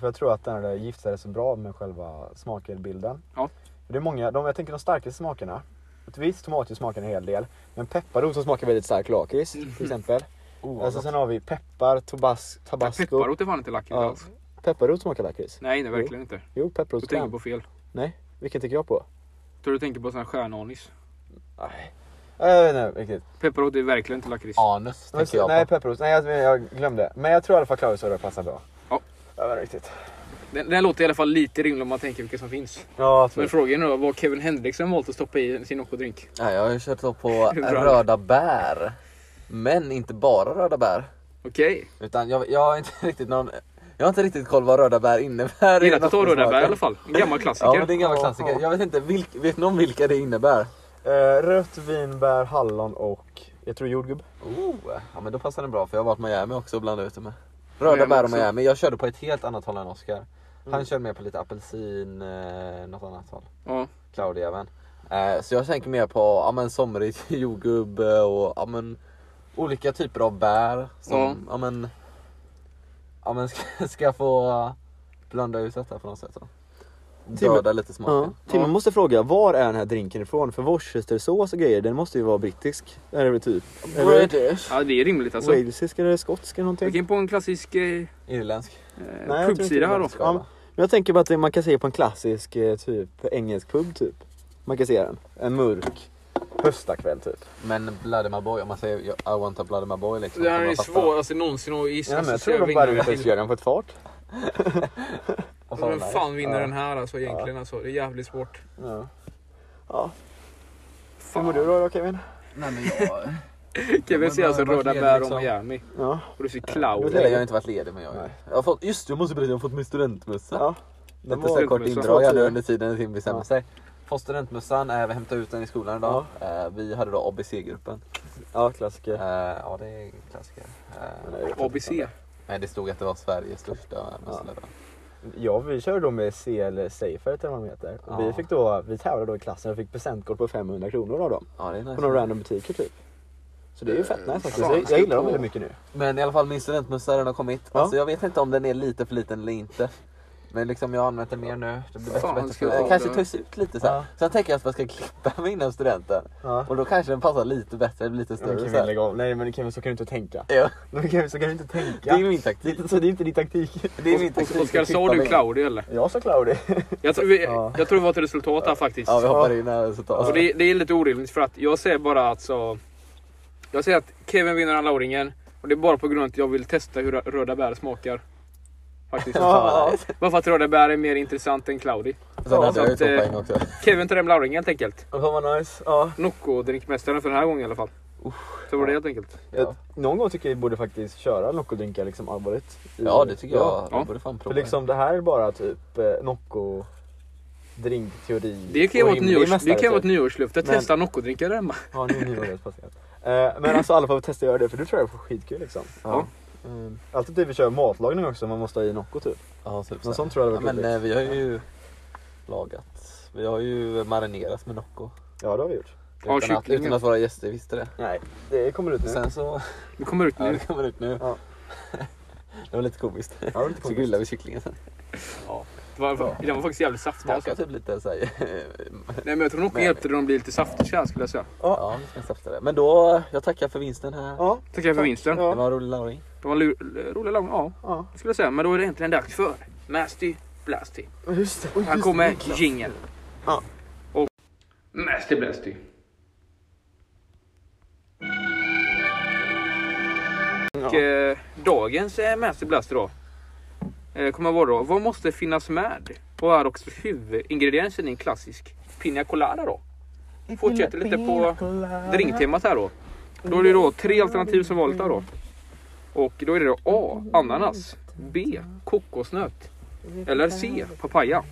Speaker 2: För jag tror att den hade gift sig så bra med själva smakbilden.
Speaker 1: Ja.
Speaker 2: Det är många, de, jag tänker de starkaste smakerna. Ett visst tomatljus smakar en hel del. Men pepparrot som smakar väldigt stark lakrits
Speaker 1: Mm.
Speaker 2: till exempel.
Speaker 3: Oh,
Speaker 2: Alltså,
Speaker 3: alltså,
Speaker 2: sen har vi peppar, tobas,
Speaker 1: Men
Speaker 2: tabasco.
Speaker 1: Pepparrot är fan inte lakrits
Speaker 2: Ja.
Speaker 1: alls.
Speaker 2: Pepparrot smakar lakrits.
Speaker 1: Nej, det är verkligen inte.
Speaker 2: Jo,
Speaker 1: Du
Speaker 2: pepparrot
Speaker 1: tänker
Speaker 2: kan.
Speaker 1: på fel.
Speaker 2: Nej, vilken tänker jag på?
Speaker 1: Tror du tänker på sån här stjärnanis.
Speaker 2: Nej, jag vet inte riktigt.
Speaker 1: Pepparrot är verkligen inte lakrits.
Speaker 3: anus
Speaker 2: Men,
Speaker 3: tänker jag
Speaker 2: nej,
Speaker 3: på.
Speaker 2: pepparrot. Nej, jag, jag glömde. Men jag tror i alla fall Cloudy Soda passar bra.
Speaker 1: Ja.
Speaker 2: Jag vet inte riktigt.
Speaker 1: Den, den låter i alla fall lite rimlig om man tänker vilka som finns.
Speaker 2: Ja,
Speaker 1: Men frågan är då vad Kevin Hendrickson valt att stoppa i sin Nocco-drink.
Speaker 3: Nej, jag har ju kört så på
Speaker 1: Hur bra.
Speaker 3: röda bär. Men inte bara röda bär.
Speaker 1: Okej.
Speaker 3: Utan jag, jag har inte riktigt någon... Jag har inte riktigt koll vad röda bär innebär.
Speaker 1: Gillar att du tar röda
Speaker 3: Nocco-smaken.
Speaker 1: bär i alla fall. En gammal
Speaker 3: Ja,
Speaker 1: klassiker.
Speaker 3: men det är en gammal
Speaker 2: Ja,
Speaker 3: klassiker.
Speaker 2: ja.
Speaker 3: Jag vet inte, vilk, vet någon vilka det innebär?
Speaker 2: Eh, rött vinbär, hallon och jag tror jordgubb.
Speaker 3: Oh, ja men då passar den bra för jag har varit Miami också och blandat ut det med.
Speaker 1: Miami
Speaker 3: Röda bär och
Speaker 1: också. Mm.
Speaker 3: Miami. Jag körde på ett helt annat håll än Oscar. Han körde mer på lite apelsin, eh, något annat håll.
Speaker 1: Ja.
Speaker 3: Claudia även. Eh, så jag tänker mer på ja, men somrig jordgubb och ja, men, olika typer av bär. Som,
Speaker 1: Ja.
Speaker 3: ja. men, ja, men ska, ska jag få blanda ut detta på något sätt. Då.
Speaker 2: Tim-
Speaker 3: Döda lite smaken.
Speaker 2: Timmy
Speaker 1: Ja.
Speaker 2: måste fråga, var är den här drinken ifrån? För worcestersås och grejer, den måste ju vara brittisk. Är det väl typ? Eller
Speaker 3: British.
Speaker 1: ja, det är rimligt alltså. Vi
Speaker 2: walesisk eller skotsk eller någonting.
Speaker 1: gick in på en klassisk eh,
Speaker 3: Irländsk.
Speaker 2: jag
Speaker 1: eh,
Speaker 2: tror inte
Speaker 1: pubsida
Speaker 2: det
Speaker 1: här då.
Speaker 2: ska vara. Men jag tänker bara att det- man kan se på en klassisk eh, typ engelsk pub typ. Man kan se den. En mörk höstakväll typ.
Speaker 3: Men Bloody My Boy, om man säger I want a Bloody My Boy liksom.
Speaker 1: Det här
Speaker 3: kommer
Speaker 1: är
Speaker 3: jag fatta.
Speaker 1: svåraste någonsin att gissa.
Speaker 2: Ja, men jag
Speaker 1: så
Speaker 2: tror
Speaker 1: jag
Speaker 2: de bara
Speaker 1: vinner.
Speaker 2: lyckades göra den på ett fart.
Speaker 3: Och så
Speaker 1: Vem
Speaker 3: den här.
Speaker 1: fan vinner
Speaker 2: Ja.
Speaker 1: den här alltså egentligen alltså? Det är jävligt svårt.
Speaker 2: Ja. ja. Hur
Speaker 1: Fan.
Speaker 2: mår du då Kevin?
Speaker 3: Nej men jag...
Speaker 1: Kevin ser alltså
Speaker 3: Ja, men
Speaker 1: röda
Speaker 3: det är
Speaker 1: bär
Speaker 3: liksom-
Speaker 1: och Miami.
Speaker 2: Ja.
Speaker 1: Och du ser
Speaker 2: det
Speaker 1: clown.
Speaker 2: är-
Speaker 3: Nej, jag har inte varit ledig men jag,
Speaker 2: Nej.
Speaker 3: jag har fått, just det, jag måste berätta, jag har fått min studentmössa.
Speaker 2: ja.
Speaker 3: Lite
Speaker 1: var
Speaker 3: så här kort
Speaker 1: studentmössa.
Speaker 3: indrag här nu
Speaker 2: Två
Speaker 3: under tiden till vi bestämmer
Speaker 2: Ja.
Speaker 3: sig. Fått studentmössan, eh, vi hämtade ut den i skolan idag. Eh, vi hade då ABC-gruppen.
Speaker 2: Ja, klassiker.
Speaker 3: Eh, ja det är en klassiker. Eh,
Speaker 1: ABC.
Speaker 3: nej det stod att det var Sveriges största mössa.
Speaker 2: Ja, vi körde då med CL Seifert eller vad de heter. Och vi,
Speaker 3: Ja.
Speaker 2: fick då, vi tävlade då i klassen och fick presentkort på 500 kronor av dem.
Speaker 3: Ja, det är
Speaker 2: På
Speaker 3: nice.
Speaker 2: några random butiker typ. Så det är ju fett nice faktiskt.
Speaker 1: fan,
Speaker 2: Jag, jag gillar dem väldigt mycket nu.
Speaker 3: Men i alla fall min studentmössa den har kommit.
Speaker 2: Ja.
Speaker 3: Alltså, jag vet inte om den är lite för liten eller inte. Men liksom jag har använt den mer nu. Det blir bättre
Speaker 1: Fan,
Speaker 3: och
Speaker 1: ska
Speaker 3: bättre.
Speaker 1: jag
Speaker 3: Den
Speaker 1: ta
Speaker 3: kanske
Speaker 1: det?
Speaker 3: töjs ut lite så här.
Speaker 2: Ja.
Speaker 3: Sen tänker jag att man ska klippa mig innan studenten.
Speaker 2: Ja.
Speaker 3: Och då kanske den passar lite bättre, lite
Speaker 2: Men
Speaker 3: större. så
Speaker 2: Kevin,
Speaker 3: här.
Speaker 2: lägg av. Nej men Kevin, så kan du inte tänka.
Speaker 3: Ja,
Speaker 2: Men Kevin, så kan du inte
Speaker 3: det
Speaker 2: tänka.
Speaker 3: är min
Speaker 2: Det
Speaker 3: taktik.
Speaker 2: är inte- så det är inte din taktik.
Speaker 3: Det är min taktik.
Speaker 1: Oskar,
Speaker 3: att
Speaker 1: sa
Speaker 3: klippa
Speaker 1: du
Speaker 3: mig.
Speaker 1: Claudio eller?
Speaker 2: Jag sa Cloudy.
Speaker 1: Jag, tror vi,
Speaker 2: Ja.
Speaker 1: jag tror det var ett resultat här faktiskt.
Speaker 3: Ja, vi hoppar in här så tar
Speaker 1: Och det, det är lite orimligt för att jag säger bara alltså... Jag säger att Kevin vinner alla O-ringen och det är bara på grund av att jag vill testa hur rö- röda bär smakar. Faktiskt.
Speaker 2: Ja.
Speaker 1: Bara för att röda bär är mer intressant än cloudy.
Speaker 3: Sen hade jag ju
Speaker 1: att,
Speaker 3: två
Speaker 1: eh,
Speaker 3: poäng också.
Speaker 1: Kevin tar hem lauringen helt enkelt.
Speaker 2: Fan vad nice. Ja.
Speaker 1: Nocco-drinkmästaren för den här gången i alla fall. Så var det helt enkelt.
Speaker 2: Jag, någon gång tycker jag vi borde faktiskt köra Nocco-drinkar liksom allvarligt. I-
Speaker 3: Ja det tycker jag.
Speaker 1: Ja.
Speaker 3: Vi borde fan
Speaker 2: För
Speaker 3: prova.
Speaker 2: liksom det här är bara typ eh, Nocco drinkteori.
Speaker 1: Det kan ju
Speaker 2: och
Speaker 1: vara ett,
Speaker 2: rimlig
Speaker 1: nyårs, det
Speaker 2: mästare,
Speaker 1: kan vara ett
Speaker 2: typ.
Speaker 1: nyårslöfte.
Speaker 2: Men-
Speaker 1: Testa Nocco-drinkar där hemma.
Speaker 2: Ja, nu är nyåret passerat. Eh, Men alltså alla får testa att göra det för du tror jag det får skitkul liksom.
Speaker 3: Ja.
Speaker 2: Mm. Alltid typ vi kör matlagning också, man måste ha i Nocco typ.
Speaker 3: Ja, typ
Speaker 2: Något
Speaker 3: så här.
Speaker 2: sånt tror jag
Speaker 3: ja,
Speaker 2: hade varit
Speaker 3: men
Speaker 2: roligt.
Speaker 3: eh, vi har ju lagat. Vi har ju marinerat med Nocco.
Speaker 2: Ja, det har vi gjort.
Speaker 1: Ja,
Speaker 3: Utan att,
Speaker 1: kyckling,
Speaker 3: utan
Speaker 1: ja.
Speaker 3: att våra gäster visste det.
Speaker 2: Nej, det kommer ut nu.
Speaker 3: Sen så...
Speaker 1: Vi kommer ut
Speaker 3: Ja,
Speaker 1: nu.
Speaker 3: det kommer ut nu.
Speaker 2: Ja.
Speaker 3: Det var lite komiskt.
Speaker 2: Ja, det är lite
Speaker 3: Så
Speaker 2: komiskt.
Speaker 3: grillade vi kycklingen sen.
Speaker 1: Det var, den var faktiskt jävligt saftig. Alltså.
Speaker 3: Smakade typ lite såhär...
Speaker 1: Nej, men jag tror Nocco
Speaker 3: Men-
Speaker 1: hjälpte den att bli lite saftig så här skulle jag säga.
Speaker 3: Ja, vi ska safta det. Men då, jag tackar för vinsten här.
Speaker 2: Ja,
Speaker 1: Tackar jag för vinsten.
Speaker 3: Det
Speaker 2: ja,
Speaker 3: var en rolig lauring.
Speaker 1: Det var en lu- rolig lagning. Ja.
Speaker 2: ja.
Speaker 1: skulle jag säga. Men då är det egentligen dags för Masty Blasty.
Speaker 2: Just det. Oj,
Speaker 1: Här
Speaker 2: just
Speaker 1: kommer
Speaker 2: det, Niklas.
Speaker 1: jingeln.
Speaker 2: Ja.
Speaker 1: Och Masty Blasty. Och,
Speaker 2: Ja.
Speaker 1: eh, dagens eh, Masty Blasty då. Eh, kommer vara då. Vad måste finnas med? Och är också huvudingrediensen i en klassisk Pina Colada då. Fortsätter lite på drinktemat här då. Då är det då tre alternativ som vanligt här då. Och då är det då A. Ananas. B. Kokosnöt. Eller C. Papaya.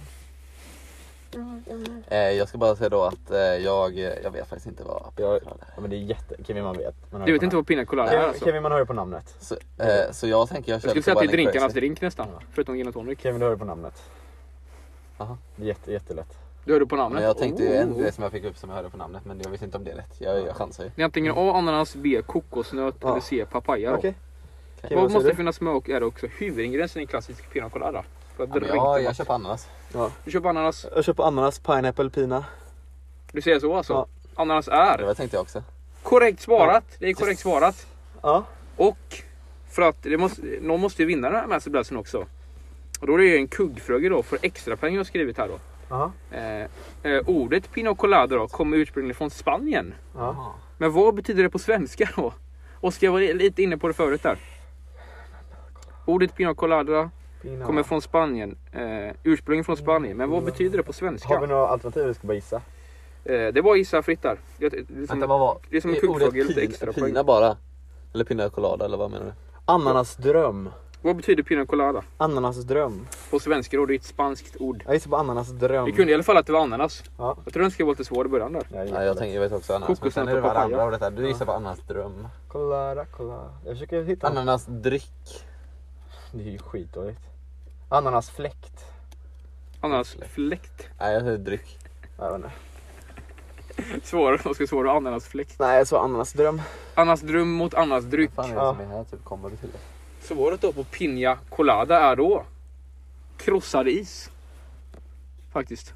Speaker 3: Eh, jag ska bara säga då att eh, jag, jag vet faktiskt inte vad
Speaker 2: Jag,
Speaker 3: Cola är.
Speaker 2: ja, men det är jätte... Kevin man vet. Man hör
Speaker 1: Du vet
Speaker 2: på
Speaker 1: inte
Speaker 2: namn.
Speaker 1: vad pina colada är
Speaker 2: Kevin,
Speaker 1: alltså?
Speaker 2: Kevin man hör ju på namnet.
Speaker 3: Så, eh, så jag tänker jag
Speaker 1: Jag
Speaker 3: kör
Speaker 1: skulle
Speaker 3: lite
Speaker 1: säga att det är
Speaker 3: Wild and
Speaker 1: drinkarnas
Speaker 3: Crazy.
Speaker 1: drink nästan.
Speaker 2: Ja.
Speaker 1: Förutom gin och tonic.
Speaker 2: Kevin du hör ju på namnet.
Speaker 3: Aha.
Speaker 2: Det är jätte, jättelätt.
Speaker 1: Då är du på namnet.
Speaker 3: Men jag tänkte ju
Speaker 1: Oh.
Speaker 3: en grej som jag fick upp som jag hörde på namnet men jag visste inte om det är rätt. Jag, jag chansar ju.
Speaker 1: Det är antingen A. Ananas, B. Kokosnöt
Speaker 2: Ja.
Speaker 1: eller C. Papaya. då.
Speaker 2: Okej. Kevin,
Speaker 1: Vad
Speaker 2: vad
Speaker 1: måste
Speaker 2: säger du?
Speaker 1: finnas med och är det också huvudingrediensen i en klassisk pina colada? För att
Speaker 3: Ja, men
Speaker 1: drinken
Speaker 3: jag, jag
Speaker 1: måste-
Speaker 3: köper ananas.
Speaker 1: Du köper ananas.
Speaker 2: Jag köper ananas, pineapple, pina.
Speaker 1: Du säger så alltså?
Speaker 2: Ja.
Speaker 1: Ananas
Speaker 3: Det
Speaker 1: är
Speaker 3: var- tänkte jag också.
Speaker 1: Mm. korrekt svarat. Det är korrekt svarat.
Speaker 2: Ja.
Speaker 1: Och för att det måste, någon måste ju vinna den här Mästerplatsen också. Och då är det ju en kuggfråga då för extra pengar jag har skrivit här då.
Speaker 2: Aha.
Speaker 1: Eh, eh, ordet Pino Colada då kommer ursprungligen från Spanien.
Speaker 2: Ja.
Speaker 1: Men vad betyder det på svenska då? Oskar var lite inne på det förut där. Ordet Pino Colada
Speaker 2: Pina.
Speaker 1: kommer från Spanien. Eh, ursprungligen från Spanien. Men vad betyder det på
Speaker 2: Har vi
Speaker 1: svenska?
Speaker 2: några alternativ du ska bara gissa?
Speaker 1: Eh, det var gissa fritt där. Det, det, det, är
Speaker 3: Vänta,
Speaker 1: som,
Speaker 3: vad var?
Speaker 1: det är som en
Speaker 3: är
Speaker 1: kuggfråga,
Speaker 3: ordet
Speaker 1: lite
Speaker 3: pin-
Speaker 1: extra
Speaker 3: Pina
Speaker 1: poäng.
Speaker 3: bara? Eller pina colada eller vad menar du?
Speaker 2: Ananasdröm.
Speaker 1: Vad betyder Pino Colada?
Speaker 2: Ananasdröm.
Speaker 1: På svenska då, det är ett spanskt ord.
Speaker 2: Jag gissar på ananasdröm.
Speaker 1: Vi kunde i alla fall att det var ananas.
Speaker 2: Ja.
Speaker 1: Jag tror den ska vara lite svår i början där.
Speaker 2: Ja,
Speaker 3: Nej, jag, tänker, jag vet också ananas. Men
Speaker 1: Kokosnöt
Speaker 3: sen är det
Speaker 1: och
Speaker 3: det här
Speaker 1: papaya.
Speaker 3: andra ordet här. Du gissar på ananasdröm.
Speaker 2: Kolla, kolla. Jag försöker hitta något.
Speaker 3: Ananasdryck.
Speaker 2: Det är ju skitdåligt. Ananasfläkt.
Speaker 1: Ananasfläkt.
Speaker 3: Nej, jag säger dryck.
Speaker 2: Jag vet inte.
Speaker 1: Svår, vad ska svår och ananasfläkt.
Speaker 2: Nej, jag sa ananasdröm.
Speaker 1: Ananasdröm mot ananasdryck.
Speaker 3: Vad fan är det
Speaker 2: Ja.
Speaker 3: som är här? Typ kommer det till det?
Speaker 1: Svaret då på Pina Colada är då krossad is. Faktiskt.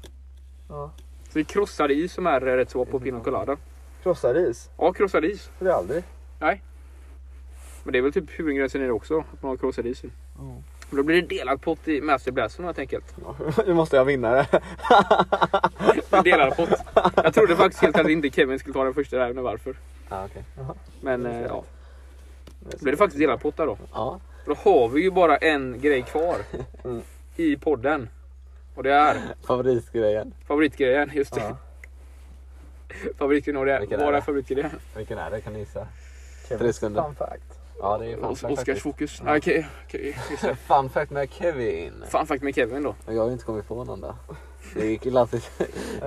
Speaker 2: Ja.
Speaker 1: Så det är krossad is som är rätt svar på Pina Colada.
Speaker 2: Krossad is.
Speaker 1: Ja, krossad is.
Speaker 2: Det är aldrig.
Speaker 1: Men det är väl typ huvudingrediensen i det också, att man har krossad is i. Men då blir det delat pott i Master Blaster helt enkelt.
Speaker 2: Nu måste jag vinna det.
Speaker 1: Det är Delad pott. Jag trodde faktiskt helt att inte Kevin skulle ta den första där, jag undrar varför.
Speaker 3: Ja, okej.
Speaker 1: Men eh, ja. Då blir det faktiskt delad pott där då.
Speaker 3: Ja.
Speaker 1: Då har vi ju bara en grej kvar
Speaker 2: Mm.
Speaker 1: i podden. Och det är
Speaker 3: Favoritgrejen.
Speaker 1: favoritgrejen. Just det.
Speaker 2: Ja.
Speaker 1: Favoritgrejen och det är
Speaker 3: Vilken är
Speaker 1: våra
Speaker 3: det?
Speaker 1: favoritgrejen.
Speaker 3: Vilken är det? Kan ni gissa?
Speaker 2: Kevin.
Speaker 3: Tre sekunder.
Speaker 2: Fun fact.
Speaker 3: Ja, det är fan
Speaker 1: Os-
Speaker 3: fact faktiskt.
Speaker 1: Oscarsfokus. Ja. Okej, okej. just det.
Speaker 3: Fun fact med Kevin.
Speaker 1: Fun fact med Kevin då.
Speaker 3: Och jag har ju inte kommit på någon där. Det är klassiskt.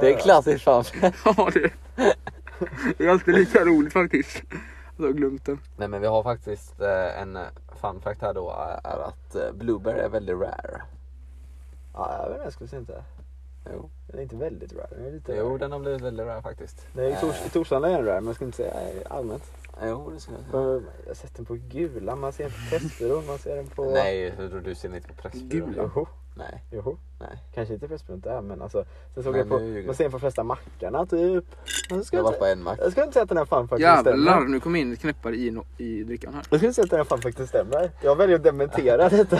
Speaker 3: Det är klassiskt fun fact.
Speaker 1: Ja, det, det är alltid lika roligt faktiskt. Jag har glömt den.
Speaker 3: Nej men vi har faktiskt eh, en fun fact här då är är att eh, blueberry är väldigt rare.
Speaker 2: Ja, jag vet inte, jag skulle säga inte.
Speaker 3: Jo,
Speaker 2: Den är inte väldigt rare. Den är lite
Speaker 3: jo
Speaker 2: rare.
Speaker 3: den har blivit väldigt rare faktiskt.
Speaker 2: Nej, i, tors, i
Speaker 3: Eh,
Speaker 2: Torslanda är den rare, men jag skulle inte säga eh, allmänt.
Speaker 3: jo, det ska jag säga.
Speaker 2: För Jag har sett den på Gula, man ser den på Pressbyrån, man ser den på...
Speaker 3: Nej, du, du ser inte på Pressbyrån.
Speaker 1: Gula.
Speaker 2: Joho,
Speaker 3: Nej,
Speaker 2: joho.
Speaker 3: nej.
Speaker 2: Kanske inte Pressbyrån där, men alltså. Sen såg
Speaker 3: Nej,
Speaker 2: jag på,
Speaker 3: nu ljuger du.
Speaker 2: man ser den på flesta mackarna typ. Men så ska
Speaker 3: Jag har
Speaker 2: jag,
Speaker 3: varit på
Speaker 2: inte,
Speaker 3: en mack.
Speaker 2: jag skulle inte säga att den här fan faktiskt
Speaker 1: Jävlar,
Speaker 2: stämmer.
Speaker 1: nu kom in knäppar i, no- i drickan här.
Speaker 2: Jag skulle inte säga att den här fan faktiskt stämmer. Jag väljer att dementera detta.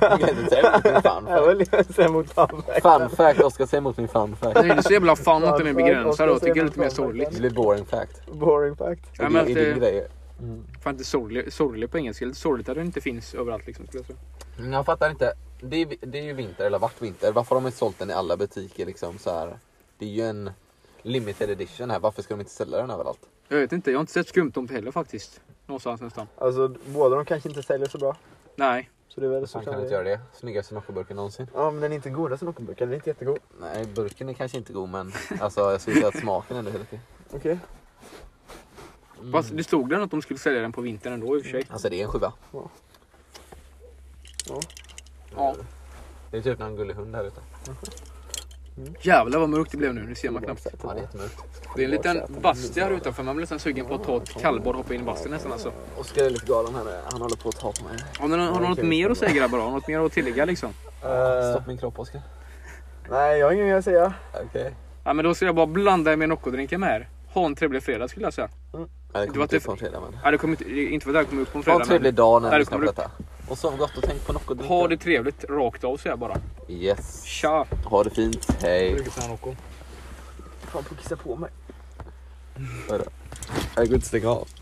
Speaker 3: Jag kan inte säga emot min fun
Speaker 2: Jag
Speaker 3: fact.
Speaker 2: väljer att säga emot fan fact.
Speaker 3: Fun fact, Oskar säg emot min fun fact.
Speaker 1: Den är inte så jävla fan att den är
Speaker 2: Fun fact,
Speaker 1: begränsad då.
Speaker 2: Oscar
Speaker 1: Tycker det är lite
Speaker 2: säger
Speaker 1: mer
Speaker 2: fun fact.
Speaker 1: sorgligt.
Speaker 3: Det blir boring fact.
Speaker 2: Boring fact.
Speaker 1: Ja,
Speaker 3: Ja,
Speaker 1: men
Speaker 3: men
Speaker 1: att
Speaker 3: det...
Speaker 1: det-
Speaker 3: Din grej. Mm.
Speaker 1: Fan inte sorglig, sorglig på engelska. Lite sorgligt att den inte finns överallt liksom. skulle jag säga.
Speaker 3: Men Jag fattar inte. Det är, det är ju vinter, eller vart vinter. Varför har de inte sålt den i alla butiker liksom så här? Det är ju en limited edition här. Varför ska de inte sälja den överallt?
Speaker 1: Jag vet inte, jag har inte sett skumtomte heller faktiskt. Någonstans nästan.
Speaker 2: Alltså båda de kanske inte säljer så bra.
Speaker 1: Nej.
Speaker 2: Så det är väl
Speaker 3: Hur
Speaker 2: så
Speaker 3: fan kan de inte göra det? Snyggaste Noccoburken någonsin.
Speaker 2: Ja men den är inte godaste Nockenburken, den är inte jättegod.
Speaker 3: Nej, burken är kanske inte god men alltså jag skulle säga att smaken ändå är lite...
Speaker 2: Okej.
Speaker 1: Fast det stod där att de skulle sälja den på vintern ändå i och för sig.
Speaker 3: Alltså det är en sjua.
Speaker 1: Ja.
Speaker 3: Det är typ någon gullig hund här ute.
Speaker 1: Jävlar vad mörkt det blev nu. Nu ser man knappt.
Speaker 3: Ja, det är jättemörkt.
Speaker 1: Det är en liten bastu här utanför. Man blir nästan sugen på att ta ett kallbad och hoppa in i bastun nästan alltså.
Speaker 2: Oskar är lite galen här nu, han håller på att ta på mig.
Speaker 1: Har ni, har ni något mer att säga grabbar? Har ni något mer att tillägga liksom?
Speaker 3: Stopp min kropp Oskar.
Speaker 2: Eh, nej jag har inget mer att säga.
Speaker 3: Okej.
Speaker 1: Ja men då ska jag bara blanda er med Nocco-drinken med er. Ha en trevlig fredag skulle jag säga.
Speaker 3: Ja,
Speaker 1: Det var
Speaker 3: det
Speaker 1: typ
Speaker 3: kommer
Speaker 1: det-
Speaker 3: inte upp på en fredag men.
Speaker 1: Ja, det kommer inte, det- inte för att det här kommer upp på en
Speaker 3: Ha en
Speaker 1: fredag
Speaker 3: trevlig dag
Speaker 1: Ja,
Speaker 3: när
Speaker 1: det
Speaker 3: du lyssnar på
Speaker 1: kommer
Speaker 3: detta. Och sov gott och tänk på Nocco.
Speaker 1: men ha det trevligt rakt av säger jag bara.
Speaker 3: Yes.
Speaker 1: Tja!
Speaker 3: Ha det fint. Hej.
Speaker 1: Mycket sådana Nocco.
Speaker 2: Fan på att kissa på mig.
Speaker 3: uh, Jag går inte stänga av.